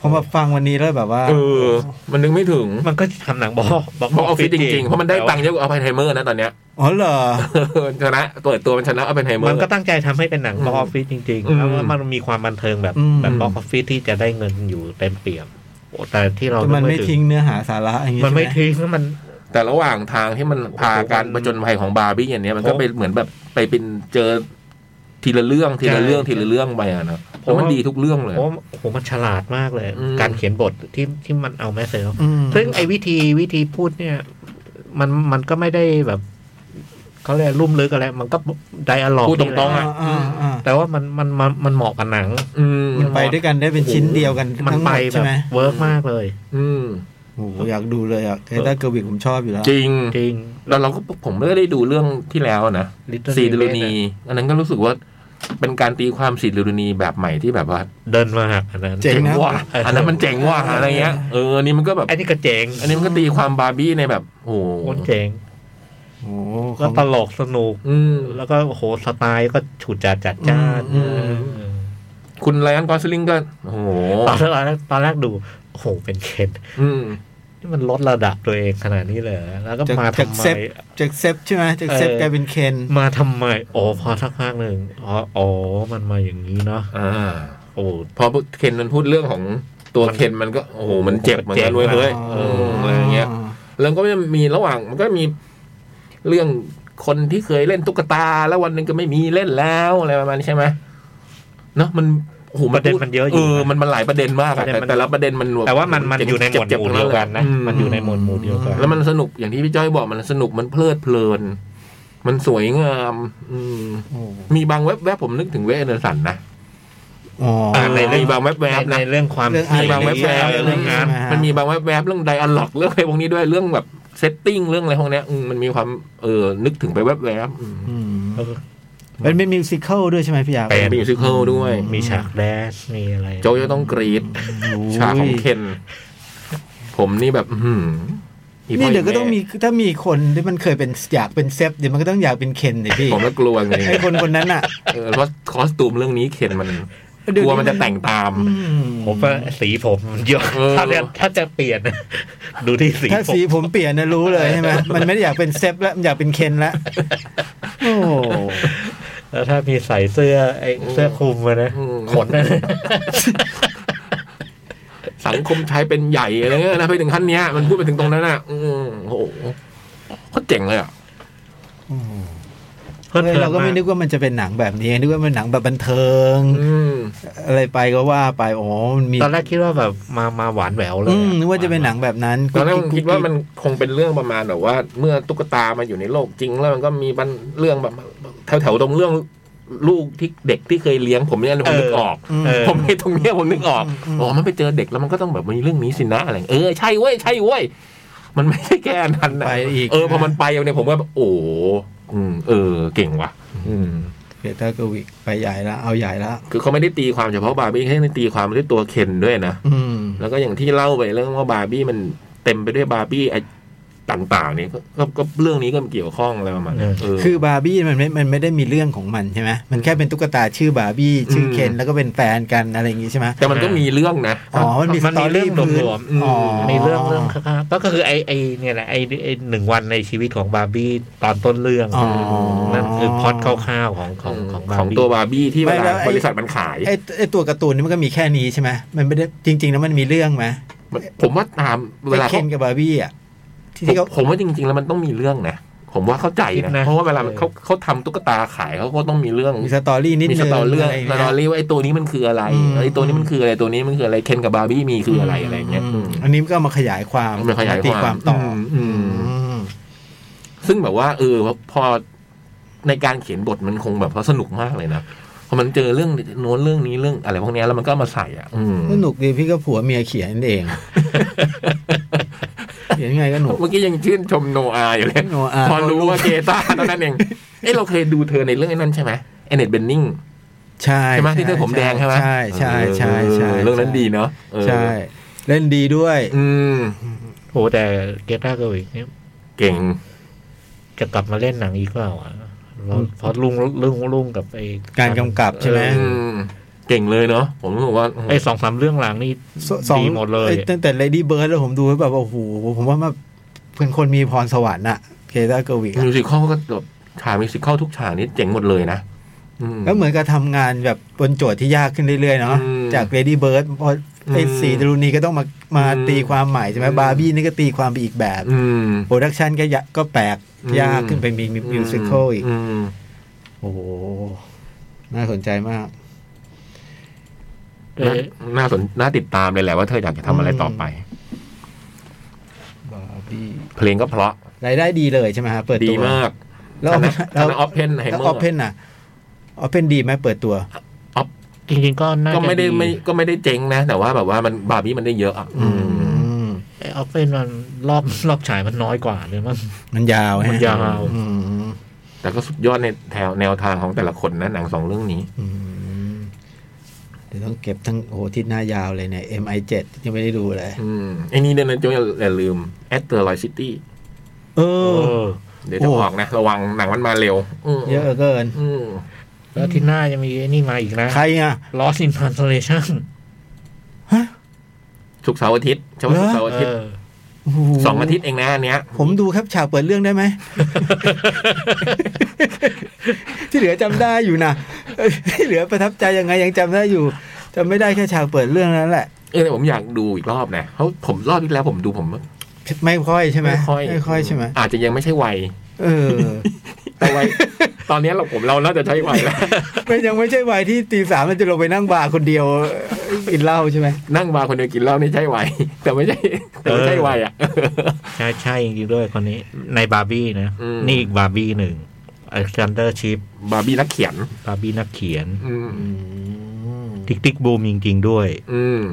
พอมาฟังวันนี้แล้วแบบว่า
เออ มันนึกไม่ถึง
มันก็ทำหนังบอกบอก
บอกออฟฟิศจริงๆ เพราะมันได้ตังค์เยอะกว่าอัลไพไทเมอร์นะตอนเนี้ย
อ๋อเหรอ
ชนะเปิดตัวมันชนะอัลไพไทเมอร์
มันก็ตั้งใจทำให้เป็นหนังบอกออฟฟิศจริง
อืม
ๆแล้วมันมีความบันเทิงแบบ
อืม
แบบบอกออฟฟิศที่จะได้เงินอยู่เต็มเปี่ยมโอ้แต่ที่เรา
แต่
มั
มันไม่ทิ้งเนื้อหาสาระอย่างงี้
มันไม่
ใช่ห
ทิ้งแล้วมัน
แต่ระหว่างทางที่มันพาการประจนภัยของบาร์บี้อย่างเนี้ยมันก็
โอ้
เป็นเหมือนแบบไปเป็นเจอทีละเรื่องทีละเรื่องทีละเรื่องไปอะนะเพ
ผม
ราะมัน
ว่า
ดีทุกเรื่องเลย
โอ้โหมันฉลาดมากเลย
อืม
การเขียนบทที่ที่มันเอาแมสเซจ
อืม
ซึ่งไอ้วิธีวิธีพูดเนี่ย มันมันก็ไม่ได้แบบเขาเรียกลุ่มลึกอะไรมันก็ไดอะล็อก
พูดตรงๆอะ
อ่าอ่า
แต่ว่ามันมันมันมันเหมาะกับหนัง
อืม
มันไปด้วยกันได้เป็นชิ้นเดียวกัน
มัน
ทั้งหม
ไป
ด
แบ
ใช่
บ
ไหม
เวิร์กมากเลย
อืม
โอ้โหอยากดูเลยอ่ะเกรตาเกวิกผมชอบอยู่แล้ว
จริง
จริง
แล้วเราก็ผมไม่ได้ดูเรื่องที่แล้วนะ
Little
ซีดลู
Mermaid
นี อันนั้นก็รู้สึกว่าเป็นการตีความซีดลูนีแบบใหม่ที่แบบ ว่า
เดินมาหักอันนั้น
เจ๋งนะ
ว่ะอันนั้นมันเจ๋งว่ะอะไรเงี้ยเอออันนี้มันก็แบบ
อันนี้ก็เจ๋ง
อันนี้มันก็ตีความบาร์บี้ในแบบโอ้โห
โคตรเจ๋ง
โอ้โหข
แล้
อ
ว
ง
ตลกสนุก
อืม
แล้วก็โอ้โหสไตล์ก็ฉูดจัดจัดจ้าน
อืม
เออ
คุณไรอันกอสลิงก็โอ้โห
ตอนแรกตอนแรกดู โอ้โห เป็นเคน
อืม
นี่มันลดระดับตัวเองขนาดนี้เลย แล้วก็
จาก
มา
จาก
ทำไม
เซฟจากเซฟใช่ไหมจากเซฟ
เออ
กลายเป็นเคน
มาทำไม โอ้พอสักพักหนึ่งอ๋ออ๋อมันมาอย่างนี้เนาะ
อ่า
โอ้
พอเคนมันพูดเรื่องของตัวเคนมันก็โอ้โหมันเจ็บเหมือนกันเว้ยเฮ้ยเอออะไรเงี้ย แล้วก็มีระหว่างมันก็มีเรื่องคนที่เคยเล่นตุ๊กตา แล้ววันหนึ่งก็ไม่มีเล่นแล้วอะไรประมาณนี้ใช่ไหมเนาะมันโอ้โห
ประเด็นมันเยอะอยู่
เออมันมันหลายประเด็นมากอะ
ประเด็น
แต่
มัน
แต่ละประเด็นมัน
แต่ว่ามันมันอยู่ในหมวดห
เจ็บๆ
มู่
ทั้ง
เดียวกันนะ
อื
มันอยู่ในหมวดหมู่เดียวกัน
แล้วมันสนุกอย่างที่พี่จ้อยบอกมันสนุกมันเพลิดเพลิน มันสวยงาม อืม
โอ้โห
มีบางแวบแวบๆผมนึกถึงเวสแอนเดอร์สันนะ
อ๋อ
าในเรื่อง
มีบางแวบแวบๆ
ใน
นะ
เรื่องความ
เรื่อง
มีบางแวบแวบ
เรื่องงาน
ใช่ไหมฮะ
มันมีบางแวบแวบเรื่องไดอะล็อกเรื่องอะไรพวกนี้ด้วยเรื่องแบบเซตติ้งเรื่องอะไรพวกเนี้ยอืมมันมีความเออนึกถึงไปแวบแวบๆอืม
อืมมันเป็นมิวสิควลด้วยใช่ไหมพี่ยา
เป็น
มีมิวสิคลด้วย
มีฉากแดนซ์มีอะไร
โจจะต้องกรีด
โอ้ย
ฉากของเคน ผมนี่แบบ อื้อหืออีพ่
นี่
อ
เดี๋ยวก็ต้องมีถ้ามีคนที่มันเคยเป็นอยากเป็นเซฟเดี๋ยวมันก็ต้องอยากเป็นเคนเลยพี่
ผมก็กลัวไง
ไอ้คนคนนั้นอ่ะ
เออเพราะคอสตูมเรื่องนี้เคนมัน
เดี๋ย
กลัว
นี้
มันจะแต่งตาม
ผมว่าสีผมมันเยอะ
เออ
ถ้าจะถ้าจะเปลี่ยน ดูที่สี
ถ้า
ผม
สีผมเปลี่ยนนะรู้เลยใช่ไหมมันไม่ได้อยากเป็นเซฟแล้วมันอยากเป็นเคนแล้วโอ้โห
แล้วถ้ามีใส่เสื้อไอ้เสื้อคลุมมานะ
อืม
ขนนะ
สังคมไทยเป็นใหญ่อะไรเงี้ยนะไปถึงขั้นเนี้ยมันพูดไปถึงตรงนั้นอ่ะ อืมโอ้โหโคตรเจ๋งเลยอ่ะ
เพลิดเพลิน
เราก็ไม่นึกว่ามันจะเป็นหนังแบบนี้นึกว่ามันหนังแบบบันเทิง
อืม
อะไรไปก็ว่าไปอ๋อมันมี
ตอนแรกคิดว่าแบบมามาหวานแหววเลย
อืมนึกว่าจะเป็นหนังแบบนั้น
ตอนแรกผมคิดว่ามันคงเป็นเรื่องประมาณแบบว่า เมื่อตุ๊กตามาอยู่ในโลกจริง แล้วมันก็มีบันเรื่องแบบแถวๆตรงเรื่องลูกที่เด็กที่เคยเลี้ยงผมเนี่ยผมนึกออก
เออ
ผมไอ้ตรงเนี้ยผมนึกออกอ๋อมันไปเจอเด็กแล้วมันก็ต้องแบบมีเรื่องนี้สินะอะไรเออใช่เว้ยใช่เว้ยมันไม่ใช่แค่อันนั้นนะ
ไปอีก
เออพอมันไปเนี่ยผมก็แบบโอ้โหอืมเออ เก่งว่ะ อืม
เกตากวิกไปใหญ่ละเอาใหญ่ละ
คือเขาไม่ได้ตีความเฉพาะบาร์บี้เขาได้ตีความด้วยตัวเคนด้วยนะ
อืม
แล้วก็อย่างที่เล่าไปเรื่องว่าบาร์บี้มันเต็มไปด้วยบาร์บี้ไอ้ต่างๆเนี่ยก็ก็ก็เรื่องนี้ก็เกี่ยวข้องอะไรประมาณเนี้ยเออ
คือบาร์บี้มันไม่มันไม่ได้มีเรื่องของมันใช่ไหมมันแค่เป็นตุ๊กตาชื่อบาร์บี้ชื่อเคน
อืม
แล้วก็เป็นแฟนกันอะไรอย่างงี้ใช่ไหม
แต่มันก็มีเรื่องนะ
อ๋อมันมีส
มัน
ตอ
มีเรื่อง
รี่พื้น
รวม
อืม
อ๋อ
ๆมีเรื่องเรื่องข้างๆก็คือไอ้ไอ้เนี่ยแหละไอ้ไอ้หนึ่งวันในชีวิตของบาร์บี้ตอนต้นเรื่อง
อ๋อ
นั่นคือพล็อดคร่าวๆของของของบา
ของ
ร์บี้
ตัวบาร์บี้ที่เว
ไม่แล้
ลาว
ไอ้
บริษัทมันขาย
ไอ้ไอ้ตัวการ์ตูนนี่มันก็มีแค่นี้ใช่ไหมมันไม่ได้จริงๆแล้วมันมีเรื่องไหม
มันผมว่าตามเว
ไอ้
ลา
เคนกับบาร์บี้อ่ะ
ผม
ที่ที่เขา
ผมว่าจริง ๆ แล้วมันต้องมีเรื่องนะผมว่าเข้าใจนะเพราะว่าเวลามันเขาเขาทำตุ๊กตาขายเขาก็ต้องมีเรื่อง
มีสตอรี่นิด
มี
นึง
สตอรี่เรื่อง
ะไย่าง
ส
งี้ย
ตอรี่ว่าไอ้ตัวนี้มันคืออะไร
อืม
ไอ้ตัวนี้มันคืออะไรตัวนี้มันคืออะไรเคนกับบาร์บี้มีคืออะไรอะไรอย่างเงี้ยอืม
อันนี้มันก็เอามาขยายความ
เอามาขยายความ
ตีความต่ออ
มอืม
ม
ซึ่งแบบว่าเออพอในการเขียนบทมันคงแบบว่าสนุกมากเลยนะพอมันเจอเรื่องโน้นเรื่องนี้เรื่องอะไรพวกเนี้ยแล้วมันก็เอามาใส่อ่ะ อืม
สนุกดีพี่ก็ผัวเมียเขียนเอง เขียนไงก็หนุก
เมื่อกี้ยังชื่นชมโนอาอยู่เลย
โนอา
พอรู้ว่าเกต้าตอนนั้นเองเอ้เราเคยดูเธอในเรื่องไอ้นั้นใช่ไหมเอเน็ตเบนนิง
ใช่
ใช่ไหมที่เธอผมแดงใช่ไหม
ใช่ใช่ใช่ใช่
เออเรื่องนั้นดีเนาะเออ
ใช่ เล่นดีด้วย
อืม
โหแต่เกต้าเกอร์วิกเนี่ย
เก่ง
จะกลับมาเล่นหนังอีกเปล่าอ่ะเพราะเพราะลุงลุงลุงกับไอ้
การกำกับใช่ไหม
อืมเก่งเลยเนาะผมรู้สึกว่า
ไอ้สองสามเรื่องหลังนี่ ดีหมดเลย
อ้ตั้งแต่ Lady Bird แล้วผมดูแล้วแบบว่าโอ้โหผมว่ามันเป็นคนมีพรสวรรค์อะเคตาเกวิก
มิวสิคอลก็แบบฉากมิวสิคอลทุกฉากนี่เจ๋งหมดเลยนะอืม
แล้วเหมือนกับทำงานแบบบนโจทย์ที่ยากขึ้นเรื่อยๆเนาะ
อืม
จาก Lady Bird พอไอ้
อืม
สีดรูนีก็ต้องมามา
อืม
ตีความใหม่ใช่ไหม
อืม
บาร์บี้นี่ก็ตีความไปอีกแบบ
อืม
โปรดักชันก็ยะก็แปลก
อืม
ยากขึ้นไปมีมิวสิควลอีก
ม
โอ้โห น่าสนใจมาก
เอ้ย
น่าสนน่าติดตามเลยแหละว่าเธออยากจะทำอะไรต่อไป
บาร์บี้
เพลงก็เพราะ
รายได้ดีเลยใช่ไหมฮะเปิด
ดี
ตัว
มาก
แล้ว
อัน
เอา
นั้น
แล้ว
ออฟเพนไฮ
แล้ว
เมอ
ออฟ
ร์
เพนน่ะออฟเพนดีไหมเปิดตัว
จริงๆก็น่า
ก็
จะ
ไม่ได้ไม่ก็ไม่ได้เจ๊งนะ แต่ว่าแบบว่ามันบาร์บี้มันได้เยอะอ่ะอืม
ไอ้ออฟเฟนมันรอบรอบฉายมันน้อยกว่าเลยมั้ง
มันยาว
มันยาว
อืม
แต่ก็สุดยอดในแถวแนวทางของแต่ละคนนะหนังสองเรื่องนี้
อืมเดี๋ยวต้องเก็บทั้งโอ้โหที่หน้ายาวเลยเนี่ย MI7 ยังไม่ได้ดูเลย
อืมไอ้นี่เนี่ยนะโจ้อย่าอย่าลืมแอตเตอร์ลอยซิตี้
เอ
เอ
อ
อ
เดี๋ยวจะ
โอ้
ออกนะ ระวังหนังมันมาเร็วม
เยอะเกิน
อืม
แล้วที่หน้ายังมีไอ้นี่มาอีกนะ
ใครอ่ะ
ลอสอินทานเลชั่น
ศุกร์เสาร์อาทิตย์เช้าศุกร์เสาร์อาทิตย์
โโห
สองอาทิตย์เองนะอันเนี้ย
ผมดูครับฉากเปิดเรื่องได้ ไหม ที่เหลือจำได้อยู่นะเอ้ยที่เหลือประทับใจยังไงยังจำได้อยู่จำไม่ได้แค่ฉากเปิดเรื่องนั้นแหละ
เออแต่ผมอยากดูอีกรอบนะเพราะผมรอบที่แล้วผมดูผม
ไม่ค่อยใช่ไหม
ไม่ค่อย
ไม่ค่อยใช่ไหม
อาจจะยังไม่ใช่วัย
เออ
แต่ วัย ตอนเนี้ยเราผมเราน่าจะใช้วัยแล้ว
มันยังไม่ใช่วัยที่ตีสามมันจะลงไปนั่งบาร์คนเดียวกินเหล้าใช่ไหม
นั่งมาคนเดียวกินเหล้านี่ใช่วัย แต่ไม่ใช่แต่ไม่ใช่วัยอ่ะ
ใช่ใช่จริงๆด้วยคนนี้ในบาร์บี้นะ
อืม
นี่อีกบาร์บี้หนึ่งอเล็กซานเดอร์ชิป
บาร์บี้นักเขียน
บาร์บี้นักเขียน
อืม
ทิกทิกบูมจริง ๆ ด้วย
อืม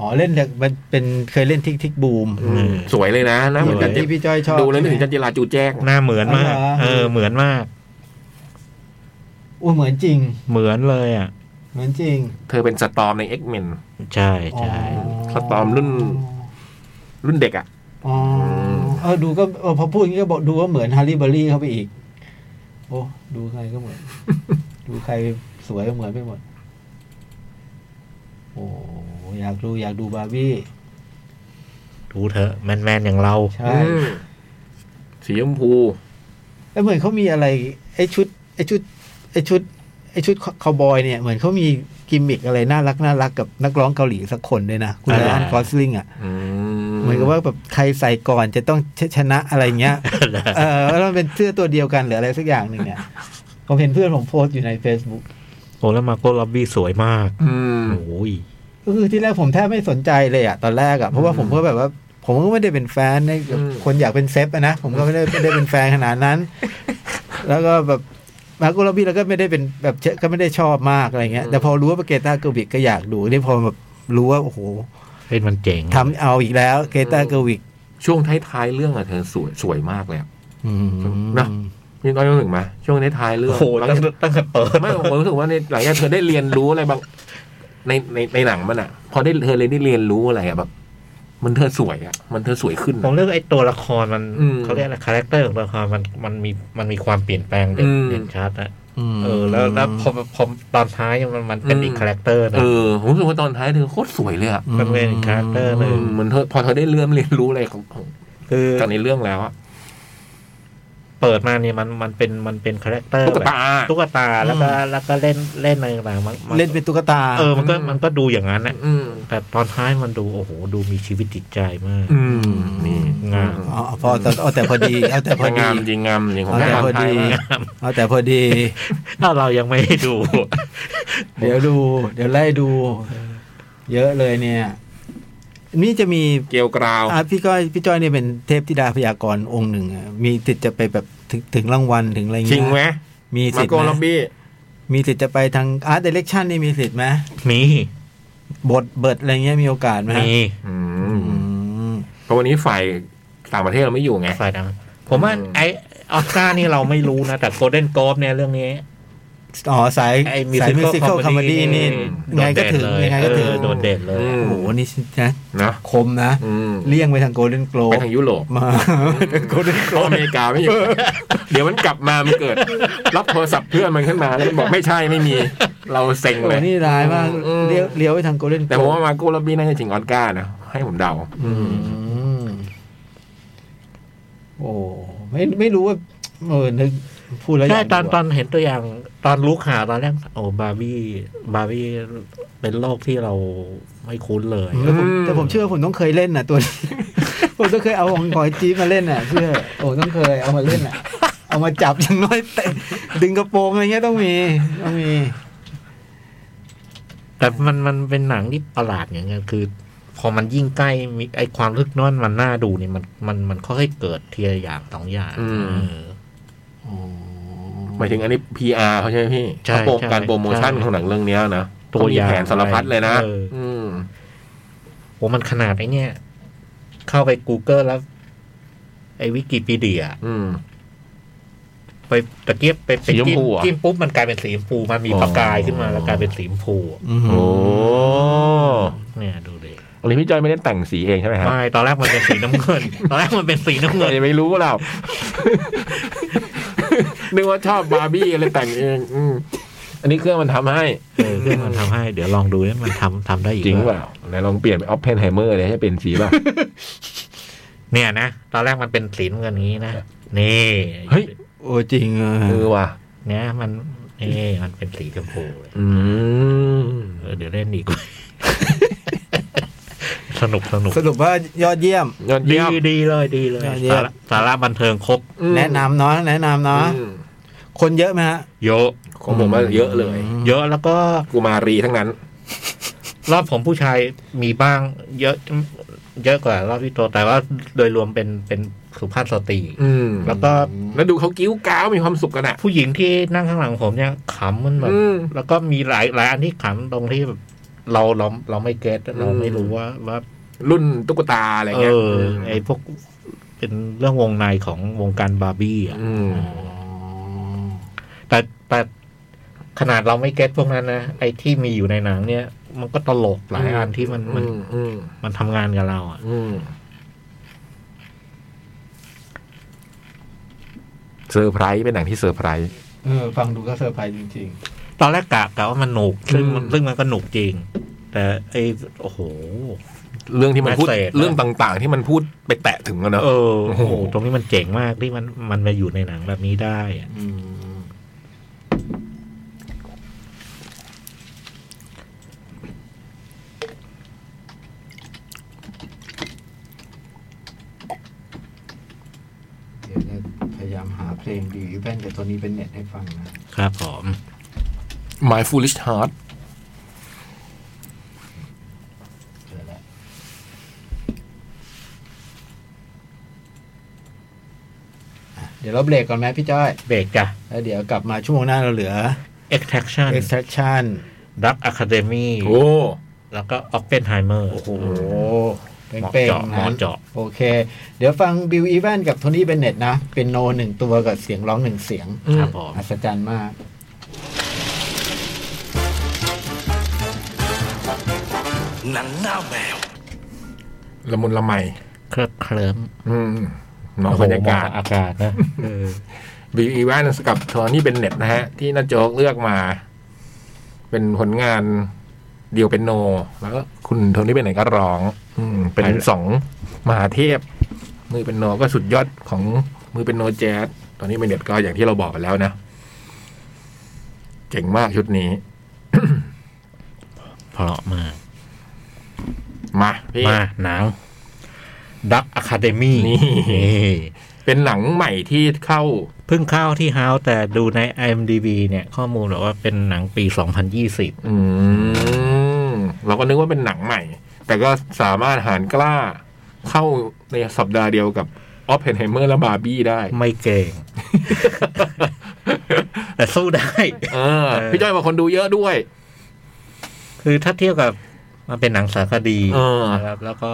อ๋อเล่นเนี่ยมันเป็นเคยเล่นทิกทิกบูม
อืมสวยเลยนะหนะเหมือน
สว
จั
ย
นจิ
ที่พี่จ้อยชอบ
ดูแล้วนึกถึงจัน
ใช่ไหม
จิราจูแจ้ง
หน้าเหมือนมาก
อ๋อเหรอ
เออเหมือนมาก
อู้เหมือนจริง
เหมือนเลยอ่ะ
เหมือนจริง
เธอเป็นสตอมใน X-Men
ใช่ใช่
อ๋
สตอมรุ่น รุ่นเด็กอะ่ะ
อ๋อเออดูก็เออพอพูดอย่างนี้ก็บอกดูว่าเหมือนฮาร์รี่เบอร์รี่เข้าไปอีก โอ้ดูใครก็ เหมือน ดูใครสวยก็เหมือนไปหมดโอ้อยากดูอยากดูบาร์บี้
ดูเถอะแมนๆอย่างเรา
ใช่
อืมสีชมพู
แล้วเหมือนเขามีอะไรไอ้ชุดไอ้ชุดไอ้ชุดไอ้ชุดคาวบอยเนี่ย เหมือนเขามีกิมมิกอะไรน่ารักน่ารักกับนักร้องเกาหลีสักคนด้วยนะ คุณ
อ่า
ไรอันกอสลิงอ่ะ
อื
เหมือนกับว่าแบบใครใส่ก่อนจะต้องชชนะอะไรเงี้ย เออแล้วมันเป็นเสื้อตัวเดียวกันหรืออะไรสักอย่างหนึ่งเนี่ยผมเห็นเพื่อนผมโพสต์อยู่ใน Facebook
โอ้แล้วมาโกล็อบบี้สวยมาก
อืม
โอ้ย
ก็คือที่แรกผมแทบไม่สนใจเลยอ่ะตอนแรกอ่ะเพราะว่าผมก็แบบว่า ผมก็ไม่ได้เป็นแฟนใน
อืม
คนอยากเป็นเซฟอะนะผมก็ไม่ได้ไม่ได้เป็นแฟนขนาด นั้น แล้วก็แบบมาร์โกลบี้แล้วก็ไม่ได้เป็นแบบเชก็ไม่ได้ชอบมากอะไรเงี้ยแต่พอรู้ว่าเกตาเกอร์วิกก็อยากดูนี่พอแบบรู้ว่าโอ้โห
เล่นมันเจ๋ง
ทำเอาอีกแล้วเกตาเกอร์วิก
ช่วงท้ายๆเรื่องอะเธอสวยสวยมากเลยอะ
อืม
นะ นี่น้อยรู้สึกไหมช่วงท้ายๆเรื่อง
โอ้โห
หลัง
ตั้ง
จาก
ตั้งแต่เปิด
ไม่ ผมรู้สึกว่าในหลังจากเธอได้เรียนรู้อะไรบางในในในหนังมันอะพอได้เธอเลยได้เรียนรู้อะไรอะแบบ มันเธอสวยอะมันเธอสวยขึ้น
ผ
อะ
มเลือกไอ้ตัวละครมัน
อืม
เขาเรียกอะไรคาแรคเตอร์ของตัวละครมันมันมีมันมีความเปลี่ยนแปลงเด่น
อืม
เด่นชัดนะ
ม
เออแล้วแล้วพอพอตอนท้ายมันมันเป็นอีกคาแรคเตอร์นะ
เออผมรู้สึกว่าตอนท้ายเธอโคตรสวยเลยอะ
มันเป็นอีกคาแรคเตอร์ห
อื
นึ่ง
มเหมันเธอพอเธอได้เริ่มเรียนรู้อะไรของของ
คือ
จากในเรื่องแล้วอะ
เปิดมาเนี่ยมันมันเป็นมันเป็นคาแรคเตอร์
ตุ๊ก
แบบ
ตา
ตุ๊กตาแล้วก็แล้วก็เล่นเล่นอะไรต่างๆมันมั
เล่นเป็นตุ๊กตา
เออมันก็
อืม
มันก็ดูอย่างนั้นนะ
อืม
แต่ตอนท้ายมันดูโอ้โหดูมีชีวิตจิตใจมาก
อืมนี่
งาม
เอาเอาพอแต่เอาแต่พอดีเอาแต่พอดี
งามจริงงามจริงผม
เอาแต่
ตาม
พอ
ไทย
ดี
มาก
เอาแต่พอดี
ถ้าเรายังไม่ได้ดู
เดี๋ยวดู เดี๋ยวไล่ดู เยอะเลยเนี่ย นี่จะมี
เกลียวกราว
อาพี่ก้อยพี่จ้อยเนี่ยเป็นเทพธิดาพยากรณ์องค์หนึ่งอะมีติดจะไปแบบถึงถึงรางวัลถึงอะไรเงี้ย
จริงไหม
มี
มา
สิทธิ์
โก
ไหม
ลอบบี้
มีสิทธิ์จะไปทางอาร์ตเดเรคชั่นนี่มีสิทธิ์ไหม
มี
บทเบิดอะไรเงี้ยมีโอกาสไหม
มี
อื
อื
ม
ม
เพราะวันนี้ฝ่ายต่างประเทศเราไม่อยู่ไง
ฝ่ายดังผมว่า
อืม
ไอออสการ์นี่เราไม่รู้นะ แต่โกลเด้นกอล์ฟเนี่ยเรื่องนี้
อ๋อสาย
ไอ้
สายมิวสิค
musical
ลคอมเม
comedy
ดี้นี่
นี่
ยังไงก็ถึง
โดดเด่น
ยัง
เลย
ไงก็ถึง
เออโดดเด่นเลย
โอ้โหนี่นะ
นะ
คมนะ
อืม
เลี่ยงไปทางโกลเด้นโกล
ไปทางยุโรป
มาโกลเด้นโก
เพ
ล
ราะอเมริกาไม่อยู่ เดี๋ยวมันกลับมา มันเกิด รับโทรศัพท์เพื่อนมันขึ้นมาแล้วมันบอกไม่ใช่ไม่มี เราเซ็งเลย
นี่ร้ายมาก
อืม
เลี้ยวเลี้ยวไปทางโกลเด้นโก
แต่
ล
ผมว่ามาโกลบบี้น่าจะจริงออสการ์นะ ให้ผมเดา
โอ้ไม่ไม่รู้ว่าเออนึกพูดแล้ว
ใช่
ยาก
ตอน
ดูะ
ตอนเห็นตัวอย่างตอนรู้ข่าวตอนแรกโอ้บาร์บี้บาร์บี้เป็นโรคที่เราไม่คุ้นเลย
แต่ผม
อืม
แต่ผมเชื่อผมต้องเคยเล่นน่ะตัวนี้ ผมต้องเคยเอาของหอยจี๊บมาเล่นน่ะเชื่อโอ้ต้องเคยเอามาเล่นน่ะ เอามาจับอย่างน้อยเตะดึงกระโปรงอะไรเงี้ยต้องมีต้องมี
แต่มันมันเป็นหนังที่ประหลาดอย่างเงี้ยคือ พอมันยิ่งใกล้มีไอความลึกน้อนมันน่าดูเนี่ยมันมันมันค่อยๆเกิดทีละอย่างสองอย่าง
อืม
เออ
หมายถึงอันนี้ PR เขาใช่ไหมพี่
ใช่
เขาโปร
ใช่
การโปรโมชั่น
ใช่
ของหนังเรื่องเนี้ยนะ
ตัว
เขามี
อย่าง
แผนสารพัดเลยนะ
เออ
ม
โอ้มันขนาดไอเนี่ย เข้าไป Google แล้ว ไอวิกิพีเดีย
อืม
ไปตะเกียบไปไป
สีชม
จิ้ม
พูเหรอ
จิ้มปุ๊บมันกลายเป็นสีชมพูมันมี
อ๋อ
ประกายขึ้นมาแล้วกลายเป็นสีชมพู
โอ้
เนี่ยดูดิ
อันนี้พี่จอยไม่ได้แต่งสีเองใช่ไหมครับ
ไม่ตอนแรกมันเป็นสีน้ำเงิน ตอนแรกมันเป็นสีน้ำเงิน
ไม่รู้ เรา นึกว่าชอบบาร์บี้เลยแต่งเองอืมอันนี้เครื่องมันทำให้
เออซึ่งมันทำให้เดี๋ยวลองดูว่ามันทำทำได้อีก
จริง
หอ
เปล่าไหนลองเปลี่ยนเป็นออฟเพนไฮเมอร์เลยให้เป็นสีป่ะ
เนี่ยนะตอนแรกมันเป็นสีน้ำเงินอย่างนี้นะนี่
เฮ้ย
โอ้จริงอ่ะ
เออว่ะ
เนี่ยมันนี่มันเป็นสีชมพูเลย
อืม
เออเดี๋ยวเล่ นอีก สนุกสนุก
สรุปว่ายอดเยี่ยม
ยอด
ดี
เยี่ยม
ดีเลยดีเลย
ยอดเยี่ย
สาม ระสาระบันเทิงครบ
แนะนำเนาะแนะนำเนาะ
อืม
คนเยอะไหมฮะ
เยอะ
ของผมว่าเยอะเลย
เยอะแล้วก็
กูมารีทั้งนั้น
รอบผมผู้ชายมีบ้าง เยอะ เยอะกว่ารอบพี่โตแต่ว่าโดยรวมเป็นเป็นสุภาพสตรี
อืม
แล้วก็
แล้วดูเขากิ้วก้าวมีความสุขกันอ่ะ
ผู้หญิงที่นั่งข้างหลังผมเนี่ยขำมันแบบ
อืม
แล้วก็มีหลายหลายอันที่ขำตรงที่แบบเราเราเราไม่เก็ตเรา
อืม
ไม่รู้ว่าว่า
รุ่นตุ๊กตาอะไร
เอ
เงี้ย
อไอพวกเป็นเรื่องวงในของวงการบาร์บี้อ่ะ
อืม
แต่แต่ขนาดเราไม่เก็ตพวกนั้นนะไอที่มีอยู่ในหนังเนี่ย มันก็ตลกหลายอันที่มันมั
อื
น
มอืม
มันทำงานกับเราอ่ะ
อืมเซอร์ไพรส์เป็นหนังที่เซอร์ไพรส์
เออฟังดูก็เซอร์ไพรส์จริง
ตอนแรกกะกะว่ามันหนุกซึ่งมัน
อืม
ซึ่งมันก็หนุกจริง แต่ไอ้โอ้โห
เรื่องที่มันพูด
Message นะ
เรื่องต่างๆ ที่มันพูดไปแตะถึงกันเนอะ
เออ
โอ้
โอ้
โห
โหตรงนี้มันเจ๋งมากที่มันมันมาอยู่ในหนังแบบนี้ได้อะ
ๆ เดี๋ยวจะพยายามหาเพลงดีแว่นแต่ตัวนี้เป็นเน็ตให้ฟังนะ
ครับผมอ
My Foolish Heart
เจอแล้วอ่ะเดี๋ยวเราเบรกก่อนไหมพี่จ้อย
เบรกจ้ะ
แล้วเดี๋ยวกลับมาชั่วโมงหน้าเราเหลือ
Extraction
extraction
Dark Academy
โอ้
แล้วก็ Oppenheimer
โอ้โห
เหมาะ
เป่ง
เจาะ
ๆ
เห
นะ
มาะเจาะ
โอเค เดี๋ยวฟังบิวอีแวนกับโทนี่เบนเน็ตนะ เป็นโนหนึ่งตัวกับเสียงร้องหนึ่งเสียง
ครับผม
อัศจรรย์มาก
หนังหน้าแมว
ละมุนละไม
เคลิบเคลิ้ม
อืมมอง
โโห
บรรยากาศ
มองอากาศ นะ
บีอีวานกับโทนี่เป็นเน็ตนะฮะ ที่น้าโจ๊กเลือกมา เป็นผลงานเดียวเป็นโน แล้วก็คุณโทนี่เป็นไหนก็ร้อง อืม เป็นสองมหาเทพ มือเป็นโนก็สุดยอดของมือเป็นโนแจ๊สตอนนี้เป็นเน็ตก็อย่างที่เราบอกไปแล้วนะ เจ๋งมากชุดนี้
เพราะมาก
มาพี่
มาหนัง Dark Academy
นี่ เป็นหนังใหม่ที่เข้า
เพิ่งเข้าที่ House แต่ดูใน IMDb เนี่ย ข้อมูลบอกว่าเป็นหนังปี 2020
อืมเราก็นึกว่าเป็นหนังใหม่ แต่ก็สามารถหารกล้าเข้าในสัปดาห์เดียวกับออฟเพนไฮเมอร์และบาร์บี้ได้
ไม่เก่ง แต่สู้ได้
เออ พี่จ้อยบอกคนดูเยอะด้วย
คือถ้าเทียบกับมันเป็นหนังสารคดี
เออ
นะครับแล้วก็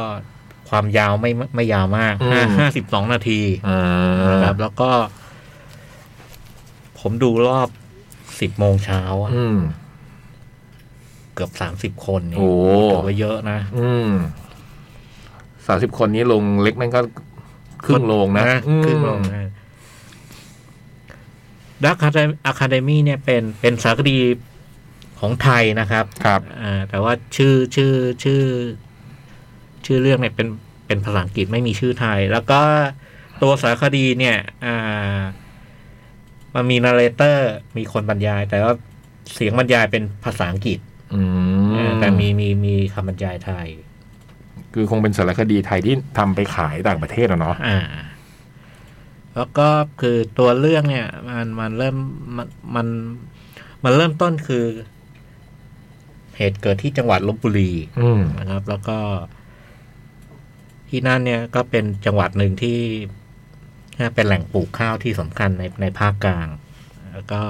ความยาวไม่ไม่ยาวมาก
อืม
ห้าห้าสิบสองนาที
อ่า
นะครับแล้วก็ ผมดูรอบ สิบโมงเช้าอะ
อืม
เกือบสามสิบคนเนี่ย
โอ้
ถือว่าเยอะนะ
อืมสามสิบคนนี้ลงเล็กนั่นก็ครึ่งโลงนะอืม
ครึ่งโรงนะดักอะคาเดมี่เนี่ยเป็นเป็นสารคดีของไทยนะครับ
ครับ
อ่าแต่ว่าชื่อชื่อชื่อ ชื่อเรื่องเนี่ยเป็นเป็นภาษาอังกฤษไม่มีชื่อไทย แล้วก็ตัวสารคดีเนี่ย อ่า มันมีนาเรเตอร์ มีคนบรรยาย แต่ว่าเสียงบรรยายเป็นภาษาอังกฤษ
อื
อ่าม แต่มีมีมีคำบรรยายไทย
คือคงเป็นสารคดีไทยที่ทำไปขายต่างประเทศอะเนาะ
อ่า แล้วก็คือตัวเรื่องเนี่ย มันมันเริ่มมันมันมันเริ่มต้นคือ เหตุเกิดที่จังหวัดลบบุรี
อืม
นะครับ แล้วก็ ที่นั่นเนี่ยก็เป็นจังหวัดหนึ่งที่เป็นแหล่งปลูกข้าวที่สำคัญในในภาคกลาง แล้วก็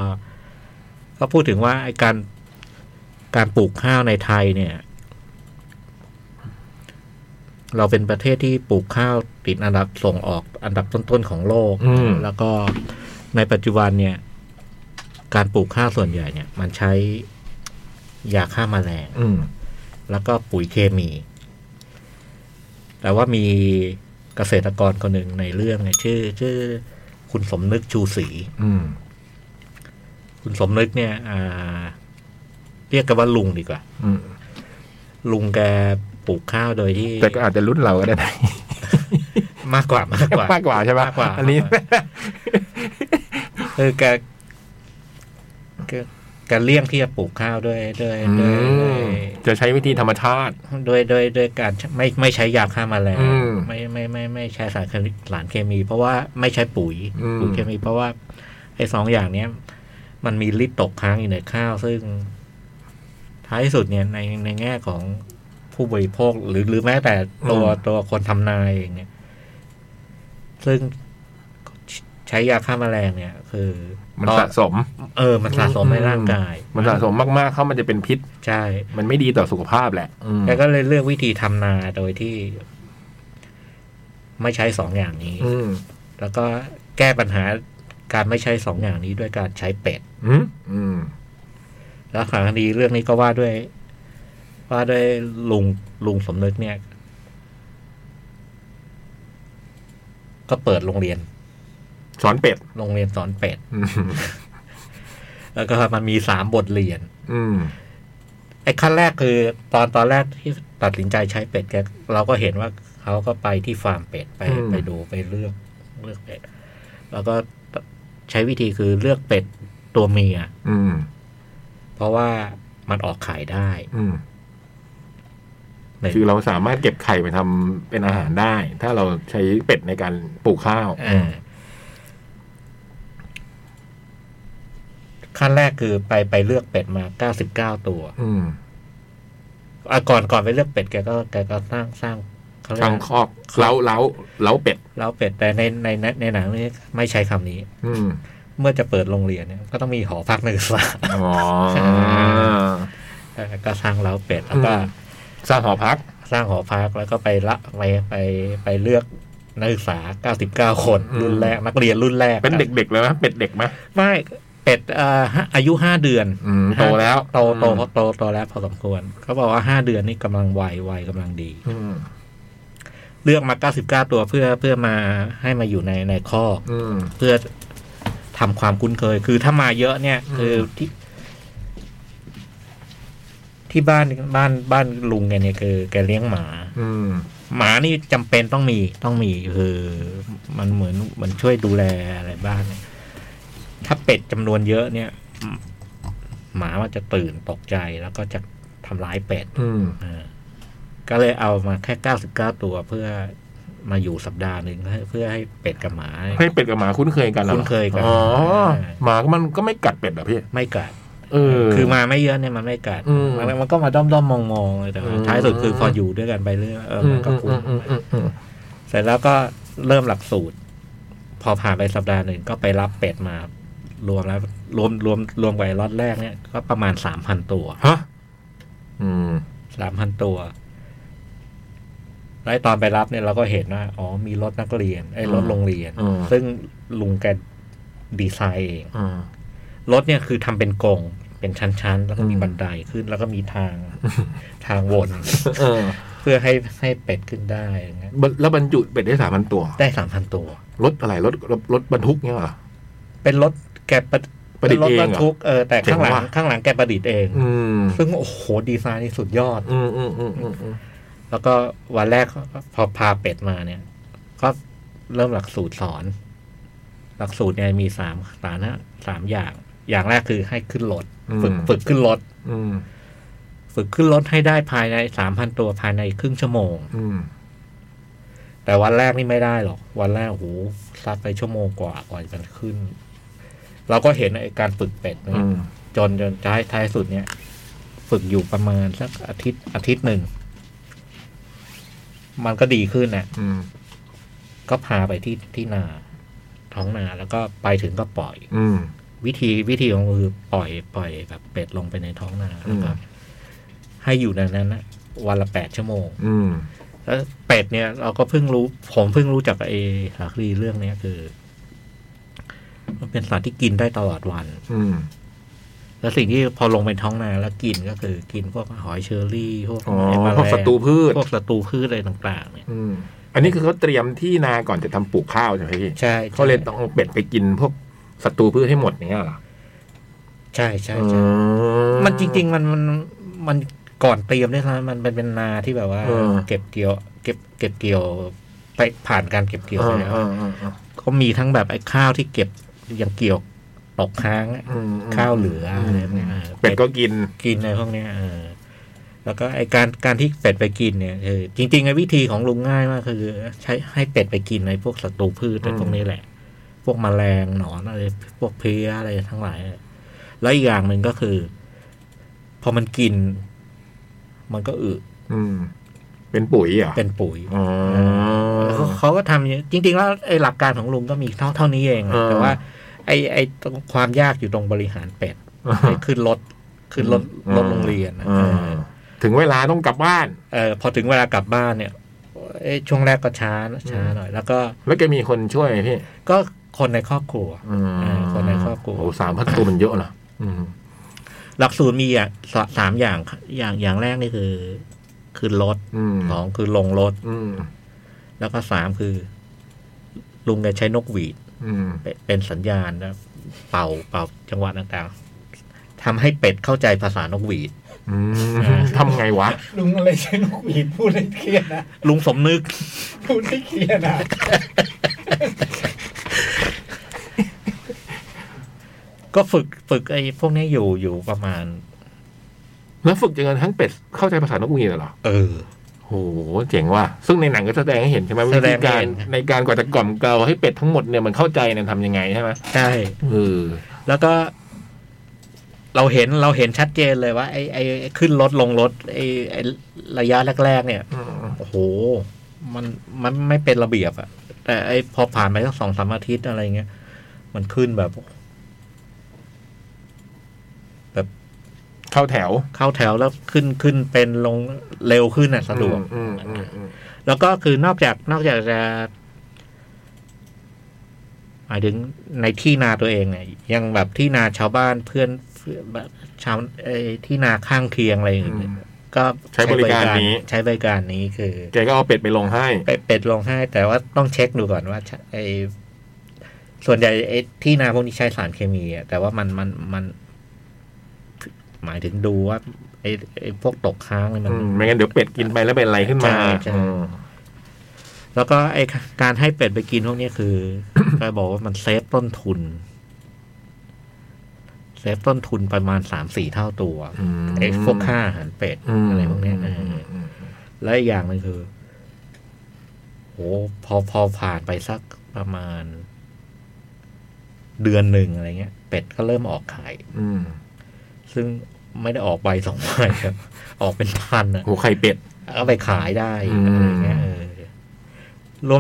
ก็พูดถึงว่าไอ้การการปลูกข้าวในไทยเนี่ย เราเป็นประเทศที่ปลูกข้าวติดอันดับส่งออกอันดับต้นๆของโลก
อืม
แล้วก็ในปัจจุบันเนี่ย การปลูกข้าวส่วนใหญ่เนี่ย มันใช้ยาฆ่าแมลง
อืม
แล้วก็ปุ๋ยเคมี แต่ว่ามีเกษตรกรคนหนึ่งในเรื่องเนี่ยชื่อ ชื่อ คุณสมนึกชูศรี
อืม
คุณสมนึกเนี่ย อ่า เรียกกันว่าลุงดีกว่า
อืม
ลุงแกปลูกข้าวโดยที่
แต่ก็อาจจะรุ่นเราก็ได้นะ
มากกว่ามากกว่า
มากกว่าใช่ปะ
มากกว่า
อันนี้
คือแกแกแกเลี่ยงที่จะปลูกข้าวด้วยด้วย
อื
ด้วยด้ว
ม
ย
จะใช้วิธีธรรมชาติ
ด้วยด้วยด้วยการไม่ไม่ใช้ยาฆ่าแมลง
อืม
ไม่ไม่ไม่ไม่ใช้สารเคมีสารเคมี เพราะว่าไม่ใช้ปุ๋ย
อืม
ปุ๋ยเคมี เพราะว่าไอ้สองอย่างเนี้ย มันมีฤทธิ์ตกค้างอยู่ในข้าว ซึ่ง ท้ายสุดเนี่ยในในแง่ของผู้บริโภคหรือหรือแม้แต่ตัวตัวคนทำนายเองเนี่ย ซึ่งใช้ยาฆ่าแมลงเนี่ย คือ
มันสะสม
เออ มันสะสมในร่างกาย
มันสะสมมากๆ เข้ามันจะเป็นพิษ
ใช่
มันไม่ดีต่อสุขภาพแหละอืม
แกก็เลยเลือกวิธีทำนาโดยที่ ไม่ใช้สองอย่างนี้
อืม
แล้วก็แก้ปัญหาการไม่ใช้สองอย่างนี้ด้วยการใช้เป็ด
อืมอืม
แล้วสารคดีเรื่องนี้ก็ว่าด้วย ว่าด้วยลุงลุงสมนึกเนี่ย ก็เปิดโรงเรียน
สอนเป็ด
โรงเรียนสอนเป็ด
อืม
แล้วก็มันมีสามบทเรียน
อืม
ไอ้ขั้นแรกคือตอนตอนแรกที่ตัดสินใจใช้เป็ดแกเราก็เห็นว่าเขาก็ไปที่ฟาร์มเป็ดไป
อืม
ไปดูไปเลือกเลือกเป็ด แล้วก็ใช้วิธีคือเลือกเป็ดตัวเมีย
อืม
เพราะว่ามันออกไข่ได้
อืม
ใน
คือเราสามารถเก็บไข่ไปทำเป็นอาหารได้ ถ้าเราใช้เป็ดในการปลูกข้าว
อ่าขั้นแรกคือไปไปเลือกเป็ดมาเก้าสิบเก้าตัว
อืม
อ่ะก่อนก่อนไปเลือกเป็ดแกก็แกก็สร้างสร้างเขเรียก
ทางคอกเล้าเล้าเล้าเป็ด
แล้วเป็ดแต่ในในในในหนังนี่ไม่ใช้คำนี้
อืม
เมื่อจะเปิดโรงเรียนเนี่ยก็ต้องมีหอพักนักศึกษา
อ๋อ
ใช่ ก็สร้างเล้าเป็ดแล้วก็
สร้างหอพัก
สร้างหอพักแล้วก็ไปละไปไปไปเลือกนักศึกษา 99 คน
อืม
รุ่นแรกนักเรียนรุ่นแรก
เป็นเด็กๆเลยไหมเป็ดเด็กไหม
ไม่เป็ดเอ่อห้าอายุ 5 เดือน
อืมโตแล้ว
โตโตโตโตโตแล้วพอสมควรเขาบอกว่า 5 เดือนนี่กำลังวัยวัยกำลังดี
อืม
เลือกมา 99 ตัวเพื่อเพื่อมาให้มาอยู่ในในคอก
อืม
เพื่อทำความคุ้นเคย คือถ้ามาเยอะเนี่ย
อืม
คือที่ ที่บ้านบ้านบ้านลุงแกเนี่ยคือแกเลี้ยงหมา
อืม
หมานี่จำเป็นต้องมีต้องมีคือมันเหมือนมันช่วยดูแลอะไรบ้านเนี่ยถ้าเป็ดจำนวนเยอะเนี่ย หมามันจะตื่นตกใจแล้วก็จะทำร้ายเป็ด
อืม
เออก็เลยเอามาแค่เก้าสิบเก้าตัวเพื่อมาอยู่สัปดาห์หนึ่งให้เพื่อให้เป็ดกับหมา
ให้เป็ดกับหมาคุ้นเคยกันหรอ
คุ้นเคยกัน
อ๋อ
ใช่
หมาก็มันก็ไม่กัดเป็ดเหรอพี่
ไม่กัด
เออ
คือมาไม่เยอะเนี่ยมันไม่กัด
อืม
มันมันก็มาด้อมด้อมมองมองๆเลยแต่ว่า
อืม
ท้ายสุดคือพออยู่ด้วยกันไปเรื่อยเออ
อื
มั
ม
นก็คุ้น
อืมอืมอืม
เสร็จแล้วก็เริ่มหลักสูตร พอผ่านไปสัปดาห์หนึ่งก็ไปรับเป็ดมา รวมแล้ว รวมรวมรวมไว้ล็อตแรกเนี่ยก็ประมาณสามพันตัว
ฮะอืม
สามพันตัวแล้วตอนไปรับเนี่ยเราก็เห็นว่าอ๋อมีรถนักเรียนไอ้ยรถ
อืม
โรงเรียน
อืม
ซึ่งลุงแกดีไซน์เอง
อืม
รถเนี่ยคือทำเป็นกรงเป็นชั้นๆ แล้วก็มีบันไดขึ้น แล้วก็มี ทาง ทางวน
เออ
เพื่อให้ให้เป็ดขึ้นได้อย่างเงี้ย
บรรแล้วบรรจุเป็ดได้สามพันตัว
ได้สามพันตัว
รถอะไรรถรถรถบรรทุกเนี่ยเหรอ
เป็นรถแกะประ
ประดิษฐ์
ป็นรถ
เองเหรอบ
รรทุกเออแต่ข้างหลัง
เจ๋งว่ะ
ข้างหลังแกะประดิษฐ์เอง
อืม
ซึ่งโอ้โหดีไซน์นี่สุดยอด
อืมอืมอืมอืมอืม
แล้วก็วันแรกพอพาเป็ดมาเนี่ย ก็เริ่มหลักสูตรสอน หลักสูตรเนี่ยมีสามสานะสามอย่าง อย่างแรกคือให้ขึ้นรถฝึกฝึกขึ้นรถ
อืม
ฝึกขึ้นรถให้ได้ภายในสามพันตัวภายในครึ่งชั่วโมง
อืม
แต่วันแรกนี่ไม่ได้หรอก วันแรกโอ้โหซัดไปชั่วโมงกว่ากว่าจะขึ้น เราก็เห็นไอ้การฝึกเป็ดเนี่
อื
ย
ม
จนจนท้ายท้ายสุดเนี่ย ฝึกอยู่ประมาณสักอาทิตย์อาทิตย์หนึ่ง มันก็ดีขึ้นน่ะ
อืม
ก็พาไปที่ที่นา ท้องนาแล้วก็ไปถึงก็ปล่อย
อืม
วิธีวิธีของเราคือปล่อยปล่อยแบบเป็ดลงไปในท้องนา
อืม
นะครับให้อยู่ในนั้นนะวันละแปดชั่วโมง
อืม
แล้วเป็ดเนี่ยเราก็เพิ่งรู้ ผมเพิ่งรู้จากเอสารคดีเรื่องเนี้ยคือ มันเป็นสัตว์ที่กินได้ตลอดวัน
อืม
แล้วสิ่งที่พอลงไปท้องนาแล้วกินก็คือ กินพวกหอยเชอรี่พวก
อ๋อ
ไแมลง
พวกศัตรูพืช
พวกศัตรูพืชอะไรต่างๆ เนี่ย
อืมอันนี้คือเขาเตรียมที่นาก่อนจะทำปลูกข้าวใช่ไหมพี่
ใช่
เขาเลยต้องเอาเป็ดไปกินพวกศัตรูพืชให้หมดเนี่ยเหรอ
ใช่ใช่
อื
ใช่ มันจริง ๆ มันมันมันก่อนเตรียมด้วยซ้ำมันเป็นเป็นนาที่แบบว่า
เออ
เก็บเกี่ยว เก็บเก็บเกี่ยวไปผ่านการเก็บเกี่ยว
เอ
ไป
อ
แล้ว
เออเออเออ
ก็มีทั้งแบบไอ้ข้าวที่เก็บยังเกี่ยวตกค้างอะ
อืมม
ข้าวเหลืออะไรแบบเนี้ยออ
เป็ดก็กิน
กินอะไรพวกเนี้ยเออแล้วก็ไอ้การการที่เป็ดไปกินเนี่ยคือจริงๆไอ้วิธีของลุงง่ายมากคือ ใช้ให้เป็ดไปกินในพวกศัตรูพืชอะไร
อืม
พวกนี้แหละ พวกแมลงหนอนอะไรพวกเพลี้ยอะไรทั้งหลายเนี่ยแล้วอีกอย่างหนึ่งก็คือ พอมันกิน มันก็อึ
อืม เป็นปุ๋ยเหรอ
เป็นปุ๋ย
อ๋อ
แล้วก็เขาก็ทำอย่างนี้จริง ๆ แล้วไอ้หลักการของลุงก็มีเท่าเท่านี้เอง
เออ
แต่ว่า ไอ้ไอ้ตรงความยากอยู่ตรงบริหารเป็ดไอ้ขึ้นรถขึ้นรถรถโรงเรียนนะ
อ่า
เออ
ถึงเวลาต้องกลับบ้าน
เออพอถึงเวลากลับบ้านเนี่ยเอ้ยช่วงแรกก็ช้านะช้าหน่อย แล้วก็
แล้วแกมีคนช่วยไหมพี่
ก็คนในครอบครัว อ่าคนในครอบครัว
โอ้สามพันตัวมันเยอะนะอืม
หลักสูตรมีอย่างสสามอย่างค่ะอย่างอย่างแรกนี่คือ คือรถ
อืม
สองคือลงรถ
อืม
แล้วก็สามคือ ลุงแกใช้นกหวีด
อืม
เป็นเป็นสัญญาณนะเป่าเป่าจังหวะต่างๆทำให้เป็ดเข้าใจภาษานกหวีด
อืมทำไงวะ
ลุงอะไรใช้นกหวีดพูดให้เครียดนะ
ลุงสมนึก
พูดให้เครียดนะ
ก็ฝึกฝึกไอ้พวกนี้อยู่อยู่ประมาณ
แล้วฝึกจนกระทั่งเป็ดเข้าใจภาษานกหวีดเหรอ
เออ
โอ้โหเจ๋งว่ะ ซึ่งในหนังก็แสดงให้เห็นใช่ไหม
แส
วิ
ด
ธี
งให้
การ
เห็นครับ
ในการกว่าจะกล่อมเกลาให้เป็ดทั้งหมดเนี่ยมันเข้าใจเนี่ยทำยังไงใช่ไหม
ใช่
เออ
แล้วก็ เราเห็นเราเห็นชัดเจนเลยว่าไอ้ไอ้ไอ้ขึ้นรถลงรถไอ้ไอ้ระยะแรก ๆ เนี่ย
อืม
โอ้โห มันมันไม่เป็นระเบียบอะแต่ไอ้พอผ่านไปสักสองสามอาทิตย์อะไรเงี้ยมันขึ้นแบบ
เข้าแถว
เข้าแถวแล้วขึ้นขึ้นเป็นลงเร็วขึ้นอ่ะสะดวก
อืมอืมอืม
แล้วก็คือนอกจากนอกจากจะหมายถึงในที่นาตัวเองเนี่ยยังแบบที่นาชาวบ้านเพื่อนเพื่อนแบบชาวเอ่อที่นาข้างเคียงอะไรอย่าง
อื
เงี้ย
ม
ก็
ใช้บริการนี้
ใช้บริการนี้คือ
แกก็เอาเป็ดไปลงให้
เป็ดเป็ดลงให้ แต่ว่าต้องเช็คดูก่อนว่าใช่ไอส่วนใหญ่ไอที่นาพวกนี้ใช้สารเคมีอะแต่ว่ามันมันมัน หมายถึงดูว่าไอไอพวกตกค้างเนี่ยมัน
อืมไม่งั้นเดี๋ยวเป็ดกินไปแล้วเป็นอะไรขึ้นมา
ใช่ใช่
อืม
แล้วก็ไอการให้เป็ดไปกินพวกนี้คือ ก็บอกว่ามันเซฟต้นทุนเซฟต้นทุนประมาณสามสี่เท่าตัว
อืม
ไอพวกค่าอาหารเป็ด
ม
อะไรพวกเนี้ยเอ
อื
อ
มอืม
และอีกอย่างหนึงคือ โห พอพอผ่านไปสักประมาณ เดือนหนึ่งอะไรเงี้ย เป็ดก็เริ่มออกไข่
อืม
ซึ่งไม่ได้ออกใบสองใบครับ ออกเป็นพันอะ
โหไข่เป็ด
เอาไปขายได้
อืม
อะไรเงี้ยเออ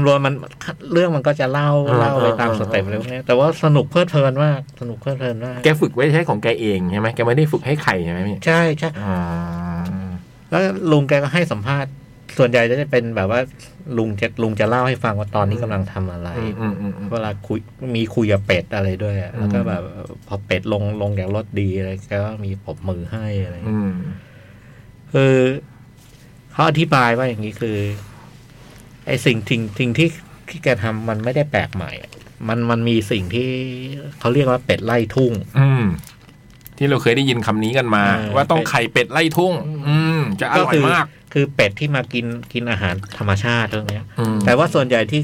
รวมๆมันเรื่องมันก็จะเล่า
อ่า
เล่าไปตาม
อ่า
สเต็ปอะไรพวกเนี้ยแต่ว่าสนุกเพลิดเพลินมาก สนุกเพลิดเพลินมาก
แกฝึกไว้ใช้ของแกเองใช่ไหมแกไม่ได้ฝึกให้ไข่ใช่ไหมพี่
ใช่ใช่
อ่า
แล้วลุงแกก็ให้สัมภาษณ์ ส่วนใหญ่จะเป็นแบบว่า ลุงจะลุงจะเล่าให้ฟังว่าตอนนี้กำลังทำอะไร
อืมอืมอืมอืม
เวลาคุยมีคุยกับเป็ดอะไรด้วยอะ
อืม
แล้วก็แบบพอเป็ดลงลงจากรถดีอะไรก็มีปรบมือให้อะไร
อืม
คือเขาอธิบายว่าอย่างนี้คือ ไอ้สิ่งทิ้งทิ้งที่ที่แกทำมันไม่ได้แปลกใหม่อะมันมันมีสิ่งที่เขาเรียกว่าเป็ดไล่ทุ่ง
อืมที่เราเคยได้ยินคำนี้กันมา
เออ
ว่าต้องไข่เป็ดไล่ทุ่ง อืม จะอร่อย
คื
มาก
คือเป็ดที่มากินกินอาหารธรรมชาติเรื่องเนี้ย
อืม
แต่ว่าส่วนใหญ่ที่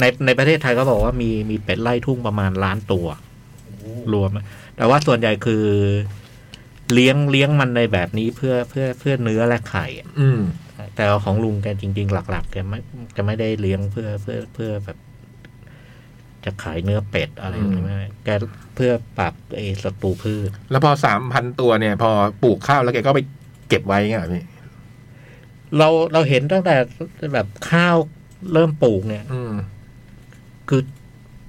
ในในประเทศไทยก็บอกว่ามีมีเป็ดไล่ทุ่งประมาณล้านตัว รวมนะแต่ว่าส่วนใหญ่คือ เลี้ยงเลี้ยงมันในแบบนี้เพื่อเพื่อเพื่อเนื้อและไข่อะ
อืม
แต่ของลุงแกจริง ๆ หลักๆแกไม่แกไม่ได้เลี้ยงเพื่อเพื่อเพื่อแบบ จะขายเนื้อเป็ดอะไร
อืม
ไม่ได้แกเพื่อปรับไอ้ศัตรูพืช
แล้วพอสามพันตัวเนี่ย พอปลูกข้าวแล้วแกก็ไปเก็บไว้เงี้ยเหรอพี่
เราเราเห็นตั้งแต่แบบข้าวเริ่มปลูกเนี่ย
อืม
คือ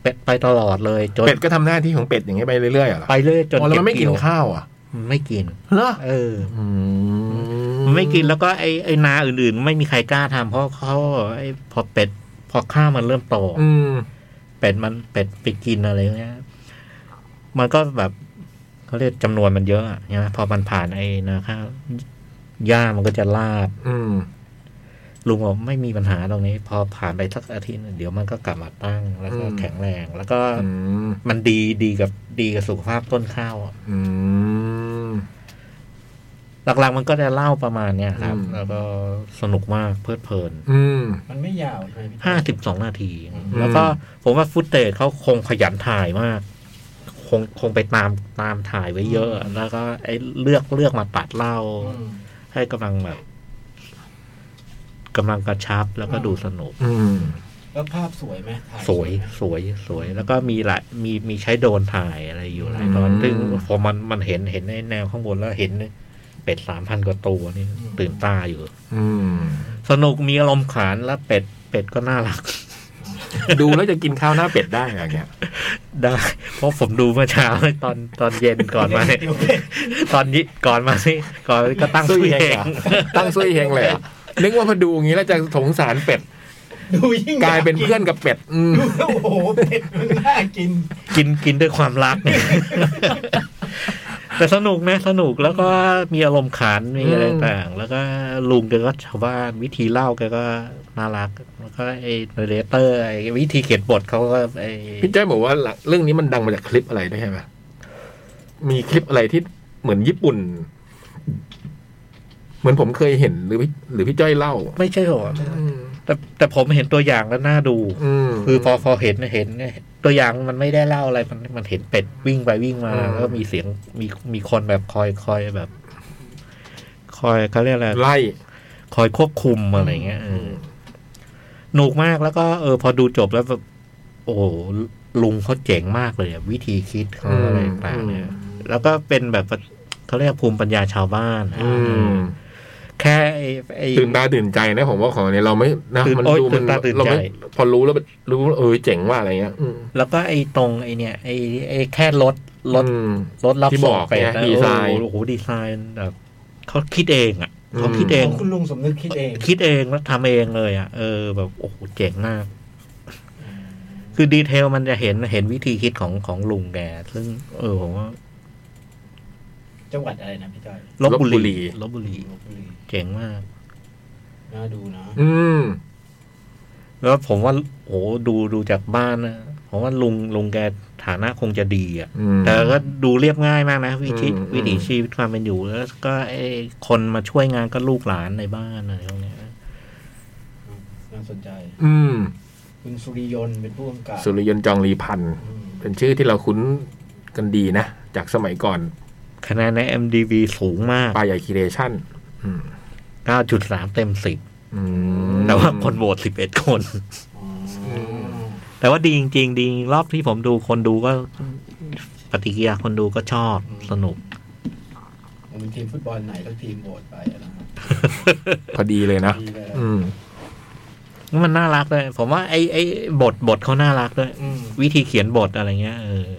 เป็ดไปตลอดเลยจน
เป็ดก็ทำหน้าที่ของเป็ดอย่างเงี้ยไปเรื่อยๆเหรอ
ไปเรื่อยจน
อ๋อแล้วมันไม่กิน
เบเยว
ข้าวอ่ะ
มันไม่กิน
เหรอ
เออ
อืม
ไม่กินแล้วก็ไอ้ไอ้นาอื่นๆ ไม่มีใครกล้าทำเพราะเขาไอ้พอเป็ด พอข้าวมันเริ่มโต
อืม
เป็ดมันเป็ดไปกินอะไรเงี้ยมันก็แบบเขาเรียกจำนวนมันเยอะอะใช่ไหมพอมันผ่านไอ้นาข้าวหญ้ามันก็จะลาบ
อืม
ลุงบอกไม่มีปัญหาตรงนี้ พอผ่านไปสักอาทิตย์หนึ่งเดี๋ยวมันก็กลับมาตั้ง แล้วก็
อืม
แข็งแรง แล้วก็
อืม
มันดีดีกับดีกับสุขภาพต้นข้าวอะ
อืม
หลักๆมันก็จะเล่าประมาณเนี้ยครับ
อืม
แล้วก็สนุกมากเพลิดเพลิน
อืม
มันไม่ยาวใช่ไหมพี่
ห้าสิบสองนาที แล้วก็ผมว่าฟุตเตจเขาคงขยันถ่ายมาก คงคงไปตามตามถ่ายไว้เยอะ แล้วก็ไอ้เลือกเลือกมาตัดเล่า
อืม
ให้กำลังแบบกำลังกระชับแล้วก็
อืม
ดูสนุก
อืม
แล้วภาพสวยไหมถ่า
สวยสวยสวย แล้วก็มีหลายมีมีใช้โดรนถ่ายอะไรอยู่หลายตอน
อืม
ซึ่งพอมันมันเห็นเห็นในแนวข้างบนแล้วเห็นเป็ดสามพันกว่าตัวนี่ตื่นตาอยู่
อืม
สนุกมีอารมณ์ขันแล้วเป็ดเป็ดก็น่ารัก
ดูแล้วจะกินข้าวหน้าเป็ดได้อะไรเงี้ย
ได้ เพราะผมดูเมื่อเช้าตอนตอนเย็นก่อนมา เนี่ยตอนนี้ก่อนมานี่ก่อนก็ตั้ง
ซุย
ชื่อ
เฮ
เอง ง
เหรอตั้งซุยเฮงเลยเหรอนึกว่าพอดูอย่างนี้แล้วจะสงสารเป็ด
ดูยิ่ง
กลายเป็นเพื่อนกับเป็ด อืม
โอ้โหเป็ดมันน่ากิน
กินกินด้วยความรัก เนี่ยแต่สนุกนะสนุกแล้วก็มีอารมณ์ขันมีอะไรต่างๆแล้วก็ลุงแกก็ชาวบ้านวิธีเล่าแกก็น่ารัก แล้วก็ไอ้เรเตอร์ไอ้วิธีเขียนบทเขาก็ไอ้
พี่แจ้อยบอกว่าหลังเรื่องนี้มันดังมาจากคลิปอะไรด้วยใช่ไหมมีคลิปอะไรที่เหมือนญี่ปุ่น เหมือนผมเคยเห็นหรือพี่หรือพี่จ้อยเล่า
ไม่ใช่หรอ
อืม
แต่แต่ผมเห็นตัวอย่างแล้วน่าดู
ม
คือพอพอเห็นเห็นตัวอย่างมันไม่ได้เล่าอะไรมันมันเห็นเป็ดวิ่งไปวิ่งมา
อืม
แล้วก็มีเสียงมีมีคนแบบคอยคอยแบบ คอยเขาเรียกอะไร
ไล่
คอยควบคุมอะไรเงี้ยเออหนุกมากแล้วก็เออ พอดูจบแล้วแบบโอ้โหลุงเขาเจ๋งมากเลยอะวิธีคิดเขาอะไรต่างๆเนี่ยแล้วก็เป็นแบบเขาเรียกภูมิปัญญาชาวบ้านนะ
อืม
แค่ไอ้ไอ้
ตื่นตาตื่นใจนะผมว่าของเนี่ยเราไม่นะ
ตื่น
มัน
โอ๊ย
ดูมั
ตื่
น
นตาตื่นใจ
เราไม่พอรู้แล้วมันรู้ว่าเออเจ๋งว่าอะไรเงี้ยอืม
แล้วก็ไอ้ตรงไอ้เนี่ยไอ้ไอ้แค่รถรถ
อืม
รถรับ
ที่
ส่
บ
ง
อก
เป็ด
ไง
นะ
ดีไซน์
โอ้โหโอ้โหดีไซน์แบบเขาคิดเองอ่ะเขาคิดเอง
คุณลุงสมนึกคิดเอง
คิดเองแล้วทำเองเลยอ่ะเออแบบโอ้โหเจ๋งมาก คือดีเทลมันจะเห็นเห็นวิธีคิดของของลุงแกซึ่ง เออผมว่า
จังหวัดอะไรนะพี่จ้อย
ลบ
ลพ
บุ
บุรี
รีลบบุรี
ลพบุรี
เจ๋งมาก
น่าดูนะ
อืม
แล้วผมว่าโอ้โหดูดูจากบ้านนะผมว่าลุงลุงแกฐานะคงจะดีอ่ะ
อืม
แต่ก็ดูเรียบง่ายมากนะ วิธี
อืม
วิถีชีวิตความเป็นอยู่ แล้วก็ไอ้คนมาช่วยงานก็ลูกหลานในบ้านอะไรพวกเนี้ย
น่าสนใจ
อืม
คุณสุริยนต์เป็นผู้กำกับ
สุริยนต์จองรีพันธ์
อืม
เป็นชื่อที่เราคุ้นกันดีนะ จากสมัยก่อน
คะแนนใน MDB สูงมาก
ปลาใหญ่คีเรชั่น อืม
9.3 เต็ม
อืม
10 แต่ว่าคนโหวต11 คน
อ๋อ
แต่ว่าดีจริงๆ ดีรอบที่ผมดูคนดูก็ปฏิกิริยาคนดูก็ชอบสนุก
มันเป็นทีมฟุตบอลไหนแล้วทีมโหวตไปนะครับ
พอดีเลยนะ
ดีเลย
อืม
มันน่ารักเลย ผมว่าไอ้ไอ้บทบทเขาน่ารักด้วย
อืม
วิธีเขียนบทอะไรเงี้ยเออ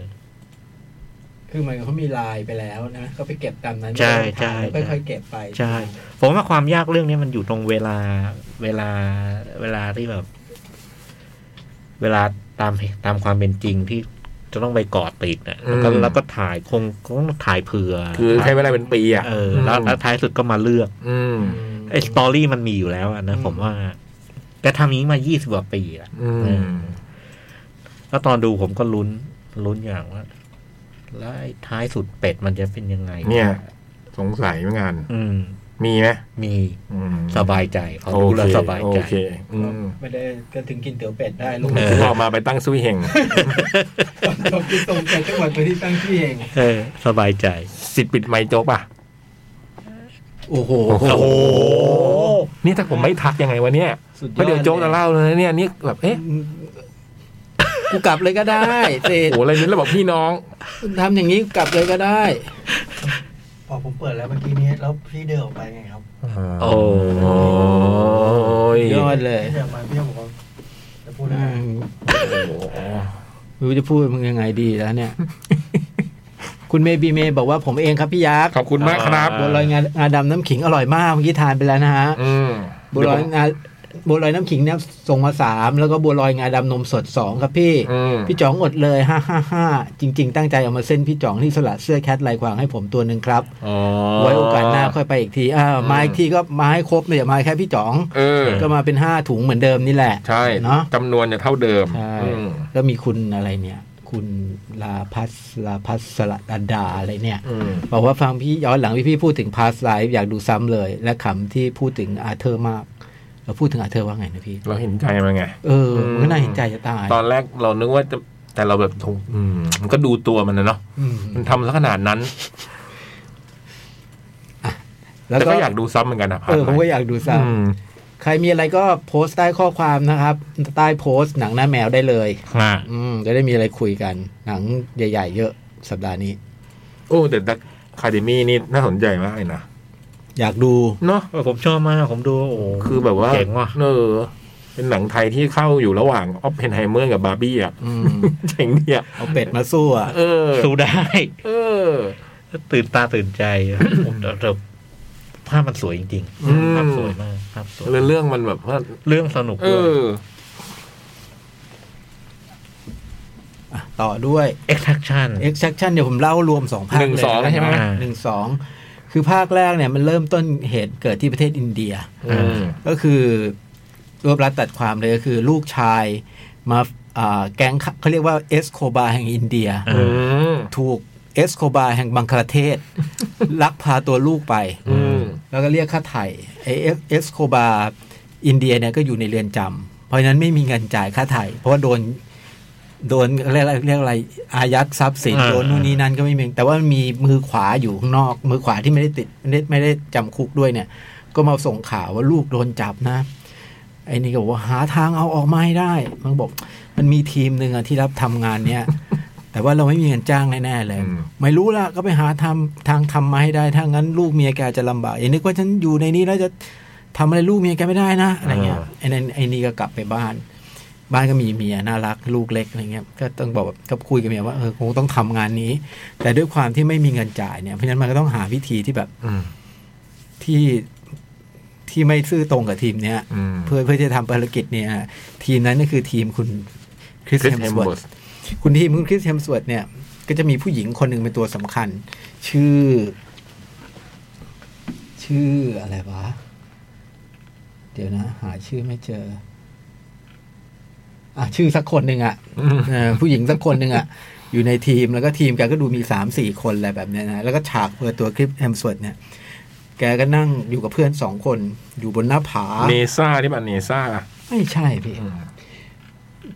คือเหมันเขามีลายไปแล้วนะเขาไปเก็บตามนั้น
ใช่ใช่
แล้วค่อยๆเก็บไป
ใช่ ผมว่าความยากเรื่องนี้มันอยู่ตรงเวลาเวลาเวลาที่แบบ เวลาตามตามความเป็นจริงที่จะต้องไปเกาะติดอ่ะแล้วก็
อืม
แล้วก็ถ่ายคงคงต้องถ่ายเผื่อ
คือใช้เวลาเป็นปีอ่ะ
เออแล้วแล้วท้ายสุดก็มาเลือก
อืม
อืม
ไอ้สตอรี่มันมีอยู่แล้วอะนะผมว่าแกทำอย่างนี้มายี่สิบกว่าปีละ
อื
เอ
ม
อ แล้วตอนดูผมก็ลุ้นลุ้นอย่างว่าแล้วไอ้ท้ายสุดเป็ดมันจะเป็นยังไง
เนี่ย สงสัยเหมือนกัน
อืม
มีไหม
มี
อืม
สบายใจพอ
โอ
ดู
เค
แล้วสบาย
โอ
ใจ
เคอืม
ไม่ได้ก็ถึงกินเตี๋ยวเป็ดได้ลูก
เอ
ถึงออกมาไปตั้งซุ้ยเฮง
ตกกินตรงเป็ดจังหวัดไปที่ตั้งที่เอง
เออ สบายใจ
สิทธิ์ปิดไมค์โจ๊กป่ะ
โอ้โห
โอ้โห นี่ถ้าผมไม่ทักยังไงวะเนี่ย
สุดยอด
ไม่เดี๋ยวโจ๊กจะเล่าเลยนะเนี่ยนี่แบบเอ๊ะ
กูกลับเลยก็ได้เศษ
โอ้อะไรนี่ระบบพี่น้อง
ทำอย่างนี้กลับเลยก็ได้
พอผมเปิดแล้วเมื่อกี้นี้แล้วพี่เดินออกไปไงครับ
โอ้
ย
ยอดเลย
พี่เดินออกไปพี่บอกว่าจะพูดอะ
อื
ไร
มไม่รู้จะพูดมึงยังไงดีแล้วเนี่ย คุณเมบีเมย์บอกว่าผมเองครับพี่ยักษ์
ขอบคุณมากครับ
บัวลอยงางาดำน้ำขิงอร่อยมากเมื่อกี้ทานไปแล้วนะฮะ
อืม
บัวลอยงาบัวลอยน้ำขิงเนี่ยส่งมาสามแล้วก็บัวลอยงาดำนมสดสองครับพี่
อืม
พี่จ๋องอดเลยฮ่าฮ่าฮ่าจริง ๆ ตั้งใจเอามาเส้นพี่จ๋องที่สลัดเสื้อแคทลายควางให้ผมตัวหนึ่งครับ
อ๋อ
ไว้โอกาสหน้าค่อยไปอีกทีอ่ามาอีกทีก็มาให้ครบเลยอย่ามาแค่พี่จ๋อง
เออ
ก็มาเป็นห้าถุงเหมือนเดิมนี่แหละ
ใช่
เนอะ
จำนวนจะเท่าเดิม
ใช่
อืม
แล้วมีคุณอะไรเนี่ย คุณลาพัสลาพัสสลัดาดาอะไรเนี่ย
อืม
บอกว่าฟังพี่ย้อนหลังพี่พี่พูดถึงพาสไลฟ์อยากดูซ้ำเลย และขำที่พูดถึงอาเธอร์มากเราพูดถึงอาเธอร์ว่าไงนะพี่
เราเห็นใจมันไง
เออมันก็น่าเห็นใจจะตาย
ตอนแรกเรานึกว่าจะแต่เราแบบโถอืมมันก็ดูตัวมันนะเนาะ
อืม
มันทำซะขนาดนั้น
แล้ว
แต่
ก็
ก็อยากดูซ้ำเหมือนกันนะ
เออผมก็อยากดูซ้
อืม
ำใครมีอะไรก็โพสต์ใต้ข้อความนะครับ ใต้โพสต์หนังหน้าแมวได้เลย
อ่า
อืมจะได้มีอะไรคุยกัน หนังใหญ่ ๆ เยอะสัปดาห์นี้
โอ้แต่ดักคาเดมี่นี่น่าสนใจมากเลยนะ
อยากดู
เนาะ
เออผมชอบมาก ผมดูโอ้โห
คือแบบว่า
เจ๋งว่ะ
เออเป็นหนังไทยที่เข้าอยู่ระหว่างออฟเพนไฮเมอร์กับบาร์บี้อ่ะ
อืม
เจ๋งดีอ่ะ
เอาเป็ดมาสู้อ่ะ
เออ
สู้ได้
เออ
ตื่นตาตื่นใจผมแต่แต่ภาพมันสวยจริง
อืม
ๆภาพสวยมากภาพสวย
แล้วเรื่องมันแบบว่า
เรื่องสนุก
เอ
ด้วย
อ
ต่อด้วย
Extraction
Extraction เดี๋ยวผมเล่ารวมสองภาค
หนึ่ง
เลย
สอง
แล้ว
ใช่ไหม
กันเนอะหนึ่งสองคือภาคแรกเนี่ยมันเริ่มต้นเหตุเกิดที่ประเทศอินเดีย
อืม
ก็คือรวบรัดตัดความเลยก็คือลูกชายมาอ่าแก๊งเขาเรียกว่าเอสโคบาแห่งอินเดีย
อ่า
อืม
ถูกเอสโคบาแห่งบังคลาเทศ ลักพาตัวลูกไป
อืม
แล้วก็เรียกค่าไถ่ไอเอสเอสโคบาอินเดียเนี่ยก็อยู่ในเรือนจำเพราะฉะนั้นไม่มีเงินจ่ายค่าไถ่เพราะว่าโดนโดนเรียกอะไรเรียกอะไรอายัดทรัพย์สิน
อ่า
โดนนู่นนี่นั่นก็ไม่มีแต่ว่ามันมีมือขวาอยู่ข้างนอก มือขวาที่ไม่ได้ติดไม่ได้ไม่ได้จำคุกด้วยเนี่ย ก็มาส่งข่าวว่าลูกโดนจับนะ ไอ้นี่ก็บอกว่าหาทางเอาออกมาให้ได้ มันบอก มันมีทีมหนึ่งอะที่รับทำงานเนี่ย แต่ว่าเราไม่มีเงินจ้างแน่ๆเลย
อืม
ไม่รู้ละก็ไปหาทำทางทำมาให้ได้ ถ้างั้นลูกเมียแกจะลำบากไอ้นึกว่าฉันอยู่ในนี้แล้วจะทำอะไรลูกเมียแกไม่ได้นะอะไรเงี้ยไอ้นั่นไอ้นี่ก็กลับไปบ้าน บ้านก็มีเมียน่ารักลูกเล็กอะไรเงี้ยก็ต้องบอกแบบก็คุยกับเมียว่าเออคงต้องทำงานนี้ แต่ด้วยความที่ไม่มีเงินจ่ายเนี่ยเพราะฉะนั้นมันก็ต้องหาวิธีที่แบบ
อืม
ที่ที่ไม่ซื่อตรงกับทีมเนี้ย
อืม
เพื่อเพื่อจะทำภารกิจเนี่ย ทีมนั้นก็คือทีมคุณคริส
คริส
เฮม
เฮม
สว
บ
ด
ส
คุณทีมคุณคริสเฮมสวดเนี่ย ก็จะมีผู้หญิงคนหนึ่งเป็นตัวสำคัญ ชื่อ ชื่ออะไรวะ เดี๋ยวนะ หาชื่อไม่เจอ อ่ะ ชื่อสักคนหนึ่งอ่ะ
อืม
เออผู้หญิงสักคนหนึ่งอ่ะ อยู่ในทีมแล้วก็ทีมแกก็ดูมีสามสี่คนอะไรแบบเนี้ยนะ แล้วก็ฉากเปิดตัวคลิปแฮมสวดเนี่ย แกก็นั่งอยู่กับเพื่อนสองคน อยู่บนหน้าผา
เนซ่าที่มันเนซ่า
ไม่ใช่พี่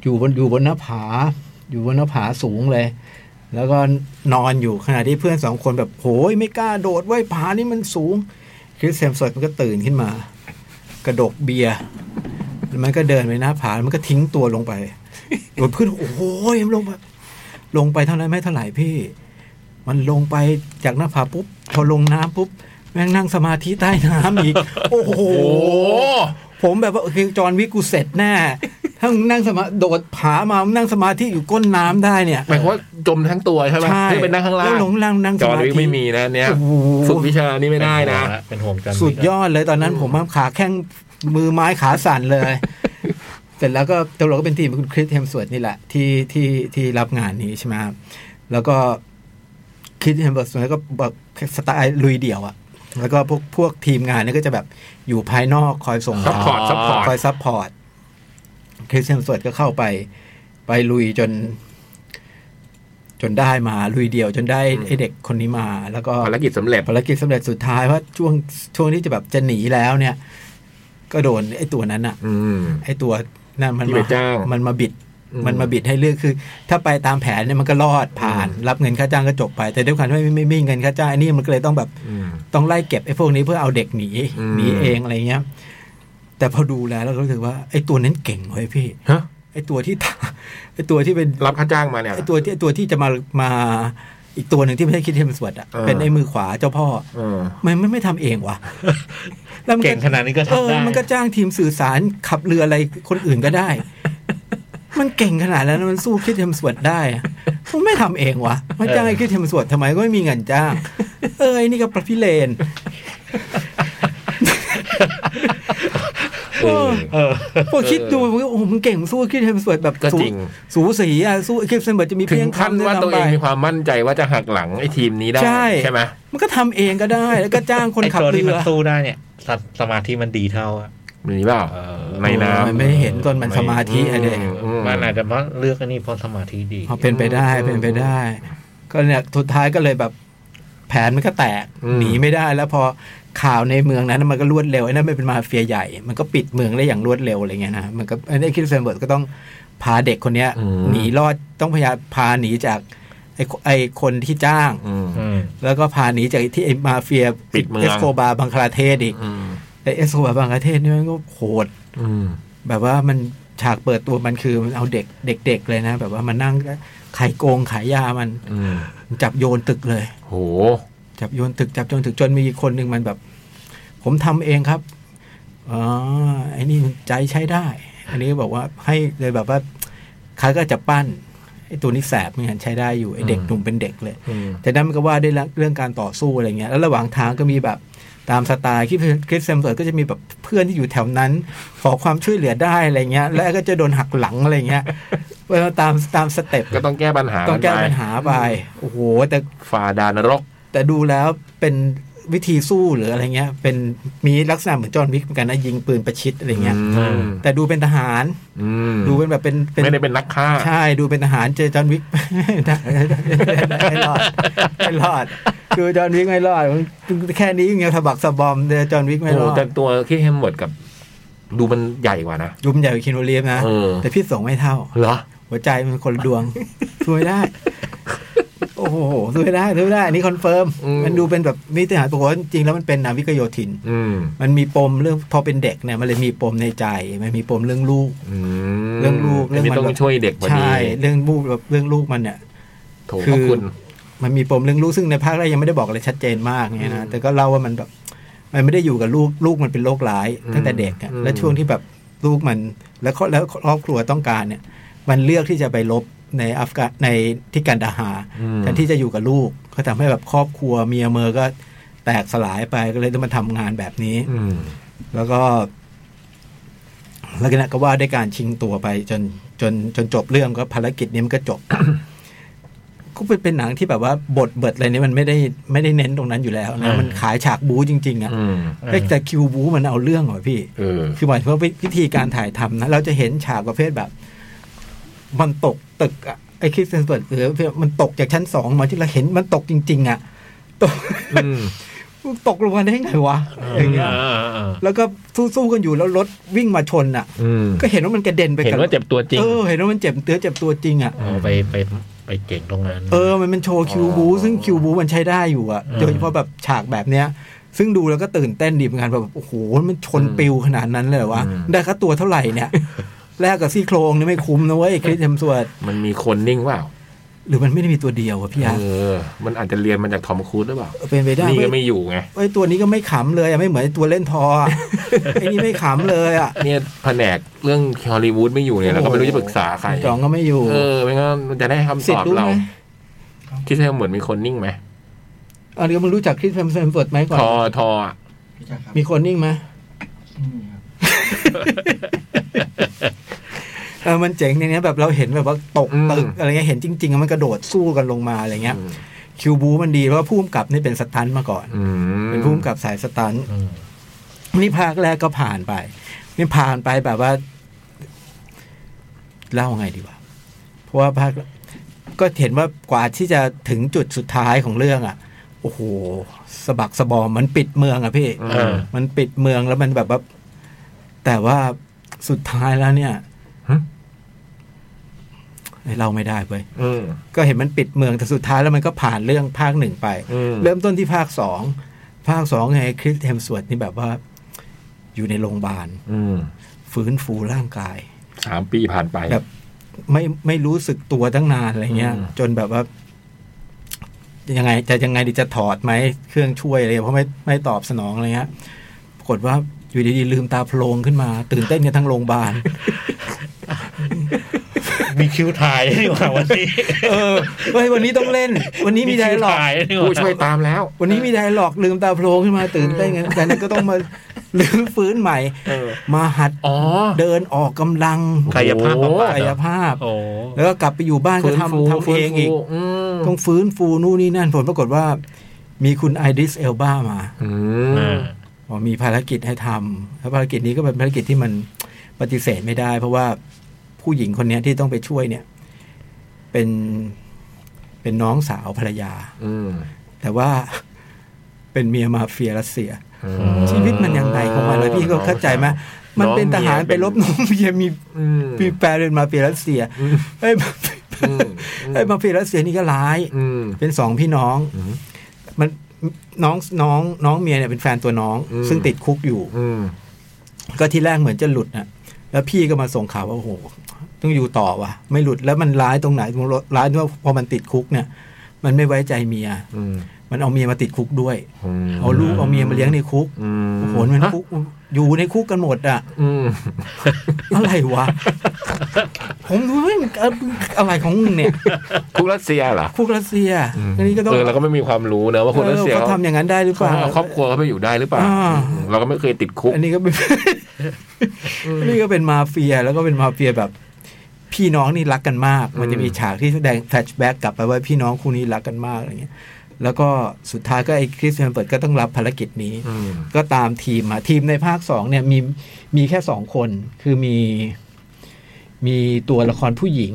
อยู่บนอยู่บนหน้าผา อยู่บนหน้าผาสูงเลย แล้วก็นอนอยู่ขณะที่เพื่อนสองคนแบบโหยไม่กล้าโดดเว้ยผานี่มันสูง คริสแซมสดมันก็ตื่นขึ้นมา กระดกเบียร์แล้วมันก็เดินไปหน้าผาแล้วมันก็ทิ้งตัวลงไป โดนเพื่อนโอ้โหมันลงไปลงไปเท่านั้นไม่เท่าไหร่พี่ มันลงไปจากหน้าผาปุ๊บพอลงน้ำปุ๊บแม่งนั่งสมาธิใต้น้ำอีก โอ้โห ผมแบบว่าคือจอห์นวิกกูเสร็จแน่ ถ้ามึงนั่งสมาโดดผามามึงนั่งสมาธิอยู่ก้นน้ำได้เนี่ย
หมายความว่าจมทั้งตัวใช่ไหมให้ไปนั่งข้างล่า
แล้
ง
วหลงล่างนั่งส
จอห์น
มา
วิก
ธิ
ไม่มีนะเนี่ย
โอ้โห
ฝึกวิชานี้ไม่ได้นะ
เป็นห่วงจัน
สุดยอดเลยตอนนั้นผมขาแข้งมือไม้ขาสั่นเลย เสร็จแล้วก็ตลกก็เป็นทีมคุณคริสเฮมสวดนี่แหละ ที่ที่ที่รับงานนี้ใช่ไหมครับแล้วก็คริสเฮมสวดแล้วก็แบบสไตล์ลุยเดี่ยวอะแล้วก็พวกพวกทีมงานเนี่ยก็จะแบบอยู่ภายนอกคอยส่ง
ซัพพอร์ตซัพพอร์ต
คอยซัพพอร์ตคริสเ s นสวดก็เข้าไป ไปลุยจน จนได้มา ลุยเดียวจนได้ไอเด็กคนนี้มา แล้วก็
ภารกิจสำเร็จ
ภารกิจสำเร็จสุดท้ายเพราะช่วงช่วงที่จะแบบจะหนีแล้วเนี่ย ก็โดนไอ้ตัวนั้นอะ
อืม
ไอ้ตัวนั่นมัน
ที่ไป
มา
จ้าง
มันมาบิด
อืม
มันมาบิดให้เลือกคือ ถ้าไปตามแผนเนี่ยมันก็รอดผ่าน รับเงินค่าจ้างก็จบไป แต่ด้วยความที่ไม่ไม่ไม่มีเงินค่าจ้างไอ้นี่มันก็เลยต้องแบบ
อืม
ต้องไล่เก็บไอ้พวกนี้เพื่อเอาเด็กหนี
อืม
หนีเองอะไรเงี้ย แต่พอดูแล้วเราก็รู้สึกว่าไอ้ตัวนั้นเก่งเว้ยพี่
ฮะ
ไอ้ตัวที่ ไอ้ตัวที่เป็น
รับค่าจ้างมาเนี่ย
ไอตัวที่ไอ้ตัวที่จะมามาอีกตัวหนึ่งที่ไม่ใช่คิดเทมสวดอ่ะ
เออ
เป็นไอ้มือขวาเจ้าพ่อ
เออ
มันไม่ไม่ทำเองวะแล้วมัน
เก่งขนาดนี้ก็
เออ
ทำได้
มันก็จ้างทีมสื่อสารขับเรืออะไรคนอื่นก็ได้ มันเก่งขนาดนั้นมันสู้คิดเทมสวดได้อะมันไม่ทำเองวะมาจ้างไอ้คิดเทมสวดทำไมก็ไม่มีเงินจ้าง เออไอ้นี่ก็ประพิเรน
เออ
เออ
พอคิดดูมันก็โอ้โหมันเก่งสู้คิดเทมสวดแบบ
ก็จริง
สูสีอะสู้คิดเทมสวดจะมี
ถึ
เพีย
ง
ง
ขั้น
คำ
ว่า
ด้ย
ตัว
ซ้ำ
เอ
ไป
งมีความมั่นใจว่าจะหักหลังไอ้ทีมนี้ได้
ใช่
ใช่ไหม
มันก็ทำเองก็ได้ แล้วก็จ้างคน
ไอ้
ขับ
ตัว
เรื
ที่มัน
อ
สู้ได้เนี่ยสสมาธิมันดีเท่าอะ
มีเปล่าในน้ำ
มันไม่เห็นจนมันสมาธิอะไร
มม
มันอาจจะเพราะเลือกอันนี้เพราะสมาธิดี
เอาเป็นไปได้เป็นไปได้ ก็เนี่ยสุดท้ายก็เลยแบบแผนมันก็แตก
อืม
หนีไม่ได้แล้วพอข่าวในเมืองนั้นมันก็รวดเร็วไอ้นั่นมันเป็นมาเฟียใหญ่ มันก็ปิดเมืองได้อย่างรวดเร็วอะไรเงี้ยนะมันก็ไอ้นี่คริสเซนเบิร์ดก็ต้องพาเด็กคนเนี้ย หนีรอดต้องพยายามพาหนีจากไอ้คไอ้คนที่จ้าง
อืม
อืม
แล้วก็พาหนีจากที่ไอ้มาเฟีย
ปิดเมือง
เอสโคบาร์บังคลาเทศอีก
อืม
ไอ้เอสโคบาร์บังคลาเทศนี่มันก็โหด
อืม
แบบว่ามันฉากเปิดตัวมันคือมันเอาเด็กเด็ก ๆ เลยนะ แบบว่ามันนั่งขายโกงขายยามัน
อืม
จับโยนตึกเลย
โห
จับโยนตึกจับโยนตึกจนมีคนหนึ่งมันแบบ ผมทำเองครับอ๋อไอ้นี่ใจใช้ได้ อันนี้บอกว่าให้เลยแบบว่าใครก็จะปั้นไอ้ตัวนี้แสบเหมือนกันใช้ได้อยู่ไอ้เด็ก
อืม
หนุ่มเป็นเด็กเลย
อืม
แต่นั้นมันก็ว่าได้วยเรื่องการต่อสู้อะไรเงี้ย แล้วระหว่างทางก็มีแบบตามสไตล์คริสคริสแซมเปิร์ดก็จะมีแบบเพื่อนที่อยู่แถวนั้น ขอความช่วยเหลือได้อะไรเงี้ย แล้วก็จะโดนหักหลังอะไรเงี้ย เวลาตามตามสเต็ป
ก็ต้องแก้ปัญหา
ต้องแก้ปัญหาไป โอ้โห แต่
ฝ่าดานรก
แต่ดูแล้วเป็นวิธีสู้หรืออะไรเงี้ย เป็นมีลักษณะเหมือนจอห์นวิกเหมือนกันนะยิงปืนประชิดอะไรเงี้ย
อืม
แต่ดูเป็นทหาร
อืม
ดูเป็นแบบเป็นเป็น
ไม่ได้เป็นนักฆ่า
ใช่ ดูเป็นทหารเจอจอห์นวิก ไม่รอดไม่รอด คือจอห์นวิกไม่รอด แค่นี้ยังสะบักสะบอมเจอจอห์นวิกไม่รอ
โอ้
ด
แต่ตัวคิดเฮมเวิร์ดกับ ดูมันใหญ่กว่านะ
ยุมใหญ่กว่าคินโนเรียมนะ
เออ
แต่พี่สงไม่เท่า
เหรอ
หัวใจมันคนละดวงสู้ไม่ได้ โอ้โหสู้ไม่ได้สู้ไม่ได้ อันนี้คอนเฟิร์ม
อืม
มันดูเป็นแบบนี่ทหารปกติจริงๆแล้วมันเป็นนาวิกโยธิน
อืม
มันมีปมเรื่องพอเป็นเด็กเนี่ยมันเลยมีปมในใจ มันมีปมเรื่องลูก
อืม
เรื่องลูกเรื่
อั
อนง
นี้
มัน
ต้อง
แบบ
ช่วยเด็กพอดี
ใช่ เรื่องลูกแบบเรื่องลูกมันเนี่ย
โถขอบคุณ
มันมีปมเรื่องลูกซึ่งในภาคแรกยังไม่ได้บอกอะไรชัดเจนมากเนี่ยนะแต่ก็เล่าว่ามันแบบ มันไม่ได้อยู่กับลูกลูกมันเป็นโรคร้าย
อืม
ตั้งแต่เด็กอะ
อืม
และช่วงที่แบบลูกมัน แล้วครอบแล้วครอบครัวต้องการเนี่ย มันเลือกที่จะไปลบในอัฟกานในที่กันดาฮา
อืม
แทนที่จะอยู่กับลูกก็ทำให้แบบครอบครัวเมียเมอก็แตกสลายไปก็เลยต้องมาทำงานแบบนี้
อืม
แล้วก็ แล้วก็นะก็ว่าได้วยการชิงตัวไปจนจนจนจบเรื่องก็ภารกิจนี้มันก็จบ ก็เป็นเป็นหนังที่แบบว่าบทเบิดอะไรเนี้มันไม่ได้ไม่ได้เน้นตรงนั้นอยู่แล้วนะ
อ่ามั
มันขายฉากบู๊จริง ๆอะ
อืม
แต่แต่คิวบู๊มันเอาเรื่องเหรอพี่
เออ
คือหมายถึงว่าวิธีการถ่ายทำนะ เราจะเห็นฉากประเภทแบบ มันตกตึกอะไอ้คริสเตนเปิดหรือมันตกจากชั้นสองมาที่เราเห็นมันตกจริง ๆอะ ตก
อืม
ตกลงมาได้ไงวะอย่างเงี้ย
อ่าอ่าอ่า
แล้วก็สู้ๆกันอยู่แล้วรถวิ่งมาชนอ่ะ
อืม
ก็เห็นว่ามันกระเด็นไป
เห็น
กับ
ว่าเจ็บตัวจริง
เออเห็นว่ามันเจ็บเตือเจ็บตัวจริงอ่ะ
เอาไปไปไปเก่งตรงนั้น
เออมันเป็นโชว์คิวบู ซึ่งคิวบูมันใช้ได้อยู่อ่ะ
อืม
โดยเฉพาะแบบฉากแบบเนี้ย ซึ่งดูแล้วก็ตื่นเต้นดีเหมือนกันแบบโอ้โหมันชนปิวขนาดนั้นเลยเหรอวะ
อืม
ได้ค่าตัวเท่าไห ร่เนี่ย แลกกับซี่โครงนี่ไม่คุ้มนะเว้ยคริสเฮมสวด
มันมีคนนิ่งเปล่า
หรือมันไม่ได้มีตัวเดียวอะพี่อาร์
เออ มันอาจจะเรียนมาจากทอมครูซหรือเปล่า
เป็นไปได้
นี่ก็
เว้ย
ไม่อยู่ไง
เอ้ยตัวนี้ก็ไม่ขำเลยอะไม่เหมือนไอ้ตัวเล่นทออะ ไอ้นี่ไม่ขำเลยอะ
เนี่ยแผนกเรื่องฮอลลีวูดไม่อยู่เนี่ยเราก็ไม่รู้จะปรึกษาใคร
จองก็ไม่อยู่
เออไม่งั้นมันจะได้คำ
สิ
ต
ท
อบ
ธิ์รู้
เรา
ไหม
คิดว่าเหมือนมีคนนิ่งไหม
อันนี้มึงรู้จักคริสแฮมเซนเฟิร์ดไหมก่อน
ทอทออะ
พี่แจ๊คครับ
มีคนนิ่งไหม
ไม่มีครับ
เออมันเจ๋งในเนี้ยแบบเราเห็นแบบว่าตกตึกอะไรเงี้ยเห็นจริงๆอะมันกระโดดสู้กันลงมาอะไรเงี้ย คิวบูมันดีเพราะผู้กำกับนี่เป็นสตันท์มาก่อน
อืม
เป็นผู้กำกับสายสตันท์
อืม
นี่ภาคแรกก็ผ่านไป นี่ผ่านไปแบบว่าเล่าไงดีวะเพราะว่าภาคก็เห็นว่ากว่าที่จะถึงจุดสุดท้ายของเรื่องอ่ะ โอ้โหสะบักสะบอมมันปิดเมืองอ่ะพี่
อืม
เออ
มันปิดเมืองแล้วมันแบบว่าแต่ว่าสุดท้ายแล้วเนี่ยเอ้ยเราไม่ได้เว้ย
อืม
ก็เห็นมันปิดเมืองแต่สุดท้ายแล้วมันก็ผ่านเรื่องภาคหนึ่งไป
อืม
เริ่มต้นที่ภาคสองภาคสองไงคริสเฮมสวดนี่แบบว่า อยู่ในโรงพยาบาล
อืม
ฟื้นฟูร่างกาย
สามปีผ่านไป
แบบ ไม่ไม่รู้สึกตัวตั้งนานอะไรเงี้ย
อืม
จนแบบว่า ยังไงจะยังไงดีจะถอดไหมเครื่องช่วยอะไรเพราะไม่ไม่ตอบสนองอะไรเงี้ยปรากฏว่าอยู่ดีๆลืมตาโพลงขึ้นมา ตื่นเต้นกันทั้งโรงพยาบาล
มีคิวถ่ายนี่หว่าวันนี้
เออเฮ้ยวันนี้ต้องเล่น วันนี้มีได
คิว
ร์ล็อก
ถ่ายนี่หว่า
ผู้ช่วยตามแล้ว
วันนี้มีไดร์ล็อกลืมตาโพลงขึ้นมาตื่นเต้นกันแต่นั้นก็ต้องมา ลื้อฟื้นใหม่
เออ
มาหัด
อ๋อ
เดินออกกำลัง
กายภาพบำบัด
กายภาพ
โอ้
แล้วก็กลับไปอยู่บ้านก็
ฟื้นฟู
ทำทำ
ฟื้น
เอง
ฟู
อีก
อืม
ต้องฟื้นฟูนู่นนี่นั่นผลปรากฏว่า มีคุณไอดิสเอลบ้ามา
อื
อ่าม
บอกมีภารกิจให้ทำแล้วภารกิจนี้ก็เป็นภารกิจที่มันปฏิเสธไม่ได้ เพราะว่าผู้หญิงคนเนี้ยที่ต้องไปช่วยเนี่ย เป็นเป็นน้องสาวภรรยา
อืม
แต่ว่าเป็นเมียมาเฟียรัสเซีย
อืม
ชีวิตมันยังไงของมันเลยพี่ก็เข้าใจไหมมันเป็นทหารไปรบน้องเมีย มี
อืม
ปีแปลเป็นมาเฟียรัสเซีย
อืม
ไอ้ย
อืม
ไอ้มาเฟียรัสเซียนี่ก็ร้าย
อืม
เป็นสองพี่น้อง
อืม
มันน้องน้องน้องเมียเนี่ยเป็นแฟนตัวน้อง
อืม
ซึ่งติดคุกอยู่
อืม
ก็ที่แรกเหมือนจะหลุดนะแล้วพี่ก็มาส่งข่าวว่าโอ้โหต้องอยู่ต่อว่ะ ไม่หลุดแล้วมันร้ายตรงไหนมันร้ายที่ว่าพอมันติดคุกเนี่ย มันไม่ไว้ใจเมีย
อืม
มันเอาเมียมาติดคุกด้วย
ม
เอาลูกเอาเมียมาเลี้ยงในคุก
อืม
โอ้โหมันคุกอยู่ในคุกกันหมดอ่ะ
อืม
อะไร วะ ผมดูว่ามันอะไรของมึงเนี่ย
คุกรัสเซียเหรอ
คุกรัสเซียอันนี้ก็ต้อง
เออเราก็ไม่มีความรู้นะว่าคุกรัสเซีย
ออเขาทำอย่างนั้นได้หรือเป
เขา
ล่า
เอาครอบครัวเขาไปอยู่ได้หรือเปล่า
อ่า
อืมเราก็ไม่เคยติดคุก
อันนี้ก็ เป็น อันนี่ก็เป็นมาเฟียแล้วก็เป็นมาเฟียแบบ พี่น้องนี่รักกันมาก มันจะมีฉากที่แสดงแฟลชแบ็กกลับไปว่าพี่น้องคู่นี้รักกันมากอะไรเงี้ย แล้วก็สุดท้ายก็ไอ้คริสเฮมเปิดก็ต้องรับภารกิจนี้
อืม
ก็ตามทีมมาทีมในภาคสองเนี่ยมีมีแค่สองคนคือมีมีตัวละครผู้หญิง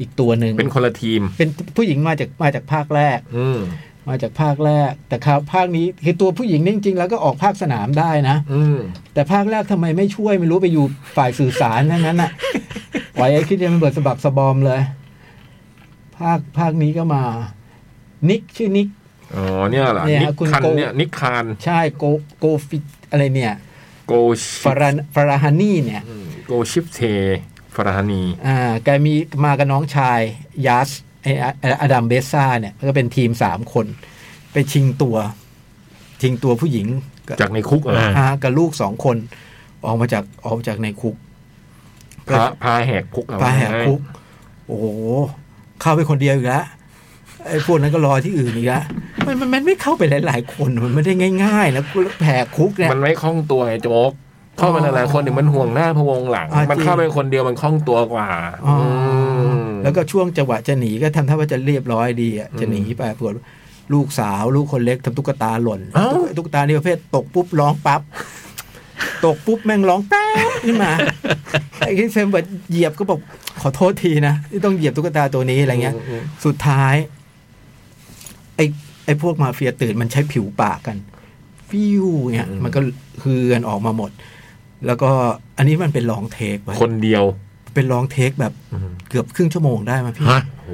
อีกตัวหนึ่ง
เป็นคนละทีม
เป็นผู้หญิงมาจากมาจากภาคแรก
อืม
มาจากภาคแรก แต่คราวภาคนี้คือตัวผู้หญิงเนี่ยจริงๆ แล้วก็ออกภาคสนามได้นะ
อืม
แต่ภาคแรกทำไมไม่ช่วยไม่รู้ไปอยู่ฝ่ายสื่อสารทั้งนั้นน่ะ ปล่อยไอ้คริดเตียนมันเบิดสะบักสะบอมเลย ภาคภาคนี้ก็มา นิกชื่อนิก
อ๋อเนี่ยเหรอ
เนี่ย
นิ
คุณ
คัน
โก
เนี่ยนิคาน
ใช่โกโกฟิตอะไรเนี่ย
โกชิ
ฟาราฟาราฮานี่เนี่ย
อืมโกชิปเทฟาราฮานี
อ่าแกมีมากับน้องชายยัสไออะอดัมเบซ่าเนี่ยก็เป็นทีมสามคน ไปชิงตัว ชิงตัวผู้หญิงกับ
จากในคุกเหรอ
อ่า
ฮะกับลูกสองคนออกมาจากออกมาจากในคุก
พระพาแหกคุกเอ
พาแหกคุก โอ้โหเข้าไปคนเดียวอีกแล้วไอ้พวกนั้นก็รอที่อื่นอีกแล้วมันมันมันไม่เข้าไปหลาย ๆ คนมันไม่ได้ง่าย ๆ นะแผกคุกเนี่ย
มันไม่คล่องตัวไงโจ๊กเข้ามาหลายๆคนหนึ่งมันห่วงหน้าพะวงหลัง
อ่า
มัน
จริง
เข้าไปคนเดียวมันคล่องตัวกว่า
อ๋ออ
ม
แล้วก็ช่วงจังหวะจะหนีก็ทำท่าว่าจะเรียบร้อยดีอะจะหนีไปปรากฏลูกสาว ลูกคนเล็กทำตุ๊กตาหล่น
เอ้า
ตุ๊กตุ๊กตานี่ประเภทตกปุ๊บร้องปั๊บตกปุ๊บแม่งร้องแป๊บขึ้นมาไอ้คริสเซมเบิร์ตเหยียบก็บอกขอโทษทีนะที่ต้องเหยียบตุ๊กตาตัวนี้อะไรเงี้ย
อืม
สุดท้ายไอ้ไอ้พวกมาเฟียตื่นมันใช้ผิวปากกัน ฟิวเนี่ยมันก็ฮือกันออกมาหมด แล้วก็อันนี้มันเป็นลองเทคไว้ย
คนเดียว
เป็นลองเทคแบบเกือบครึ่งชั่วโมงได้มาพี่
ฮะ
โห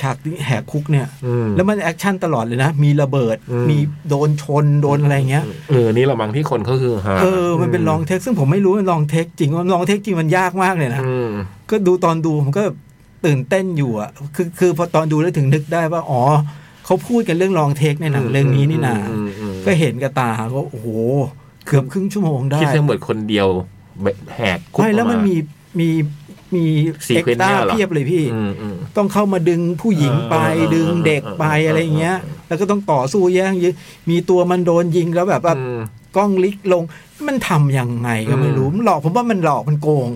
ฉากที่แหกคุกเนี่ย
อืม
แล้วมันแอคชั่นตลอดเลยนะ มีระเบิด
อืม
มีโดนชน โดนอะไรเงี้ย
เออนี่เราบางที่คนเขาคือฮา
เออ มันเป็นลองเทคซึ่งผมไม่รู้มันลองเทคจริงว่าลองเทคจริงมันยากมากเลยนะ
อืม
ก็ดูตอนดูผมก็ ตื่นเต้นอยู่อ่ะคือคือพอตอนดูแล้วถึงนึกได้ว่าอ๋อเขาพูดกันเรื่องลองเทคในหนังเรื่องนี้นี่นา
อืมอืมอืม
ก็เห็นกับตาก็โอ้โหเกือบครึ่งชั่วโมงได้
คิดทั้งหมดคนเดียวแบบแหกคุก
ไม่แล้วมัน
ออกา
มีมีมีเอ็ก
Sequence
ต้า
เนี่ยเหรอ
เพียบเลยพี่
อืมอืม
ต้องเข้ามาดึงผู้หญิงไป
เออ
ดึงเด็กไป
เออเออ
อะไรอย่างเงี้ย
เออ
แล้วก็ต้องต่อสู้แย่งยื้อมีตัวมันโดนยิงแล้วแบบว่า
อืม
กล้องลิกลง มันทำยังไงก็ไม่รู้
อืม
มันหลอกผมว่ามันหลอกมันโกง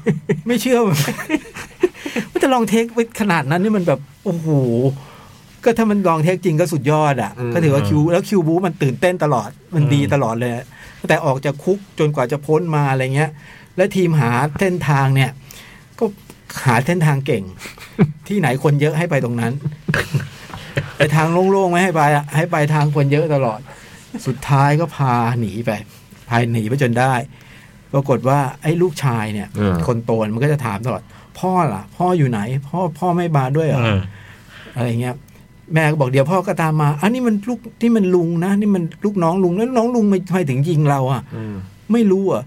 ไม่เชื่อ มันมันจะลองเทคไว้ขนาดนั้นนี่มันแบบโอ้โหก็ถ้ามันลองเทคจริงก็สุดยอดอ่ะ ก็ถือว่าคิวแล้วคิวบูมันตื่นเต้นตลอดมันดีตลอดเลยแต่ออกจากคุกจนกว่าจะพ้นมาอะไรเงี้ย และทีมหาเส้นทางเนี่ย ก็หาเส้นทางเก่ง ที่ไหนคนเยอะให้ไปตรงนั้น ไปทางโล่งๆไม่ให้ไปอะให้ไปทางคนเยอะตลอด สุดท้ายก็พาหนีไปพาหนีไปจนได้ ปรากฏว่าไอ้ลูกชายเนี่ย
เออ
คนโตมันก็จะถามตลอด พ่อล่ะ พ่ออยู่ไหน พ่อพ่อไม่มาด้วยเหรอ
อ่า
อะไรเงี้ยแม่ก็บอกเดี๋ยวพ่อก็ตามมา อันนี้มันลูกที่มันลุงนะ นี่มันลูกน้องลุงแล้วน้องลุงทำไมถึงยิงเราอ่ะ
อืม
ไม่รู้อ่ะ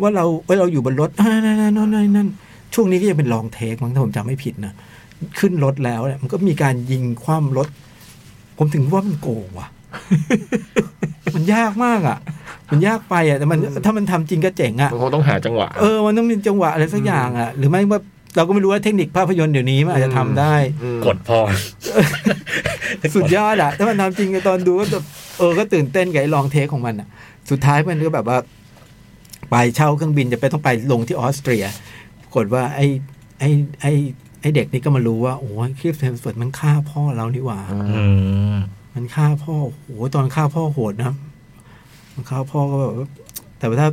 ว่าเราว่าเราอยู่บนรถอ่านั่นนั่นนั่นนั่นนั่นช่วงนี้ก็จะเป็นลองเทคมั้งถ้าผมจำไม่ผิดนะ ขึ้นรถแล้วเนี่ยมันก็มีการยิงคว่ำรถ ผมถึงว่ามันโกงว่ะ มันยากมากอ่ะ มันยากไปอ่ะแต่มันถ้ามันทำจริงก็เจ๋งอ่ะ
มันคงต้องหาจังหวะ
เออ มันต้องมีจังหวะอะไรสักอย่างอ่ะ หรือไม่ว่าเราก็ไม่รู้ว่าเทคนิคภาพยนตร์เดี๋ยวนี้มันอาจจะทำได้
อืม
กดพอ
สุดยอดอะถ้ามันทำจริงตอนดูก็แบบเออก็ตื่นเต้นกับไอ้ลองเทคของมันอะสุดท้ายมันก็แบบว่า ไปเช่าเครื่องบินจะไปต้องไปลงที่ออสเตรียปรากฏว่าไอ้ไอ้ไอ้ไอ้เด็กนี่ก็มารู้ว่าโอ้ยคริสเทมสวดมันฆ่าพ่อเรานี่หว่า
อืม
มันฆ่าพ่อโอ้โหตอนฆ่าพ่อโหดนะ มันฆ่าพ่อก็แบบว่าแต่ว่าถ้า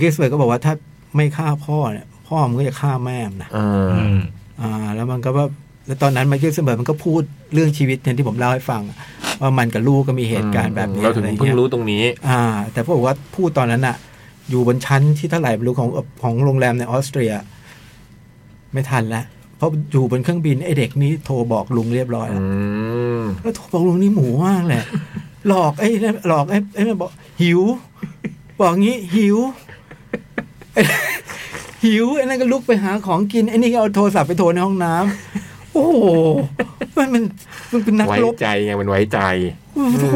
คริสเทมสวดก็บอกว่าถ้าไม่ฆ่าพ่อเนี่ย พ่อมันก็จะฆ่าแม่มนนะ
เออ
อืม
อ่าแล้วมันก็ว่าแล้วตอนนั้นไมเคิลเสมอมันก็พูดเรื่องชีวิตเนี่ยที่ผมเล่าให้ฟังอะว่ามันกับลูกก็มีเหตุการณ์แบบนี้
เราถึง
อะไร
เพิ่ง
เงี้ย
รู้ตรงนี้
อ่า แต่พวกบอกว่าพูดตอนนั้นอะอยู่บนชั้นที่เท่าไหร่ไม่รู้ของของโรงแรมในออสเตรีย ไม่ทันแล้วเพราะอยู่บนเครื่องบินไอเด็กนี้โทรบอกลุงเรียบร้อยแล้ว
อืม
แล้วโทรบอกลุงนี่หมูมากแหละ หลอกไอ้นั่นหลอกไอ้ไอ้นั่นบอก หิว บอกงี้หิว ไอ้หิวไอ้นั่นก็ลุกไปหาของกินไอ้นี่ก็เอาโทรศัพท์ไปโทรในห้องน้ำ โอ้โหมันมันมันเป็นนัก
ไว้
รบ
ใจไงมันไว้ใจ
โอ้โห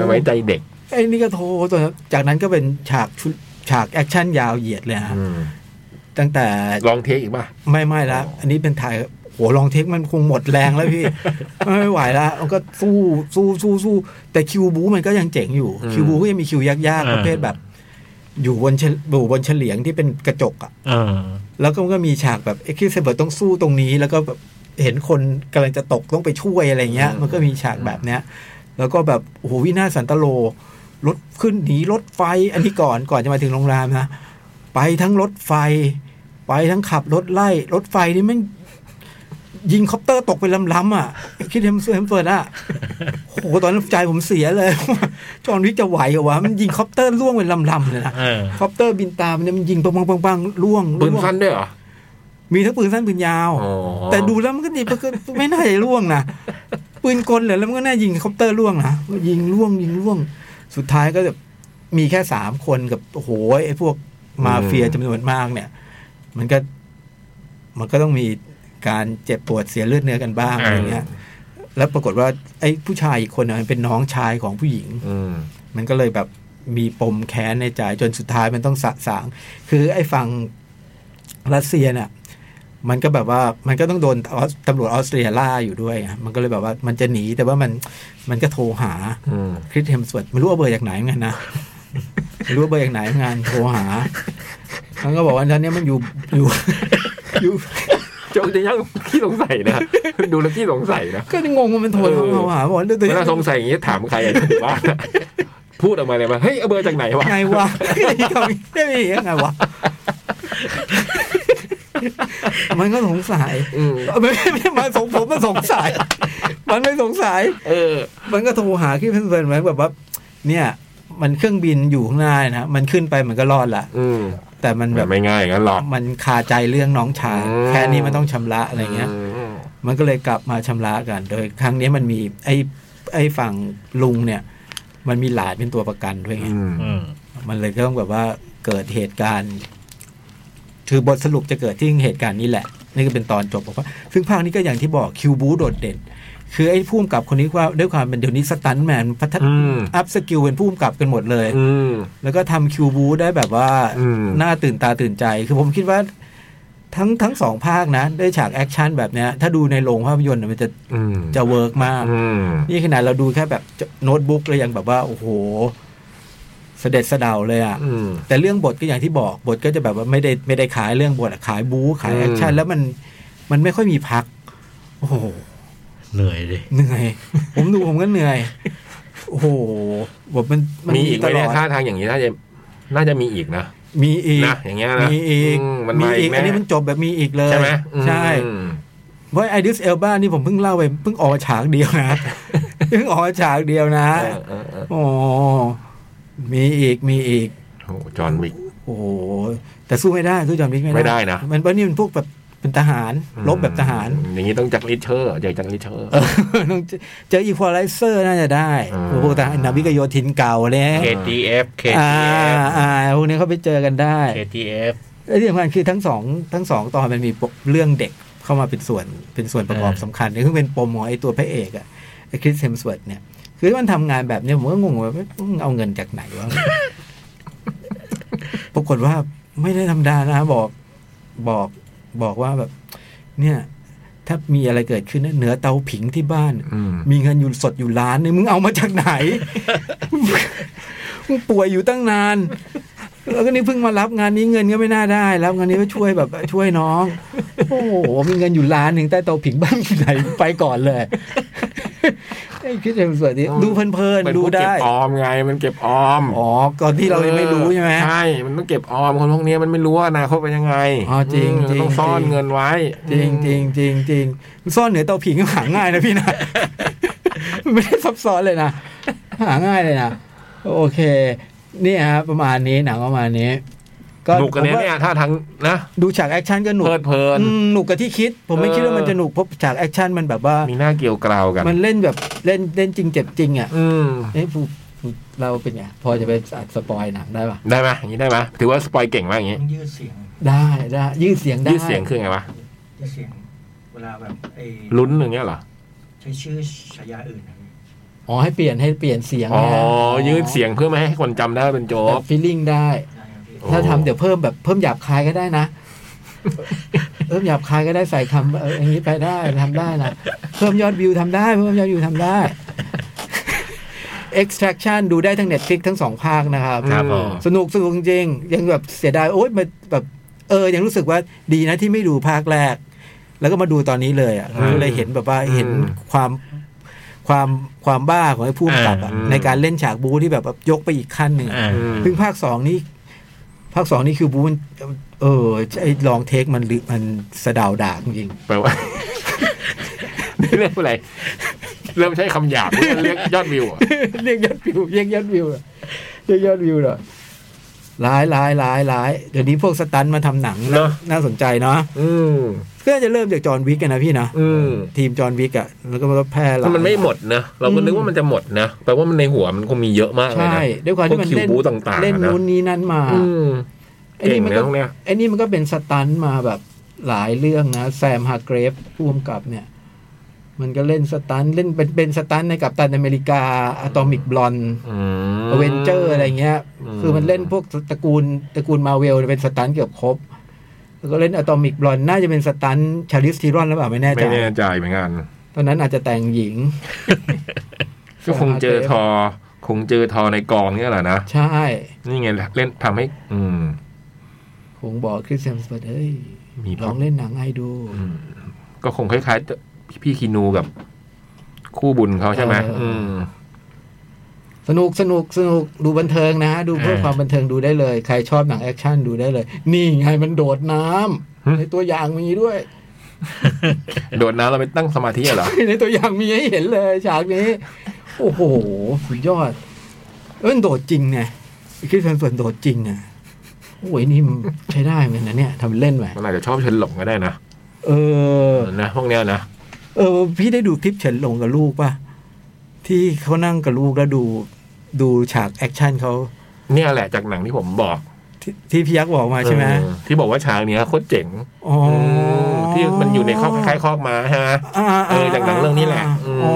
มันไว้ใจเด็ก
ไอ้นี่ก็โทรตัวนั้นจากนั้นก็เป็นฉากชุดฉากแอคชั่นยาวเหยียดเลยฮะ
อืม
ตั้งแต่
ลองเทคอีกป่ะ
ไม่ไม่ละอันนี้เป็นถ่ายโหลองเทคมันคงหมดแรงแล้วพี่ ไม่ไหวละมันก็สู้สู้สู้สู้แต่คิวบูมันก็ยังเจ๋งอยู่
อืม
คิวบูก็ยังมีคิวยาก
อ่า
ๆประเภทแบบ อยู่บนเฉลอยู่บนเฉลียงที่เป็นกระจกอะ
อ่า
แล้วก็มันก็มีฉากแบบเอ็กซ์เซเบิร์ต้องสู้ตรงนี้ แล้วก็แบบเห็นคนกำลังจะตกต้องไปช่วยอะไรเงี้ย มันก็มีฉากแบบเนี้ย แล้วก็แบบโอ้โหวินาศสันตโลรถขึ้นหนีรถไฟ อันนี้ก่อนก่อนจะมาถึงโรงแรมนะไปทั้งรถไฟ ไปทั้งขับรถไล่รถไฟนี่แมันยิงคอปเตอร์ตกไปล้ำๆอ่ะ คิดเฮมเฟิร์ดเฮมเฟิร์ดอ่ะโอ้โหตอนนั้นใจผมเสีย เลย จอห์นวิกจะไหวเหรอวะมันยิงคอปเตอร์ล่วงไปล้ำๆเลยนะ
อ่า
คอปเตอร์บินตามเนี่ยมันยิงปังๆปังๆล่วง
ปืน
ล่วง
สั้นด้วยเหรอ
มีทั้งปืนสั้นปืนยาว
อ๋อ
แต่ดูแล้วมันก็ดีมันก็ ไม่น่าจะล่วงนะปืนกลเหรอแล้วมันก็น่ายิงคอปเตอร์ล่วงนะยิงล่วงยิงล่วง สุดท้ายก็แบบมีแค่สามคนกับโอ้โหไอ้พวกมาเฟียจำนวนมากเนี่ย มันก็ มันก็ต้องมีการเจ็บปวดเสียเลือดเนื้อกันบ้าง
อ่า
อะไรเงี้ย แล้วปรากฏว่า ไอ้ผู้ชายอีกคนน่ะมันเป็นน้องชายของผู้หญิง
อืม
มันก็เลยแบบมีปมแค้นในใจจนสุดท้ายมันต้องสะสาง คือไอ้ฝั่งรัสเซียน่ะ มันก็แบบว่ามันก็ต้องโดนออสตำรวจออสเตรียล่าอยู่ด้วยไงมันก็เลยแบบว่ามันจะหนีแต่ว่ามันมันก็โทรหา
อืม
คริสเฮมสวดไม่รู้ว่าเบอร์จากไหนเหมือนกันนะ ไม่รู้ว่าเบอร์จากไหนเหมือนกันโทรหามันก็บอกว่าตอนเนี้ยมันอยู่อยู่อยู่
เจ้าจะยังขี้สงสัย นะ ดูแล้วขี้สงสัยนะ
ก็งงว่ามันโทรเข้ามาหาบอกว่า
เวลาสงสัยอย่างนี้ถามใครอะถึงว่า พูดออกมาเลยว่าเฮ้ยเอาเบอร์จากไหนวะ
ไงวะไม่มียังไงวะ มันก็สงสัย
อืม
ไม่ไม่ไม่มาสงผมมาสงสัย มันไม่สงสัย
เออ
มันก็โทรหาคิดเพื่อนๆไว้แบบว่า เนี่ย มันเครื่องบินอยู่ข้างหน้านะ มันขึ้นไปมันก็รอดละ
อืม
แต่มันแบ
แบบ
บ
ไม่ง่ายอย่างนั้นหรอก
มันคาใจเรื่องน้องชาย
อืม
แค่นี้มันต้องชำระอะไรเงี้ย
อืม
มันก็เลยกลับมาชำระกัน โดยครั้งนี้มันมีไอ้ไอ้ฝั่งลุงเนี่ย มันมีหลานเป็นตัวประกันด้วยไง
อืม
อืม
มันเลยก็ต้องแบบว่าเกิดเหตุการณ์ คือบทสรุปจะเกิดที่เหตุการณ์นี้แหละ นี่ก็เป็นตอนจบบอกว่าซึ่งภาคนี้ก็อย่างที่บอกคิวบูโดดเด่น คือไอ้พุ่มกับคนนี้ว่าด้วยความเป็นเดี๋ยวนี้สตันท์แมนพัฒน
อืม
อัพสกิลเป็นพุ่มกับกันหมดเลย
อืม
แล้วก็ทำคิวบูได้แบบว่า
อืม
น่าตื่นตาตื่นใจ คือผมคิดว่า ทั้งทั้งสองภาคนะได้วยฉากแอคชั่นแบบเนี้ยถ้าดูในโรงภาพยนตร์น่ะมันจะ
อืม
จะเวิร์กมาก
อืม
นี่ขนาดเราดูแค่แบบโน้ตบุ๊กเรายังแบบว่า โอ้โห เสด็จเสะเดาเลยอ่ะ
อืม
แต่เรื่องบทก็อย่างที่บอกบทก็จะแบบว่าไม่ได้ไม่ได้ขายเรื่องบทอะขายบู๊ขาย
อืม
แอคชั่นแล้วมันมันไม่ค่อยมีพัก โอ้โห
เหนื่อยเลย
เหนื่อย ผมดูผมก็เหนื่อย โอ้โหบทมันน
มีอีกไหม
ตล
เนี่ย
ด
ท่าทางอย่างนี้น่าจะน่าจะมีอีกนะ
มีอีก
นะอย่างเงี้ยนะ
มีอีก
อืมมันมาอีกแน่
อันนี้มันจบแบบมีอีกเลย
ใช่ไหมอืม
ใช่
อืม
เพราะไอดิสเอลบ้านี่ผมเพิ่งเล่าไปเพิ่งออกมาฉากเดียว นะ เพิ่งออกมาฉากเดียวนะ
เออเออเออ
โอ้มีอีกมีอีก
โอ้จอห์นวิก
โอ้โหแต่สู้ไม่ได้สู้จอมบิ๊กไม่ได้
ไม่ได้นะ
มันเพราะนี่มันพวกแบบเป็นทหารรบแบบทหาร
อย่างนี้ต้องจักรลิเชอร์เจอจักรลิเชอร์
เออต้องเจอเจออีควอไลเซอร์น่าจะได้
อ่า
พวกทหารนาวิกโยธินเก่าเลย
อ
KTF
อ่า
KTF
อ่าพวกนี้เขาไปเจอกันได้
KTF
และที่สำคัญคือทั้งสองทั้งสองตอนมันมีปมเรื่องเด็กเข้ามาเป็นส่วนเป็นส่วนประกอบ
เออ
สำคัญเนี่ยคือเป็นปมของไอ้ตัวพระเอกอะไอ้คริสเฮมสเวิร์ดเนี่ย คือมันทำงานแบบเนี้ยผมก็งงว่าเอ๊ะมึงเอาเงินจากไหนวะ ปรากฏว่าไม่ได้ธรรมดานะบอกบอกบอกว่าแบบ เนี่ย ถ้ามีอะไรเกิดขึ้นนะเหนือเตาผิงที่บ้าน
อืม
มีเงินอยู่สดอยู่ล้านหนึงมึงเอามาจาก ไหน มึงป่วยอยู่ตั้งนาน แล้วก็นี่เพิ่งมารับงานนี้เงินก็ไม่น่าได้ รับงานนี้ก็ช่วยแบบช่วยน้อง โอ้โหมีเงินอยู่ล้านหนึ่งใต้เตาผิงบ้านที่ไหนไปก่อนเลยไอ้คิ ดเห็นสวยดี
อ๋อ
ดูเพลิน
เป็น
ๆดู
ผู้เก็
ได้
บออมไงมันเก็บออม
อ๋อก่อนที่เรายังไม่รู้ใช่ไหม
ใช่ มันต้องเก็บออมคนพวกเนี้ยมันไม่รู้ว่าอนาคตเป็นยังไง
อ๋อจริง
ม
จริง
ต้องซ่อน
จริง
เงินไว้
จริงจริงจริงจริงซ่อนเหนือเตาผิงก็หาง่ายนะพี่นะ ไม่ได้ซับซ้อนเลยนะ หาง่ายเลยนะ โอเค เนี่ยฮะประมาณนี้หนังประมาณนี้
หนุกกันเนี้ย
ผมว่า
เนี่ยถ้าทางนะ
ดูฉากแอคชั่นก็หนุก
เพลิดเพลิน
อืมหนุกกับที่คิด ผมไม่
เออ
คิดว่ามันจะหนุกเพราะฉากแอคชั่นมันแบบว่า
มีหน้าเกี่ยวกราวกัน
มันเล่นแบบเล่นเล่นจริงเจ็บจริงอ่ะ
อืม
เอ้ยผู้ผู้เราเป็นไงพอจะไปอัดสปอยหนังได้ปะ
ได้ไหมอย่างนี้ได้ไหมถือว่าสปอยเก่งมากอย่างนี้
ต้องยืดเสียง
ได้ได้ยืดเสียงได้
ยืดเสียงคือไงวะ
ยืดเสียง เวลาแบบไอ้
ลุ้นอย่างเงี้ยเหรอ
ใช้ชื่อฉายาอื่นนะพี่
อ๋อให้เปลี่ยนให้เปลี่ยนเสียง
อ๋อ
นะฮะ
ยืดเสียงเพื่อไม่ให้คนจำได้ว่าเป็นโจ๊
แต่
ก
ฟีลลิ่งได้
ได้ครับพี่
โอ้
ถ้าทำเดี๋ยวเพิ่มแบบเพิ่มหยาบคายก็ได้ นะ เพิ่มหยาบคายก็ได้ใส่คำเอออย่างนี้ไปได้ทำได้นะเพิ่มยอดวิวทำได้ เพิ่มยอดวิวทำได้ extraction ดูได้ทั้ง Netflix ทั้งสองภาคนะครับ
ครับผม
สนุกสนุกจริงๆยังแบบเสียดายโอ๊ยมันแบบเออ ยังรู้สึกว่าดีนะที่ไม่ดูภาคแรก แล้วก็มาดูตอนนี้เลยอ่ะ
อืม
เลยเห็นแบบว่า
อืม
เห็นความความความบ้าของไอ้ผู้กำกับอะ
อ่า
ในการเล่นฉากบูที่แบบว่ายกไปอีกขั้นหนึ่งอะ
อ่า
อืม
ซึ่งภาคสองนี่ภาคสองนี่คือบูมันเออไอ้ลองเทคมันลึมันสะดาวด่าจริง
แปลว่า เรื่องอะไร เริ่มใช้คำหยาบเรียกยอดวิวอะ
ๆ เรียกยอดวิวเรียกยอดวิวเหรอเรียกยอดวิวเหรอร้ายร้ายร้ายร้ายเดี๋ยวนี้พวกสตันท์มาทำหนัง
เนอะ
น่าสนใจเนาะ
อืม
ก็น่าจะเริ่มจากจอห์นวิกกันนะพี่นะ
อืม
ทีมจอห์นวิกอะแล้วก็มันก็แพร่หลา
ถ้าย มันไม่หมดนะ เราก็นึกว่ามันจะหมดนะ แปลว่ามันในหัวมันคงมีเยอะมากเลย
ใช่
นะ
ด้วยความที่มัน
พวกคิว
เล่น
บูต่างๆ
เล่น
นะ
นู้นนี้นั่นมา
อืม
ไอ้
เก่
นี่
ง
มัน
นะ
ก็
พวกเนี้ย
ไอ้นี่มันก็เป็นสตันท์มาแบบหลายเรื่องนะแซมฮาร์เกรฟผู้กำกับเนี่ย มันก็เล่นสตันท์เล่นเป็นเป็นสตันท์ในกับตันอเมริกาอะตอมิกบลอน
อืม
เวนเจอร์อะไรเงี้ย
อืม
คือมันเล่นพวกตระกูลตระกูลมาเวลเป็นสตันท์เกือบครบ แล้วก็เล่นอะตอมิกบลอนน่าจะเป็นสตันท์ชาริสทีรอนหรือเปล่าไม่แน่ใจ
ไม่แน่ใจเหมือนกัน
ตอนนั้นอาจจะแต่งหญิง
ก็คงเจอทอ คงเจอทอในกองเนี่ยแหละนะ
ใช่
นี่ไงเล่นทำให้ อืม
คงบอกคริสเซมส์เอ้ย
มีพ
ล
ล็อ
อง
ต
เล่นหนังให้ดู
อืมก็คงคล้ายๆ พี่คีนูกับ คู่บุญเขาใช่ไหม
เออ
อื
อื
ม
สนุกสนุกสนุกดูบันเทิงนะฮะ ดูเพื่อ
เออ
ความบันเทิงดูได้เลย ใครชอบหนังแอคชั่นดูได้เลย นี่ไงมันโดดน้ำ
หึ
ในตัวอย่างมีด้วย
โดดน้ำเราไปตั้งสมาธิเหรอ
ในตัวอย่างมีให้เห็นเลยฉากนี้ โอ้โห สุดยอด เอ้นโดดจริงไงคิดเป็นส่วนโดดจริงนะโอ้ยนี่มันใช้ได้เหมือนกันนะเนี่ยทำเป็นเล่นไป
มันอาจจะชอบเชนหลงก็ได้นะ
เออ
นะพวกเนี้ยนะ
เออ พี่ได้ดูคลิปเฉินหลงกับลูกป่ะ ที่เขานั่งกับลูกแล้วดูดูฉากแอคชั่นเขา
เนี่ยแหละจากหนังที่ผมบอก
ที่ที่พี่ยักษ์บอกมาใช่ไหม
เออที่บอกว่าฉากเนี้ยโคตรเจ๋ง
อ๋อ
ม ที่มันอยู่ในข้อกคล้ายๆข้อกม้าฮะ
าา
เออจากหนังเรื่องนี้แหละอืม
อ๋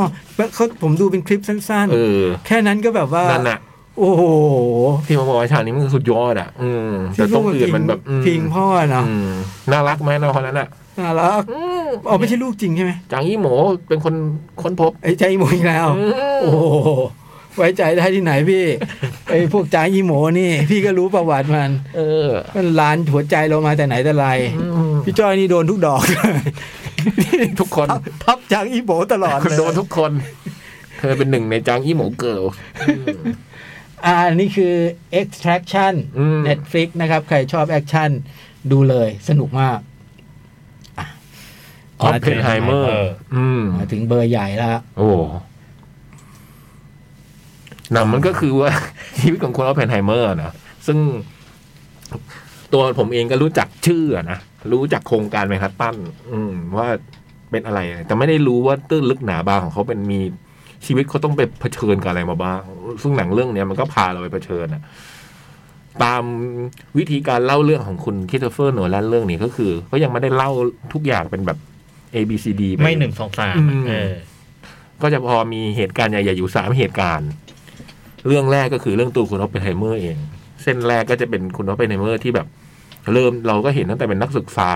อแล้วเขาผมดูเป็นคลิปสั้น
เออ
ๆ แค่นั้นก็แบบว่า
นั่นน่ะ
โอ้โห
ที่มาบอกว่าฉากนี้มันคือสุดยอดอ่ะ อืมแต่ตรงอื่นมันแบบอืม
พิงพ่อนะ
อืมน่ารักไหมน้องคนนั้นอ่ะ
น่ารัก
อืม
อ๋อไม่ใช่ลูกจริงใช่ไหม
จางอี้หมูเป็นคนค้นพบ
ไอ้ใจอีโมอีกแล้ว
อืม
โอ้โหไว้ใจได้ที่ไหนพี่ ไอ้พวกจ้าอีโมนี่ พี่ก็รู้ประวัติมัน
เออ
มันลานหัวใจเรามาแต่ไหนแต่ไร
อืม
พี่จ้อยนี่โดนทุกดอก
ทุกคน
ทับจางอีโบตลอดเลย
โดนทุกคน เธอเป็นหนึ่งในจางอี้หมูเกิร์ล
อ่าอันนี่คือ extraction
อืม
Netflix นะครับ ใครชอบแอคชั่นดูเลยสนุกมากอ่ะ
ออฟเพนไฮเมอ
Oppenheimer
ร์ อืม
มาถึงเบอร์ใหญ่แล้ว
โอ้โหหนังมันก็คือว่า ชีวิตของคุณออปเพนไฮเมอร์นะซึ่งตัวผมเองก็รู้จักชื่ออะนะ รู้จักโครงการแมนฮัตตันอืม ว่าเป็นอะไร แต่ไม่ได้รู้ว่าตื้นลึกหนาบางของเขาเป็นมีชีวิตเขาต้องไปเผชิญกับอะไรมาบ้าง ซึ่งหนังเรื่องเนี้ยมันก็พาเราไปเผชิญอะตามวิธีการเล่าเรื่องของคุณคริสโตเฟอร์โนแลนเรื่องนี้ก็คือเขายังไม่ได้เล่าทุกอย่างเป็นแบบ A B C D ป
ไม่หนึ่งสองสาม
อืม
เออ
ก็จะพอมีเหตุการณ์ใหญ่ๆอยู่สามเหตุการณ์ เรื่องแรกก็คือเรื่องตัวคุณออปเปนไฮเมอร์เอง เส้นแรกก็จะเป็นคุณออปเปนไฮเมอร์ที่แบบ เริ่มเราก็เห็นตั้งแต่เป็นนักศึกษา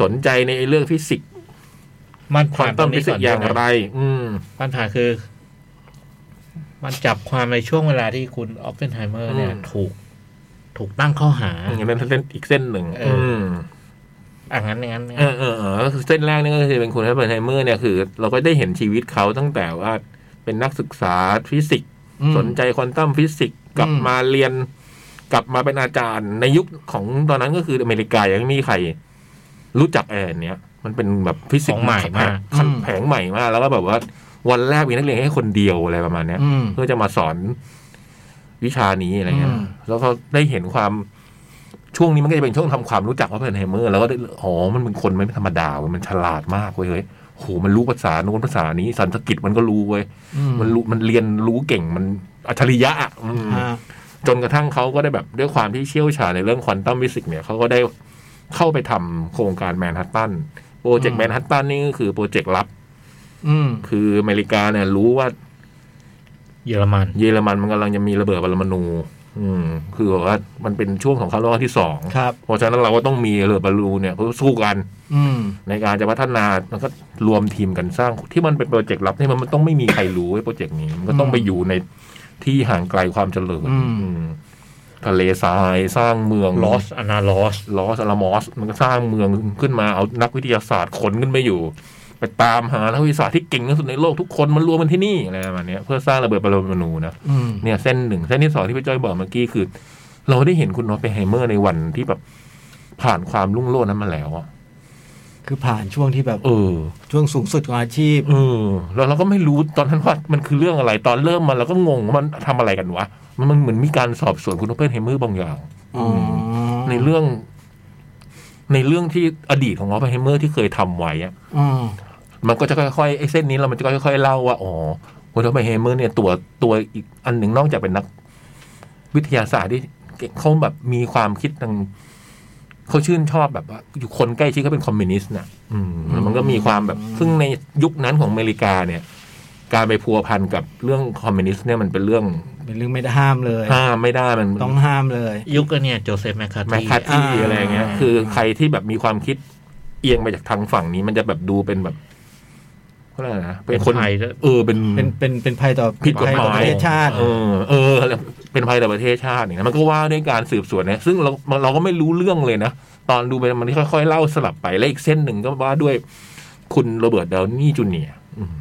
สนใจในเรื่องฟิสิกส์
มัน
ควอ
ผ่าน
ม
ต
ตั
ร
ม
ง
ฟิ
นี้
สิ
ก่
ก
อน
ส์อย่างไร อืม
ปัญหาคือ มันจับความในช่วงเวลาที่คุณออฟเฟนไฮเมอร์เนี่ย
อืม
ถูก ถูกตั้งข้อหา
อันนั้นเส้นอีกเส้นหนึ่ง
เอออื
อืม
อันนั้นอย่างนั้น
เออเออเออก็คือเส้นแรกนี่ก็คือเป็นคุณออปเปนไฮเมอร์เนี่ยคือ เราก็ได้เห็นชีวิตเขาตั้งแต่ว่าเป็นนักศึกษาฟิสิกส์ สนใจควอนตัมฟิสิกส์กลับ
อืม
มาเรียน กลับมาเป็นอาจารย์ในยุคของตอนนั้นก็คืออเมริกายังไม่มีใคร รู้จักแอนเนี้ยมันเป็นแบบฟิสิ
ข
ก
อง
ส์
ใหม่มาก
ขัดแผงใหม่มากแล้วก็แบบว่า วันแรกมีนักเรียนแค่คนเดียวอะไรประมาณเนี้ย
อืม
เพื่อจะมาสอนวิชานี้อะไรเงี้ย
อืม
แล้วก็ได้เห็นความช่วงนี้มันก็จะเป็นช่วงทำความรู้จักว่าเป็นไฮเมอร์แล้วก็ได้อ๋อมันเป็นคนไม่ธรรมดาเว้ยมันฉลาดมากเว้ยเฮ้ยโหมันรู้ภาษาโน้นภาษานี้สันสกฤตมันก็รู้เว้ย
อื
มันรู้มันเรียนรู้เก่งมันอัจฉริยะอะอืม
ฮะ
จนกระทั่งเขาก็ได้แบบด้วยความที่เชี่ยวชาญในเรื่องควอนตัมฟิสิกส์เนี่ยเขาก็ได้เข้าไปทำโครงการแมนฮัตตันโปรเจกต์แมนฮัตตันนี่ก็คือโปรเจกต์ลับ
อืม
คืออเมริกาเนี่ยรู้ว่า
เยอรมัน
เยอรมันมันกำลังจะมีระเบิดปรมาณูอืม คือแบบว่ามันเป็นช่วงของครั้งโลกครั้งที่สอง
ครับ
เพราะฉะนั้นเราก็ต้องมีระเบิดบอลลูเนี่ยเพื่อสู้กัน
อืม
ในการจะพัฒนามันก็รวมทีมกันสร้างที่มันเป็นโปรเจกต์ลับที่มันมันต้องไม่มีใครรู้ไอ้โปรเจกต์นี้มันก็ต้องไปอยู่ในที่ห่างไกลความเจริญ
อืม
อืมทะเลทรายสร้างเมือง
ลอสอนาลอส
ลอสอลามอสมันก็สร้างเมืองขึ้นมาเอานักวิทยาศาสตร์ขนขึ้นไปอยู่ ไปตามหานักวิทยาศาสตร์ที่เก่งที่สุดในโลกทุกคนมันรวมมันที่นี่อะไรประมาณเนี้ยเพื่อสร้างระเบิดปรมาณูนะ
อืม
เนี่ยเส้นหนึ่งเส้นที่สองที่พี่จ้อยบอกเมื่อกี้คือ เราได้เห็นคุณโนเปนไฮเมอร์ในวันที่แบบผ่านความรุ่งโรจน์นั้นมาแล้วอะ
คือผ่านช่วงที่แบบ
เออ
ช่วงสูงสุดของอาชีพ
เออแล้วเราก็ไม่รู้ตอนนั้นว่ามันคือเรื่องอะไรตอนเริ่มมันเราก็งงว่ามันทำอะไรกันวะมันมันเหมือนมีการสอบสวนคุณโนเปนไฮเมอร์บางอย่าง
อ๋อ
ในเรื่อง ในเรื่องที่อดีตของออปเพนไฮเมอร์ที่เคยทำไว้อะ
อ๋อ
มันก็จะค่อยๆไอ้เส้นนี้เรามันจะค่อยๆเล่าว่าอ๋อคุณออปเพนไฮเมอร์เนี่ยตัวตัวอีกอันหนึ่งนอกจากเป็นนัก วิทยาศาสตร์ที่เก่งเขาแบบมีความคิดทางเขาชื่นชอบแบบว่าอยู่คนใกล้ชิดเขาเป็นคอมมิวนิสต์น่ะ อืมแล้วมันก็มีความแบบ ซึ่งในยุคนั้นของอเมริกาเนี่ย การไปพัวพันกับเรื่องคอมมิวนิสต์เนี่ยมันเป็นเรื่อง
เป็นเรื่องไม่ได้ห้ามเลย
ห้ามไม่ได้มัน
ต้องห้ามเลย
ยุคก็เนี่ย โจเซฟแมคคาร์
แมค
ตี้
คาที่
อ่า
อะไรเงี้ย
อ่า
คือใครที่แบบมีความคิดเอียงไปจากทางฝั่งนี้ มันจะแบบดูเป็นแบบเขาเรียกอะไรนะ
เป็นคนไทยแล้ว
เออเป็น
เป็นเป็นเป็นภัยต่อ
ผิดกฎหมาย
ภัต่อประเทศชาติ
เออ เออแล้วเป็นภัยต่อประเทศชาติอย่างเงี้ยมันก็ว่าด้วยการสืบสวนเนี่ยซึ่งเราเราก็ไม่รู้เรื่องเลยนะ ตอนดูไปมันค่อยๆเล่าสลับไปแล้วอีกเส้นหนึ่งก็ว่าด้วยคุณโรเบิร์ตดาวนี่จูเนียร์อืม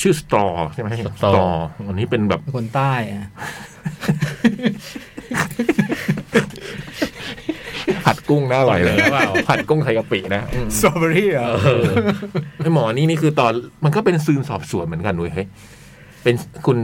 ชื่อสตรอใช่ไหม
สตรอ
อันนี้เป็นแบบ
คนใต้อะ
ผัดกุ้งน่าอร่อยเลย
หรือเปล่า
ผัดกุ้งไทยกะปินะอืม
สตรอเบอรี่เหรอ
เออไอหมอนี่นี่คือตอนมันก็เป็นซืนสอบสวนเหมือนกันเว้ยเฮ้ยเป็นคุณ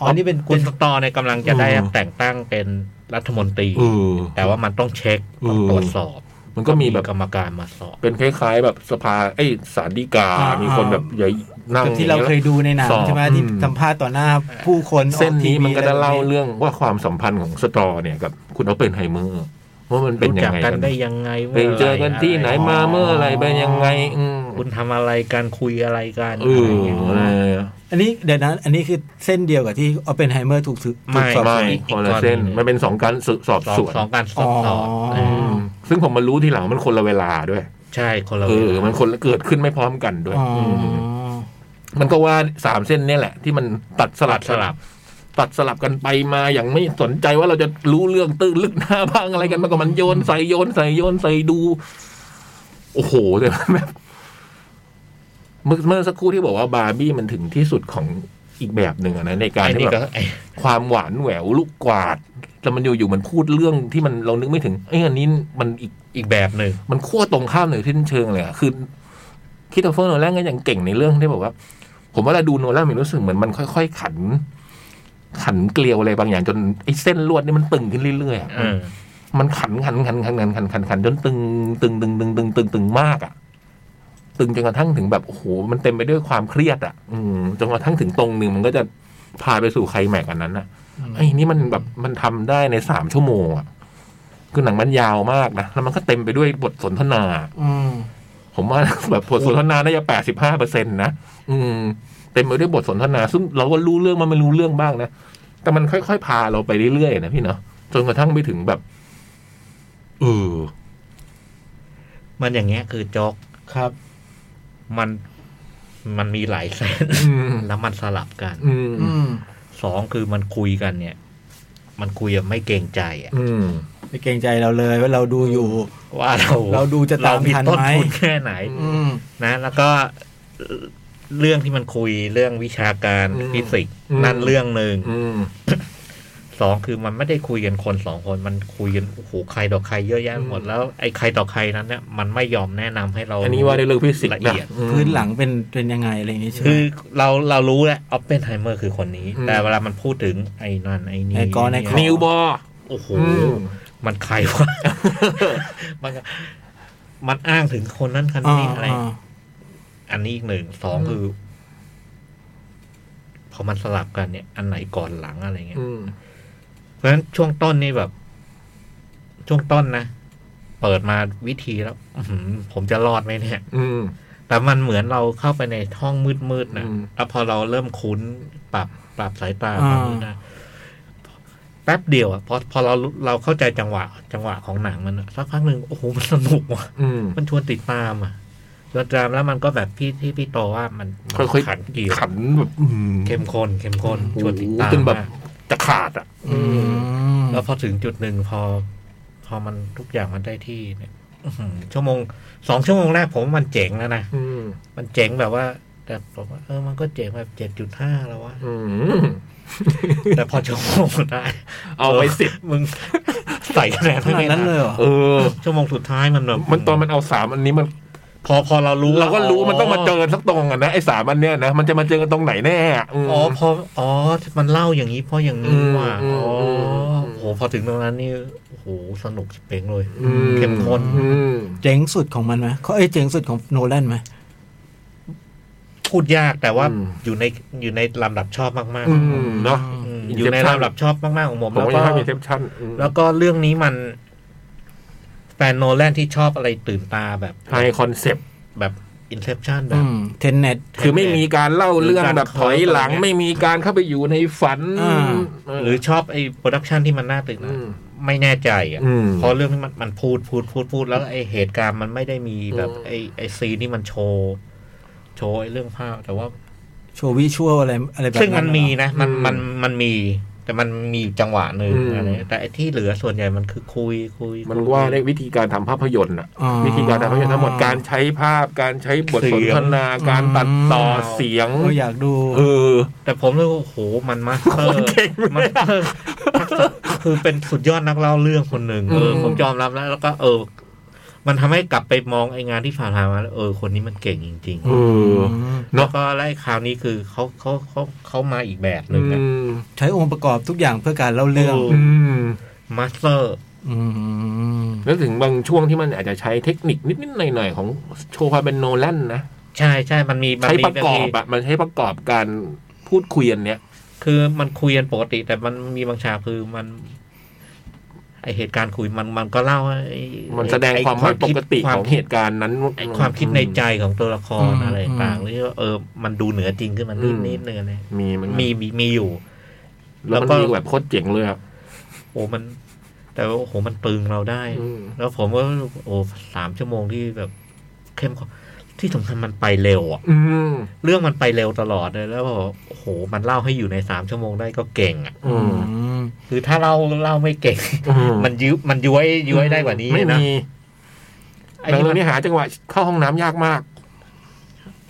อ๋อ นี่เป็นคุณสตอในยกำลังจะได้รับแต่งตั้งเป็นรัฐมนตรี
เออ
แต่ว่ามันต้องเช็คต้อง
เออ
ตรวจสอบ
มันก็มีแบบ
กรรมการมาสอบ
เป็นคล้ายๆ แบบสภาไอยสารดีกา
อ่ามี
มีคนแบบใหญ่นั่ง
แบบที่เราเคยดูในหนัง
สอบ
ใช่ไหมที่
อื
สัมภาษณ์ต่อหน้าผู้คนออก
เส้นนี้
ทีวี
มันก็จะเล่า
อะไรแบบนี้
เรื่องว่าความสัมพันธ์ของสตรอเนี่ยกับคุณออปเปนไฮเมอร์ ว่ามันเป็นยั
รู้จั
ง
ก
ไง
กั
กัน น
ได้ยังไง
ไปเจอกันที่ไหนมาเมื่ออะไรเป็นยังไงอืม
คุณทำอะไรกันคุยอะไรกัน
เอออะไรอะ
อันนี้เดี๋ยวนะอันนี้คือเส้นเดียวกับที่ออปเปนไฮเมอร์ถูกถือถูกสอบ
ไม่คนละเส้นมันเป็นสองการสืบสอบ
สอบ
สวน
สองการสอบสอบ
อ๋อ
เออ
มซึ่งผมมารู้ทีหลังมันคนละเวลาด้วย
ใช่คนละ
เออมันคนละเกิดขึ้นไม่พร้อมกันด้วย
อ๋อ
มมันก็ว่าสามเส้นเนี่ยแหละ ที่มันตัดส
สลั
ลั
บบ สลับ
ตัดสลับกันไปมาอย่างไม่สนใจว่าเราจะรู้เรื่องตื้นลึกหน้าบ้างอะไรกันมันก็มันโยนใส่โยนใส่โยนใส่ดู โอ้โหเลยแบบ เมื่อเมื่อสักครู่ที่บอกว่าบาร์บี้มันถึงที่สุดของอีกแบบหนึ่งอะนะในการ
ไอ้
ที่
นี่
แบบ
ก็ไอ้
ความหวานแหววลูกกวาด แต่มันอยู่ๆมันพูดเรื่องที่มันเรานึกไม่ถึงไอ้ยอันนี้มันอีก
อีกแบบหนึ่ง
มันขั้วตรงข้ามเลยที่เชิงเลยอะคือคิดเอาเฟอร์โนแลนก็ยังเก่งในเรื่องที่แบบว่า ผมว่าเราดูโนแลนมีรู้สึกเหมือนมันค่อยๆขัน ขันเกลียวอะไรบางอย่างจนไอ้เส้นลวดนี่มันตึงขึ้นเรื่อยๆอะ
เออ
มันขันขันขันขันขันขันขันขันจนตึงตึงตึงตึงตึงตึงตึงมากอ่ะ ตึงจนกระทั่งถึงแบบโอ้โหมันเต็มไปด้วยความเครียดอ่ะ อืมจนกระทั่งถึงตรงหนึ่งมันก็จะพาไปสู่ไคลแม็กซ์อันนั้นอ่ะ ไอ้นี่มันแบบมันทำได้ในสามชั่วโมงอ่ะ คือหนังมันยาวมากนะ แล้วมันก็เต็มไปด้วยบทสนทนา
อืม
ผมว่า แบบบทสนทนาน่าจะแปดสิบห้าเปอร์เซ็นต์นะอืม เต็มไปด้วยบทสนทนา ซึ่งเราก็รู้เรื่องมันไม่รู้เรื่องบ้างนะ แต่มันค่อยๆ พาเราไปเรื่อยๆนะพี่เนาะจนกระทั่งไปถึงแบบเออ
มันอย่างเงี้ยคือโจ๊ก
ครับ
มัน มันมีหลายเส้น
อืม
แล้วมันสลับกัน
อืม
อืม
สองคือมันคุยกันเนี่ย มันคุยแบบไม่เกรงใจอะ
อืม
ไม่เกรงใจเราเลยว่าเราดูอยู่
ว่าเรา
เราดูจะตาม
เร
ทัน
ต้น
ไหม
ทุนแค่ไหน
อืม
นะแล้วก็เรื่องที่มันคุยเรื่องวิชาการ
อืม
ฟิสิกส์
อืม
นั่นเรื่องหนึ่ง
อืม
สองคือมันไม่ได้คุยกันคนสองคนมันคุยกันโอ้โหใครต่อใครเยอะแยะหมดแล้วไอ้ใครต่อใครนั้นเนี่ยมันไม่ยอมแนะนำให้เรา
อันนี้ว่าในเรื่องฟิสิกส์
ละ
นะ
เอียด
อืม
พื้นหลังเป็นเป็นยังไงอะไรอย่างนี้ใช่ไหม
คือเราเรารู้แหละออฟเปนไฮเมอร์คือคนนี้
อืม
แต่เวลามันพูดถึงไอ้นั่นไอ้นี่
ไอ้กอนไอ้ข
นิวบอร์
โอ้โห
อืม
มันใครวะ มันก็มันอ้างถึงคนนั้นคน
อ่า
นี้อะไร
อ่า
อันนี้อีกหนึ่งสองคืออพอมันสลับกันเนี่ย อันไหนก่อนหลังอะไรเงี้ย
อืม
เพราะฉะนั้นช่วงต้นนี่แบบ ช่วงต้นนะเปิดมาวิธีแล้ว อื้อหือผมจะรอดไหมเนี่ย
อืม
แต่มันเหมือนเราเข้าไปในห้องมืดๆนะ
อืม
แล้วพอเราเริ่มคุ้นปรับปรับสายตาปรับนี่นะแป๊บเดียวอะพอพอเราเราเข้าใจจังหวะ จังหวะของหนังมันอะสักพักหนึ่งโอ้โหมันสนุกว่ะ
อืม
มันชวนติดตามอ่ะชวนตามแล้วมันก็แบบพี่ที่พี่โตว่ามัน
ค่อยๆ
ขันเกี่ยว
ขันแบบอืม
เข้มข้นเข้มข้นชวนติดตาม
จนแบบ
มาก
จะขาดอ่ะ
อืม
แล้วพอถึงจุดหนึ่งพอ พอมันทุกอย่างมันได้ที่เนี่ยอื้อหือชั่วโมงสองชั่วโมงแรกผมว่ามันเจ๋งแล้วนะ
อืม
มันเจ๋งแบบว่า แต่ผมว่าเออมันก็เจ๋งแบบเจ็ดจุดห้าแล้ววะ
อืม
แต่พอชั่วโมงได้
เอาไปสิบ
มึงใส่คะแนน
ขนาด
ไม่
นั้น
ได้
เลยเหรอ
เออ
ชั่วโมงสุดท้ายมันแบบ
มันตอนมันเอาสามอันนี้มัน
พอพอเรารู้
เราก็รู้มันต้องมาเจอสักตรงอ่ะนะไอ้สามอันเนี้ยนะมันจะมาเจอกันตรงไหนแน่อะอืม
อ๋อพออ๋อ มันเล่าอย่างนี้เพราะอย่างนี้ว่า
อื
อ๋
ม
อ
อืมอืม
โหพอถึงตรงนั้นนี่โอ้โหสนุกเป่งเลย
ม
เข้มข้น
อืม
เจ๋งสุดของมันไหมเขาเอ้ยเจ๋งสุดของโนแลนไหม
พูดยากแต่ว่าอยู่ในอยู่ในลำดับชอบมาก
อืมเนาะ
ๆอืม
Inception
อยู่ในลำดับชอบมากๆของผม
ผม
แล้ว
ว่า
ก็
ยังมีเทปชั่น
แล้วก็เรื่องนี้มันแฟนโนแลนที่ชอบอะไรตื่นตาแบบ
ไฮคอนเซปต์
แบบอินเซปชันแบ
อื
บ
มเทนเน็ต
คือไม่มีการเล่าเรื่องแบบถอยหลัง
อืม
ไม่มีการเข้าไปอยู่ในฝัน
อ่า
เออ
หรือชอบไอ้โปรดักชันที่มันน่าตื่นตา
อืม
ไม่แน่ใจอ่ะ
อืม
เพราะเรื่องนี้มันมันพูดพูดพูดพูดแล้วไอ้เหตุการณ์มันไม่ได้มีแบบ
อืม
ไอ้ไอ้ซีนที่มันโชว์ โชว์ไอ้เรื่องภาพ แต่ว่า
โชว์วิชวลอะไรอะไรแบบนั้น
ซึ่งมันมีนะ มัน
อืม
มันมันมี แต่มันมีอยู่จังหวะหนึ่ง
อืม
อะไรเงี้ยแต่ไอ้ที่เหลือส่วนใหญ่มันคือคุยคุย
มัน
คุย
ว่าได้วิธีการทำภาพยนตร์อ่ะ
อ๋อ
วิธีการทำภาพยนตร์ทั้งหมดการใช้ภาพการใช้บท
เสี
ส
ยง
นทนาการตัดต่ออ
ม
เสียง
เอออยากดู
เออ
แต่ผมเลยว่าโอ้โหมันมาสเตอร์
เก่งมาก
มาสเตอร์คือเป็นสุดยอดนักเล่าเรื่องคนหนึ่งเออผมยอมรับแล้วแล้วก็เออ มันทำให้กลับไปมองไอ้งานที่ผ่านๆมาแล้วเออ คนนี้มันเก่งจริง ๆ
เออ เน
แล้ว
อะ
ก็ไล่คราวนี้คือเขาเขาเขาเขามาอีกแบบหนึ่งอะ
ใช้องค์ประกอบทุกอย่างเพื่อการเล่าเรื่อง
อืม
มาสเตอร์
อืม
แล้วถึงบางช่วงที่มันอาจจะใช้เทคนิคนิดๆหน่อยๆ ของโชว์ความเป็นโนแลนนะ
ใช่ใช่มันมีมัน
ใช้
มี
ประกอบอะมันใช้ประกอบการพูดคุยอันเนี้ย
คือมันคุยกันปกติ แต่มันมีบางฉากคือมัน ไอเหตุการณ์คุยมันมันก็เล่าไอ้
มันแสดง
ไอ้
ความไม่ปกติของเหตุการณ์นั้น
ไอความคิดในใจของตัวละคร
อืม
อะไรต่างๆหรือว่าเออ มันดูเหนือจริงขึ้นมานิด
อืม
นิดนึงเลย
มีมัน
มีมีมีอยู่
แล้วมัน
แล้วก็
มีแบบโคตรเจ๋งเลยอ่ะ
โอ้มัน แต่ว่าโอ้โหมันตึงเราได้
อืม
แล้วผมก็โอ้สามชั่วโมงที่แบบเข้มข้นที่สำคัญมันไปเร็วอะ
อืม
เรื่องมันไปเร็วตลอดเลยแล้วบอกโอ้โห มันเล่าให้อยู่ในสามชั่วโมงได้ก็เก่งอ่ะ
อืม
คือถ้าเล่าเล่าไม่เก่ง
อื
มันย้วมันย้วยย้วยได้กว่านี้
ไม่
นะ
มี
ไอ้
แต่
นี่
เรื่อ
มั
ง
น
นี้หาจังหวะเข้าห้องน้ำยากมาก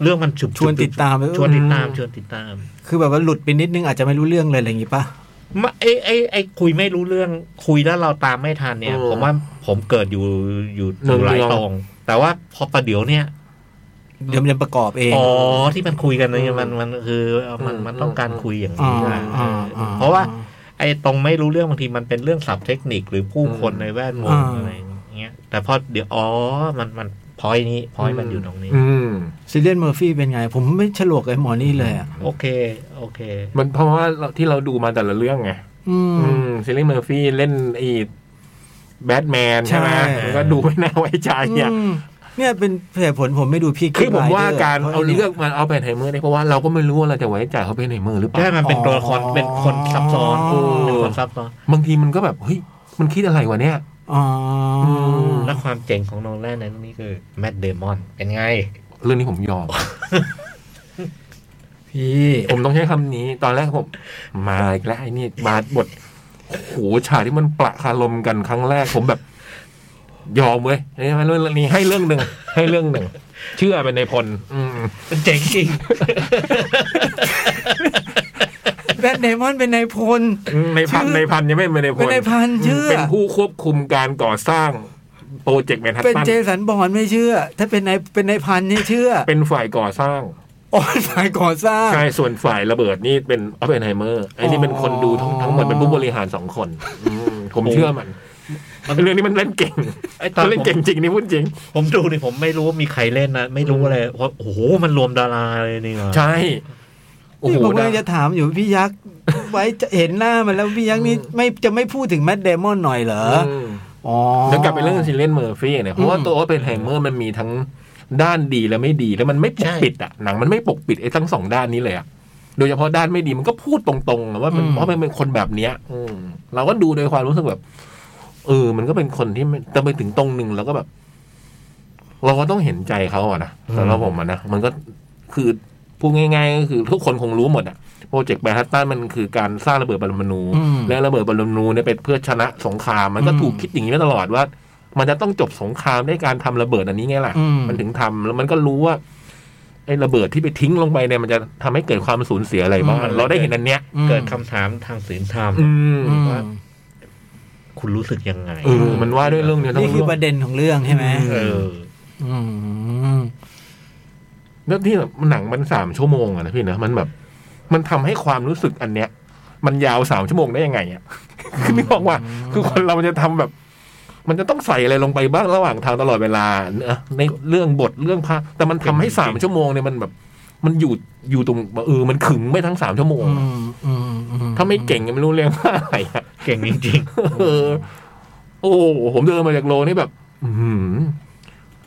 เรื่องมันฉุบๆ
ชวนติดตามไป
ชวนติดตาม
อืม
ชวนติดตาม
คือแบบว่าหลุดไปนิดนึงอาจจะไม่รู้เรื่องเลยอะไรอย่างงี้ป่ะ
มาไอ้ไอ้ไอ้คุยไม่รู้เรื่องคุยแล้วเราตามไม่ทันเนี่ย
เออ
ผมว่าผมเกิดอยู่อยู่
หนึ่ง
หลาย
เรื่อง
ตรง แต่ว่าพอประเดี๋ยวเนี่ย
เดี๋ยวมันจะประกอบเอง
อ๋อที่มันคุยกันเนี่
อื
ย
ม
มันมันคือเอามัน
อืม
มันต้องการ
อืม
คุยอย่าง
อ๋อ
นี้นะ
อ๋ออ๋อ
เพราะว่าไอ้ตรงไม่รู้เรื่องบางทีมันเป็นเรื่องศัพท์เทคนิคหรือผู้คนในแวดวง
อ่า
อะไรอย่างเงี้ย แต่พอเดี๋ยวอ๋อมันมันพอยนี้พอยมันอยู่ตรงนี้
อืม
ซิเลียนเมอร์ฟี่เป็นไง ผมไม่ฉลวกไอ้หมอนี่เลยอ่ะ
โอเค โอเค
มันเพราะว่าเราที่เราดูมาแต่ละเรื่องไง
อืม
ซีรีส์เมอร์ฟี่เล่นไอีแบทแมน
ใช่
ใช่ไหมมันก็ดูไม่น่าไว้ใจอ่ะ
อืมเนี่ยเป็นเหตุผลผมไม่ดูพี่
คือผมว่าการเอาเลื
อ
อกมาเอาเปนไฮเมอร์เนี่ยเพราะว่าเราก็ไม่รู้ว่าเราจะไว้ใจเขาเป็นไฮเมอร์หรือเปล่า
ใช่มันเป็นตัวละครเป็นคนซับซ้อน
อ๋อ
เป็นคนซับซ้อน
บางทีมันก็แบบเฮ้ยมันคิดอะไรวะเนี่ย
อ๋ออ
ม
และความเจ๋งของโนแลนในเรื่องนี้คือแมดเดมอนเป็นไง
เรื่องนี้ผมยอม
พี่
ผมต้องใช้คำนี้ตอนแรกผม มาอีกแล้วไอ้นี่มาบทโอ้โหฉากที่มันประคารมกันครั้งแรก ผมแบบ ยอมเว้ยเอ้ยเรื่องนี้ให้เรื่องหนึ่งให้เรื่องหนึ่งเชื่อเป็นในพลอืม
เป็นเจ๋งจริง
แบทเดมอนเป็นนายพล
อืมในพัน
ชื่อ
ในพันยังไม่เป็นในพล
เป็นนายพันเชื่อ
เป็นผู้ควบคุมการก่อสร้างโปรเจกต์แมนฮัต
เป็น
ตัน
เจสันบอร์นไม่เชื่อ ถ้าเป็นนายเป็นนายพันนี่เชื่อ
เป็นฝ่ายก่อสร้าง
อ่อนฝ่ายก่อสร้าง
ใช่ส่วนฝ่ายระเบิดนี่เป็นออปเพนไฮเมอร์ไอ้นี่เป็นคนดูทั้งทั้งหมดเป็นผู้บริหารสองคนอืมผม
โอ้
เชื่อมันเรื่องนี้มันเล่นเก่ง
ไอ้ตอน
เล่น
ผม
เก่งจริงนี่พูดจริง
ผมดูนี่ผมไม่รู้ว่ามีใครเล่นนะ ไม่รู้อะไรเพราะโอ้โหมันรวมดาราเลยนี่หว่า
ใช่โอ้
นี่
โห
ผมกำ
ได้
ลังจะถามอยู่พี่ยักษ์ ไว้จะเห็นหน้ามันแล้วพี่ยักษ์นี่
อืม
ไม่จะไม่พูดถึงแมดเดมอนหน่อยเหรอ
ม
อ๋อ
แล้วกลับไปเรื่องซิเลนเมอร์ฟี่เนี่ยเพราะว่า
อืม
ตัวออปเพนไฮเมอร์มันมีทั้งด้านดีและไม่ดีแล้วมันไม่ปกปิดอ่ะหนังมันไม่ปกปิดไอ้ทั้งสองด้านนี้เลยอ่ะโดยเฉพาะด้านไม่ดีมันก็พูดตรงๆอะว่ามัน
อืม
เพราะมันเป็นคนแบบเนี้ย อืมเราก็ดูโดยความรู้สึกแบบ เออ มันก็เป็นคนที่ไม่แต่ไปถึงตรงหนึ่งแล้วก็แบบ เราก็ต้องเห็นใจเขาอะนะสำหรับผมอะนะมันก็คือพูดง่าย ๆ ก็คือทุกคนคงรู้หมดอะโปรเจกต์แบทตันมันคือการสร้างระเบิดบอลลูนู
อืม
และระเบิดบอลลูนูเนี่ยเป็นเพื่อชนะสงคราม มันก็
อืม
ถูกคิดอย่างนี้มาตลอดว่า มันจะต้องจบสงครามด้วยการทำระเบิดอันนี้ไงล่ะ
อืม
นถึงทำแล้วมันก็รู้ว่าไอ้ระเบิดที่ไปทิ้งลงไปเนี่ยมันจะทำให้เกิดความสูญเสียอะไรบ้างเราได้เห็นอันเนี้ย
อืม
เกิดคำถามทางศีลธรรม
อืม
อืม
คุณรู้สึกยังไง
เออมันว่าด้วยเรื่องเนี้ยทั้ง
นี่คือ
เรื่อง
ประเด็นของเรื่องใช่ไหม
อืม
เออ
อืม
แล้วที่แบบหนังมันสามชั่วโมงอะนะพี่นะมันแบบ มันทำให้ความรู้สึกอันเนี้ย มันยาวสามชั่วโมงได้ยังไงอะ คือนึกออกว่า คือคนเรามันจะทำแบบ มันจะต้องใส่อะไรลงไปบ้างระหว่างทางตลอดเวลาเนอะในเรื่องบทเรื่องภาพแต่มันทำให้สามชั่วโมงเนี่ยมันแบบ มันอยู่อยู่ตรงเออมันขึงไม่ทั้งสามชั่วโมง
อื
อะ
มอืมอืม
ถ้าไม่เก่งยังไม่รู้เรื่องว่าอะไรอะ
เก่งจริง
เออ โอ้โหผมเดินมาจากโลนี่แบบ อือหือ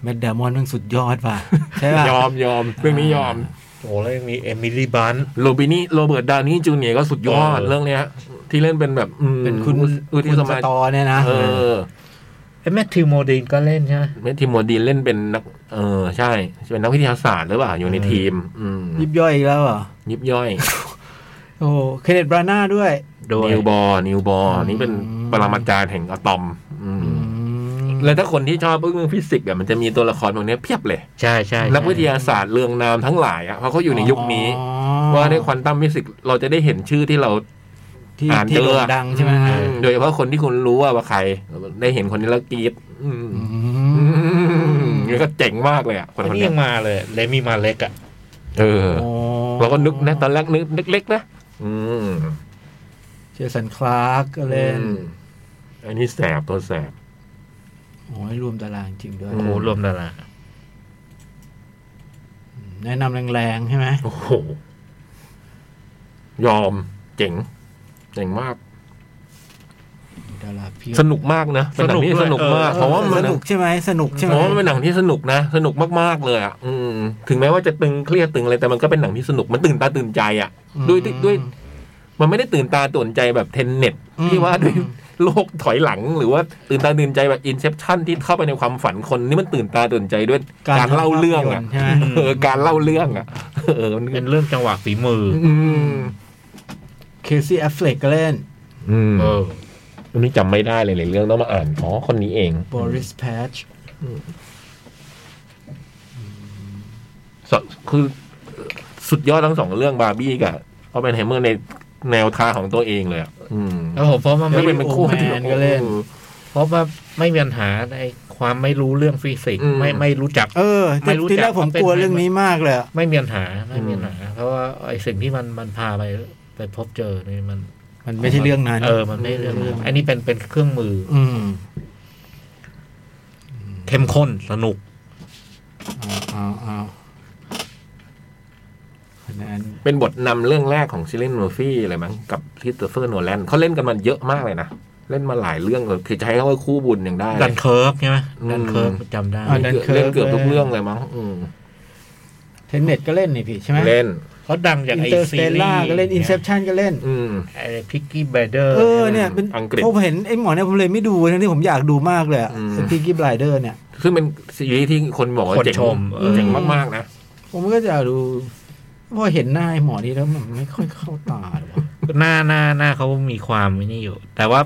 แมดเดมอนมันสุดยอดว่ะใช่ป่ะ
ยอมยอมเรื่องนี้ยอม
ๆ โอ้แล้วยังมีเอมิลี่บัน
โรบินี่โรเบิร์ตดาวนี่จูเนียร์ก็สุดยอด
เออ
เรื่องเนี้ย ที่เล่นเป็นแบบอืม
เป็นคุณ
อุทิ
คุณ
ส
ส
มา
ตอเนี่ยนะ
เออ
ไอ้แมทธิวโมดินก็เล่นใช่ไหม
เมทธิโมดีนเล่นเป็นนัก เออ ใช่เป็นนักวิทยาศาสตร์หรือเปล่าอยู่ใน
เออ
ทีม อืม
ยิบย่อยอีกแล้วเหรอ
ยิบย่อย
โอ้เคเดตบราน่าด้วย
โดย
นิวบอร์นิวบอร์
อืม
นี่เป็นปรมาจารย์แห่งอะตอม อืม
อืม
แล้วถ้าคนที่ชอบเรื่องฟิสิกส์อะมันจะมีตัวละครพวกเนี้ยเพียบเลย
ใช่ใช่
นักวิทยาศาสตร์เรืองนามทั้งหลายอะเพราะเขาอยู่ในยุคนี้
อ๋อ
ว่าในควอนตัมฟิสิกส์เราจะได้เห็นชื่อที่เรา
ที่
อ่าน
ที่
เจอ
โด่งดังใช่ไหมฮะ
อืมโดยเฉพาะคนที่คุณรู้ว่าว่าใคร ได้เห็นคนนี้แล้วกรี๊ดอืม
อื
อื
ม
มนี่ก็เจ๋งมากเลยอ่ะคน
อั
ค
น
น
นี้
เนี้ย
ยังมาเลยเลมี่มาเล็กอ่ะ
เออ
โอ้
เราก็นึกนะ ตอนแรกนึกเล็กๆนะอืม
เจสันคลาร์กก็เล่น
อืมอันนี้แสบตัวแสบ
โอ้ยรวมตารางจริงด้วย
อื
โอ้รวมดารา
แนะนำแรงๆ ใช่ไหม
โอ้โห ยอมเจ๋ง เจ๋งมาก
ได
จะรับพี่
สนุกมากนะเป็นหนังที่
ส
ส
นุ
นุ
ก
ก
ด้วย
มากเพราะว่ามั
ส
น
นุกใช่ไหมสนุกใช่ไหม
เพราะว่ามันเป็นหนังที่สนุกนะ สนุกมากๆเลยอ่ะอืมถึงแม้ว่าจะตึงเครียดตึงอะไรแต่มันก็เป็นหนังที่สนุกมันตื่นตาตื่นใจอ่ะด้วยด้วยด้วย มันไม่ได้ตื่นตาตื่นใจแบบเทนเน็ต
อืม
ที่ว่าด้วย
อืม
โลกถอยหลังหรือว่าตื่นตาตื่นใจแบบอินเ p พชันที่เข้าไปในความฝันคนนี่มันตื่นตาตื่นใจด้วยการเล่าเรื่องอ่ะ
ใช่ไหม
เออการเล่าเรื่องอ่ะเออมัน
เป็นเรื่องจังหวะฝีมือ
อืม
เคซี่แอฟเฟลกก็เล่น
อืม
เออ
วันนี้จำไม่ได้เลยเลยเรื่องต้องมาอ่านอ๋อคนนี้เอง
บริสแพช
สคือสุดยอดทั้งสองเรื่องบาร์บี้กับเขาเป็นไฮเมอร์ในแนวทางของตัวเองเลยอ่ะอืม
แล้วผมเพราะว่า
ไม่
ไม่
เป็นเป็นคู่ที่
ก็เล่น
โอ้
เพราะว่าไม่มีปัญหาในความไม่รู้เรื่องฟิสิกส์
อืม
ไม่ไม่รู้จัก
เออ
ไม่รู้จัก
ที่แรกผมกลัวเรื่องนี้มากเลยอะ
ไม่มีปัญหาไม่มีปัญหา เพราะว่าไอสิ่งที่มันมันพาไปไปพบเจอนี่มัน
มันไม่ใช่เรื่องนั้น
เออมันไม่เรื่องนั้นอันนี้เป็นเป็นเครื่องมืออ
อืม
เข้มข้นสนุก
เอาเอาเอาคะแนน
เป็นบทนำเรื่องแรกของซิลเลนโมฟี่อะไรมั้งกับคริสโตเฟอร์โนแลนเขาเล่นกันมันเยอะมากเลยนะ เล่นมาหลายเรื่องเลยคือใช้คำว่าคู่บุญอย่างได้เล
ดั
ย
นเคิร์กใช่ไหม
อืม
ดันเคิร์กจำได้
า ดันเคิร์ก
เล่นเกือบทุกเรื่องเลยมั้งอืม
เทนเน็ตก็เล่นนี่พี่ใช่ไหม
เล่น
เขาดังจาก
อิน
ไอ
เตอร์ส
ซี
เตล
รี
ล่า
ส์
ก็เล่นอินเซปชันก็เล่น
อืม
ไอพิกกี้แบเดอร์
เออเนี่ยเป็น
อังกฤษ
ผมเห็นไอ้หมอเนี่ยผมเลยไม่ดูนะที่ผมอยากดูมากเลย
อืม
พี่กิบไลเดอร์เนี่ย
ซึ่งเป็นซีรีส์ที่คนบอกว่า
คน
เจ๋ง
ชมเออ
เจ๋งมากๆนะ
ผมก็จะดูพอเห็นหน้าไอ้หมอนี่แล้วมันไม่ค่อยเข้าตาเลยวะ
หน้าหน้าหน้าเขามีความไอ้นี่อยู่ แต่ว่า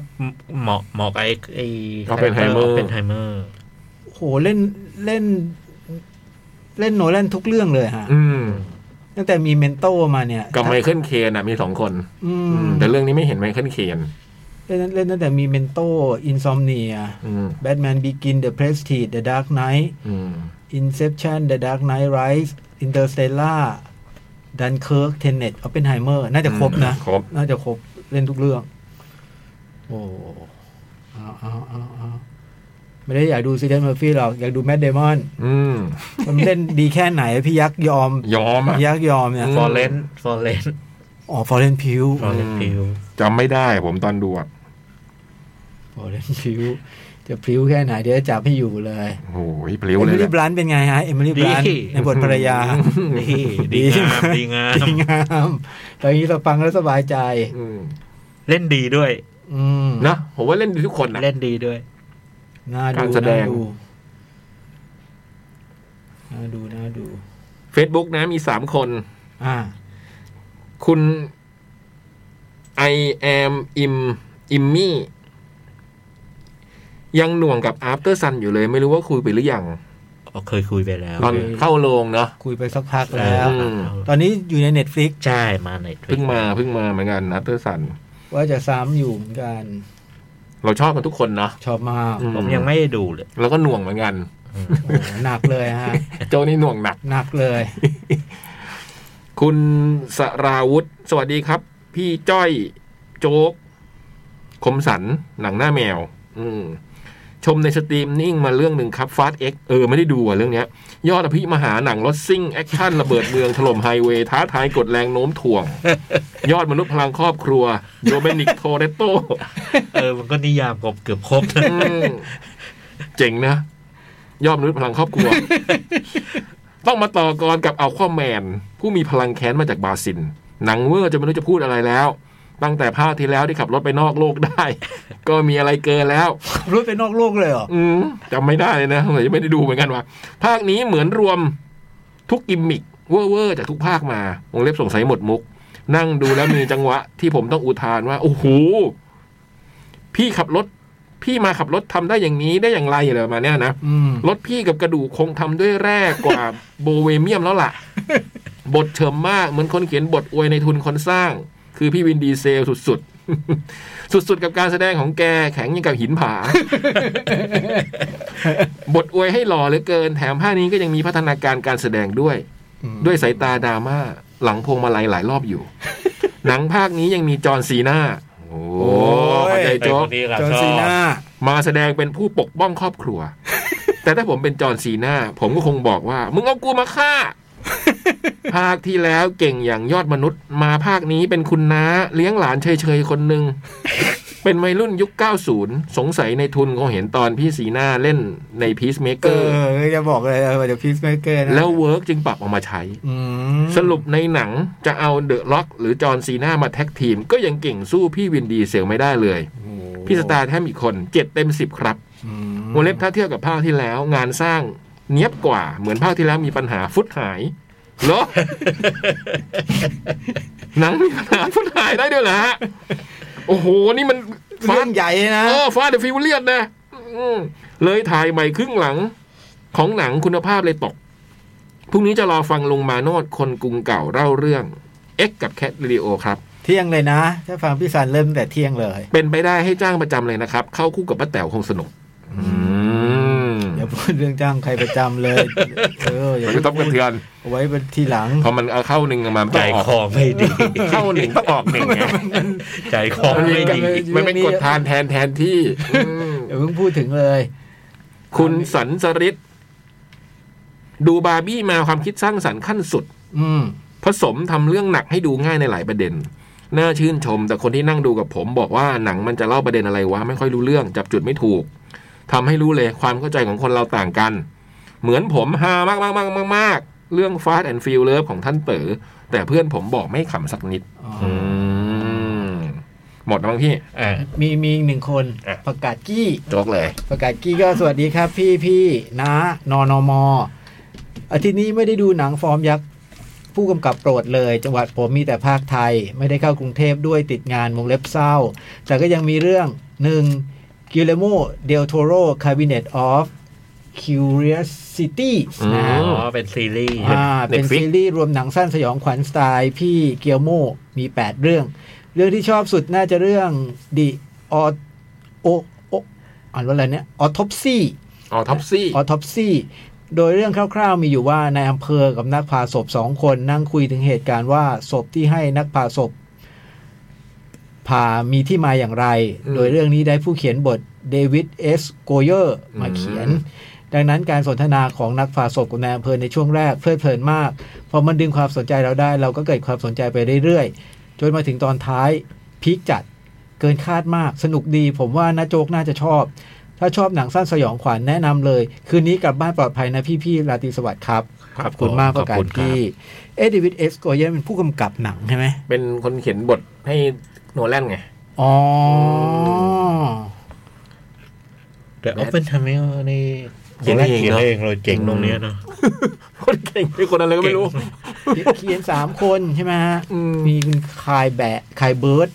เหมาะเหมาะกับไอไอ
เขาเป็นไฮเมอร์
เป็นไฮเมอร์
โหเล่นเล่น เล่นโนแลนทุกเรื่องเลยฮะ
อืม
ตั้งแต่มีเมนโตมาเนี่ย
กับไมเคิลเคนอ่ะมีสองคน
อื
อื
ม
ม แต่เรื่องนี้ไม่เห็นไมเคิลเคน
เล่นเล่นตั้งแต่มีเมนโตอินซอมเนีย
อืม
แบทแมนบีกินเดอะเพรสทีดเดอะดาร์กไนท์
อืม
อินเซปชันเดอะดาร์กไนท์ไรส์อินเตอร์สเตลล่าดันเคิร์กเทนเน็ตออปเปนไฮเมอร์น่าจะครบนะ
ครบ
น่าจะครบเล่นทุกเรื่อง โอ้เอาเอาเอาเอาไม่ได้อยากดูซีเดนเมอร์ฟี่หรอก อยากดูแมดเดมอน
อืม
มันเล่นดีแค่ไหน พี่ยักษ์ยอม
ยอมอ่ะ
พี่ยักษ์ยอมเนี่ย
อืม
ฟอร์เรนฟอร์เรน
อ๋อฟอเรนพิว
ฟอร์เรนพิว
จำไม่ได้ผมตอนดูอ่ะ
ฟอเรนพิวจะพิวแค่ไหน เดี๋ยวจะจับให้อยู่เลย
โอ้ยเพ
เอ
ลิ้ว
มิ
เลยแห
ลี่
ละ
บลันต์เป็นไงฮะ เอมิลี่บลันต์
ดี
ในบทภรรยา
นี่ดีงามดีงาม
ดีงามตอนนี้เราฟังแล้วสบายใจ
อืม
เล่นดีด้วย
อืม
นะผมว่าเล่นดีทุกคนนะ
เล่นดีด้วย
น่าดู
การแสด
น่าง ดูน่าดูน่าดู
Facebook นะมีสามคน
อ่า
คุณ I am im immy ยังหน่วงกับ After Sun อยู่เลยไม่รู้ว่าคุยไปหรือยัง
เคยคุยไปแล้ว
ตอนเข้าโรงเนาะ
คุยไปสักพักแล้ว
อืม
ตอนนี้อยู่ใน Netflix
ใช่มาใน Twitter
เพิ่งมาเพิ่งมาเหมือนกัน After Sun
ว่าจะซ้ำอยู่เหมือนกัน
เราชอบกันทุกคนเนาะ
ชอบมาก
อื
ผมยังไม่ได้ดูเลย
แล้วก็หน่วงเหมือนกัน
โอ้โหหนักเลยฮะ
โจนี่หน่วงหนัก
หนักเลย
คุณสราวุธ สวัสดีครับ พี่จ้อยโจ๊ก คมสัน หนังหน้าแมว อืม ชมในสตรีมนิ่งมาเรื่องหนึ่งครับฟาสเอ็กเออ ไม่ได้ดูอ่ะเรื่องเนี้ย ยอดอภิมหาหนังรถซิ่ง แอคชั่น ระเบิดเมือง ถล่มไฮเวย์ ท้าทายกดแรงโน้มถ่วง ยอดมนุษย์พลังครอบครัวโดเมนิกโทเรโต
เออมันก็นิยามกบเกือบครบนะ
เจ๋งนะ ยอดมนุษย์พลังครอบครัว ต้องมาต่อกรกับอัลควาแมน ผู้มีพลังแค้นมาจากบราซิลหนังเวอร์จะไม่รู้จะพูดอะไรแล้ว ตั้งแต่ภาคที่แล้วที่ขับรถไปนอกโลกได้ ก็มีอะไรเกินแล้ว
รถไปนอกโลกเลยเหรอ
อืมจำไม่ได้เลยนะสงสัยจะไม่ได้ดูเหมือนกันว่ะภาคนี้เหมือนรวมทุกกิมมิกเว่อร์ๆจากทุกภาคมาวงเล็บสงสัยหมดมุก นั่งดูแล้วมีจังหวะ ที่ผมต้องอุทานว่า โอ้โห พี่ขับรถ พี่มาขับรถทำได้อย่างนี้ได้อย่างไรอะไรประมาณเนี้ยนะ
อืม
รถพี่กับกระดูกคงทำด้วยแร่กว่า โบเวเมียมแล้วล่ะ บทเฉิมมากเหมือนคนเขียนบทอวยในทุนคนสร้าง คือพี่วินดีเซลสุดๆ สุดๆ กับการแสดงของแกแข็งยังกับหินผา บทอวยให้หล่อเหลือเกิน แถมภาคนี้ก็ยังมีพัฒนาการการแสดงด้วย ด้วยสายตาดราม่าหลังพวงมาลัยหลายรอบอยู่ หนังภาคนี้ยังมีจอห์นซีน่าโอ้
โอ้ย
เข้าใจ
ไอ้
โจ๊
ค
ก
นนี้เรา
จอห์น
ชอ
ซี
บ
น่า
มาแสดงเป็นผู้ปกป้องครอบครัว แต่ถ้าผมเป็นจอร์นซีน่าผมก็คงบอกว่า มึงเอากูมา ฆ่า ภาคที่แล้ว เก่งอย่างยอดมนุษย์ มาภาคนี้เป็นคุณน้า เลี้ยงหลานเฉยๆคนหนึ่ง เป็นวัยรุ่นยุค 90 สงสัยในทุนคงเห็นตอนพี่สีหน้าเล่นในพีซเม
เอ
เกอร์
อจะบอกเลยเดี๋ยวพีซเมเกอร์นะ
แล้วเวิร์กจึงปรับเออกมาใช้
อืม
สรุปในหนังจะเอาเดอะล็อก หรือจอห์นซีน่ามาแท็กทีม ก็ยังเก่งสู้พี่วินดีเซลไม่ได้เลย
โอ้โห
พี่สตาร์แทมอีกคนเจ็ดเต็มสิบครับ
อืม
วงเล็บถ้าเทียบกับภาคที่แล้ว งานสร้างเนียบกว่าเหมือนภาคที่แล้วมีปัญหาฟุตหายเห รอ หนังมีปัญหาฟุตหายได้ด้วยเหรอฮะโอ้โห นี่มัน
เรื่
ฟา
อ
ด
งใหญ่นะ
เออฟาดเดอะฟิวเลียนนะอืมเลยถ่ายใหม่ครึ่งหลัง ของหนังคุณภาพเลยตกพรุ่งนี้จะรอฟังลุงมาโนดคนกรุงเก่าเล่าเรื่อง X กับแคทวิดีโอครับ
เที่ยงเลยนะ ถ้าฟังพี่สันเริ่มแต่เที่ยงเลย
เป็นไปได้ให้จ้างประจำเลยนะครับ เข้าคู่กับป้าแต๋วคงสนุก อืม
อย่าพูดเรื่องจ้างใครประจำเลย เอออย่า
มัน
พู
ก็
ด
ต้องกระเทือน
เอาไว้ทีหลัง
พอมันเอาเข้าหนึ่งมามัน
ใจ
ต้องออก
คอไม่ดี
เข้าห นึ่งต้องออกหนึ่งไง
ใจคอ
มัน
ไม่
เป็น
ดี
มันเป็นกฎทานแทนแทนที่อืม
อย่าเพิ่งพูดถึงเลย
คุณสันสริศดูบาร์บี้มาความคิดสร้างสรรค์ขั้นสุด
อืม
ผสมทำเรื่องหนักให้ดูง่ายในหลายประเด็น น่าชื่นชม แต่คนที่นั่งดูกับผมบอกว่าหนังมันจะเล่าประเด็นอะไรวะ ไม่ค่อยรู้เรื่อง จับจุดไม่ถูกทำให้รู้เลยความเข้าใจของคนเราต่างกัน เหมือนผมฮามากมากมากมากๆๆๆ เรื่อง Fast and f u r i o u s ของท่านเต๋อแต่เพื่อนผมบอกไม่ขำสักนิด
อ๋อ
อืมหมดแล้วมั้งพี่
อ่า
มีมีอีกหนึ่งคน
อ่ะ
ประกาศกี้
จกเลย
ประกาศกี้ก็สวัสดีครับ พี่พี่นะนอนมอาทิตย์นี้ไม่ได้ดูหนังฟอร์มยักษ์ผู้กำกับโปรดเลย จังหวัดผมมีแต่ภาคไทย ไม่ได้เข้ากรุงเทพด้วยติดงานวงเล็บเศร้า แต่ก็ยังมีเรื่องหนึ่งกิเลโมเดลโทโรคาบิเนตออฟคิวเรียซิตี้นะฮะ
อืม
อ๋อ เป็นซีรีส์
อ่าเป็น
Netflix
ซีรีส์รวมหนังสั้นสยองขวัญสไตล์พี่เกียวโมมี 8 เรื่อง เรื่องที่ชอบสุดน่าจะเรื่องดิออโอโออ่านว่าอะไรเนี่ยออทอปซี่
อ๋อท็อปซี่
ออทอปซี่โดยเรื่องคร่าวๆมีอยู่ว่าในายอำเภอกับนักผ่าศพสองคนนั่งคุยถึงเหตุการณ์ว่าศพที่ให้นักผ่าศพผ่ามีที่มาอย่างไร
อืม
โดยเรื่องนี้ได้ผู้เขียนบทเดวิดเอสโกเยอร์มาเขียน ดังนั้นการสนทนาของนักฝ่าศพกับนายอำเภอในช่วงแรกเพลิดเพลินมาก พอมันดึงความสนใจเราได้ เราก็เกิดความสนใจไปเรื่อยๆ จนมาถึงตอนท้ายพีคจัดเกินคาดมากสนุกดี ผมว่านาโจกน่าจะชอบ ถ้าชอบหนังสั้นสยองขวัญแนะนำเลย คืนนี้กลับบ้านปลอดภัยนะพี่ๆราตรีสวัสดิ์ครับ
ครับ
ขอบคุณมาก
ข
ป
อบ
ระกาศ
คุณครับ
ที่เอ็ดดิวิดเอสโกเยนเป็นผู้กำกับหนังใช่ไหม
เป็นคนเขียนบทให้โนแลนไง
อ๋อ
แต่ออฟเฟนทาเมลนี่
เขียนเอง
เขียน
เนอะ
เองเลยเจ๋งตรงเนี้ยเนาะ
คนเก่งเป็นคนอะไรก็ไม่รู้
เขียนสามคนใช่ไหมฮะ
อืม
มีคุณคายแบะคายเบิร์ด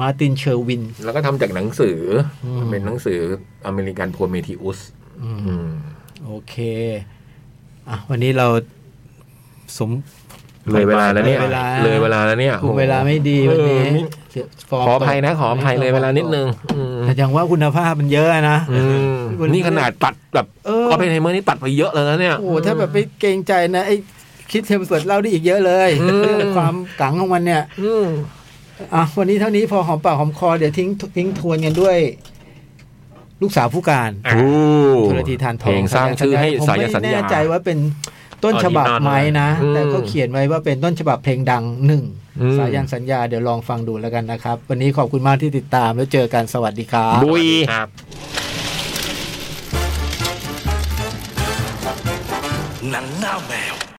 มาตินเชอร์วิน
แล้วก็ทำจากหนังสืออ
ม
เป็นหนังสืออเมริกันโพเมทิอุส
อืม โอเค อ่ะ วันนี้เราสม
เลยเวลาแล้วเนี่ย
เล
เลย ย
เว
เว
ลา
ลาแล้วเนี่ย
คุมเวลาไม่ดีวันนี้
เออ
เสียฟ
ขออภัยนะ ขออภัยเลยเวลานิดนึงอืม
แต่ยังว่าคุณภาพมันเยอะนะ
อืมนี่ขนาดตัดแบบ
เออ
เอาไปในเมื่อนี่ตัดไปเยอะแล้วนะเนี่ย
โอ้โหถ้าแบบไปเกรงใจนะไอ้คิดเทมเสิร์ตเล่าได้อีกเยอะเลย
อืม
เรื่องความกังของมันเนี่ย
อืม
อ่ะ วันนี้เท่านี้พอหอมปากหอมคอเดี๋ยวทิ้งทิ้งทวนกันด้วย ลูกสาวผู้การ
โอ้
ธุรธีทานทอง
เพลงสร้างชื่อให้
ผม
สาย
ไม่
สัญ
แน่
ญา
ใจว่าเป็นต้นฉบับไหมนะ
อืม
แต่ก็เขียนไว้ว่าเป็นต้นฉบับเพลงดังหนึ่ง
อืม
สายันสัญญาเดี๋ยวลองฟังดูแล้วกันนะครับ วันนี้ขอบคุณมากที่ติดตามแล้วเจอกันสวัสดีครับ
บุย
ครับ
หนังหน้าแมว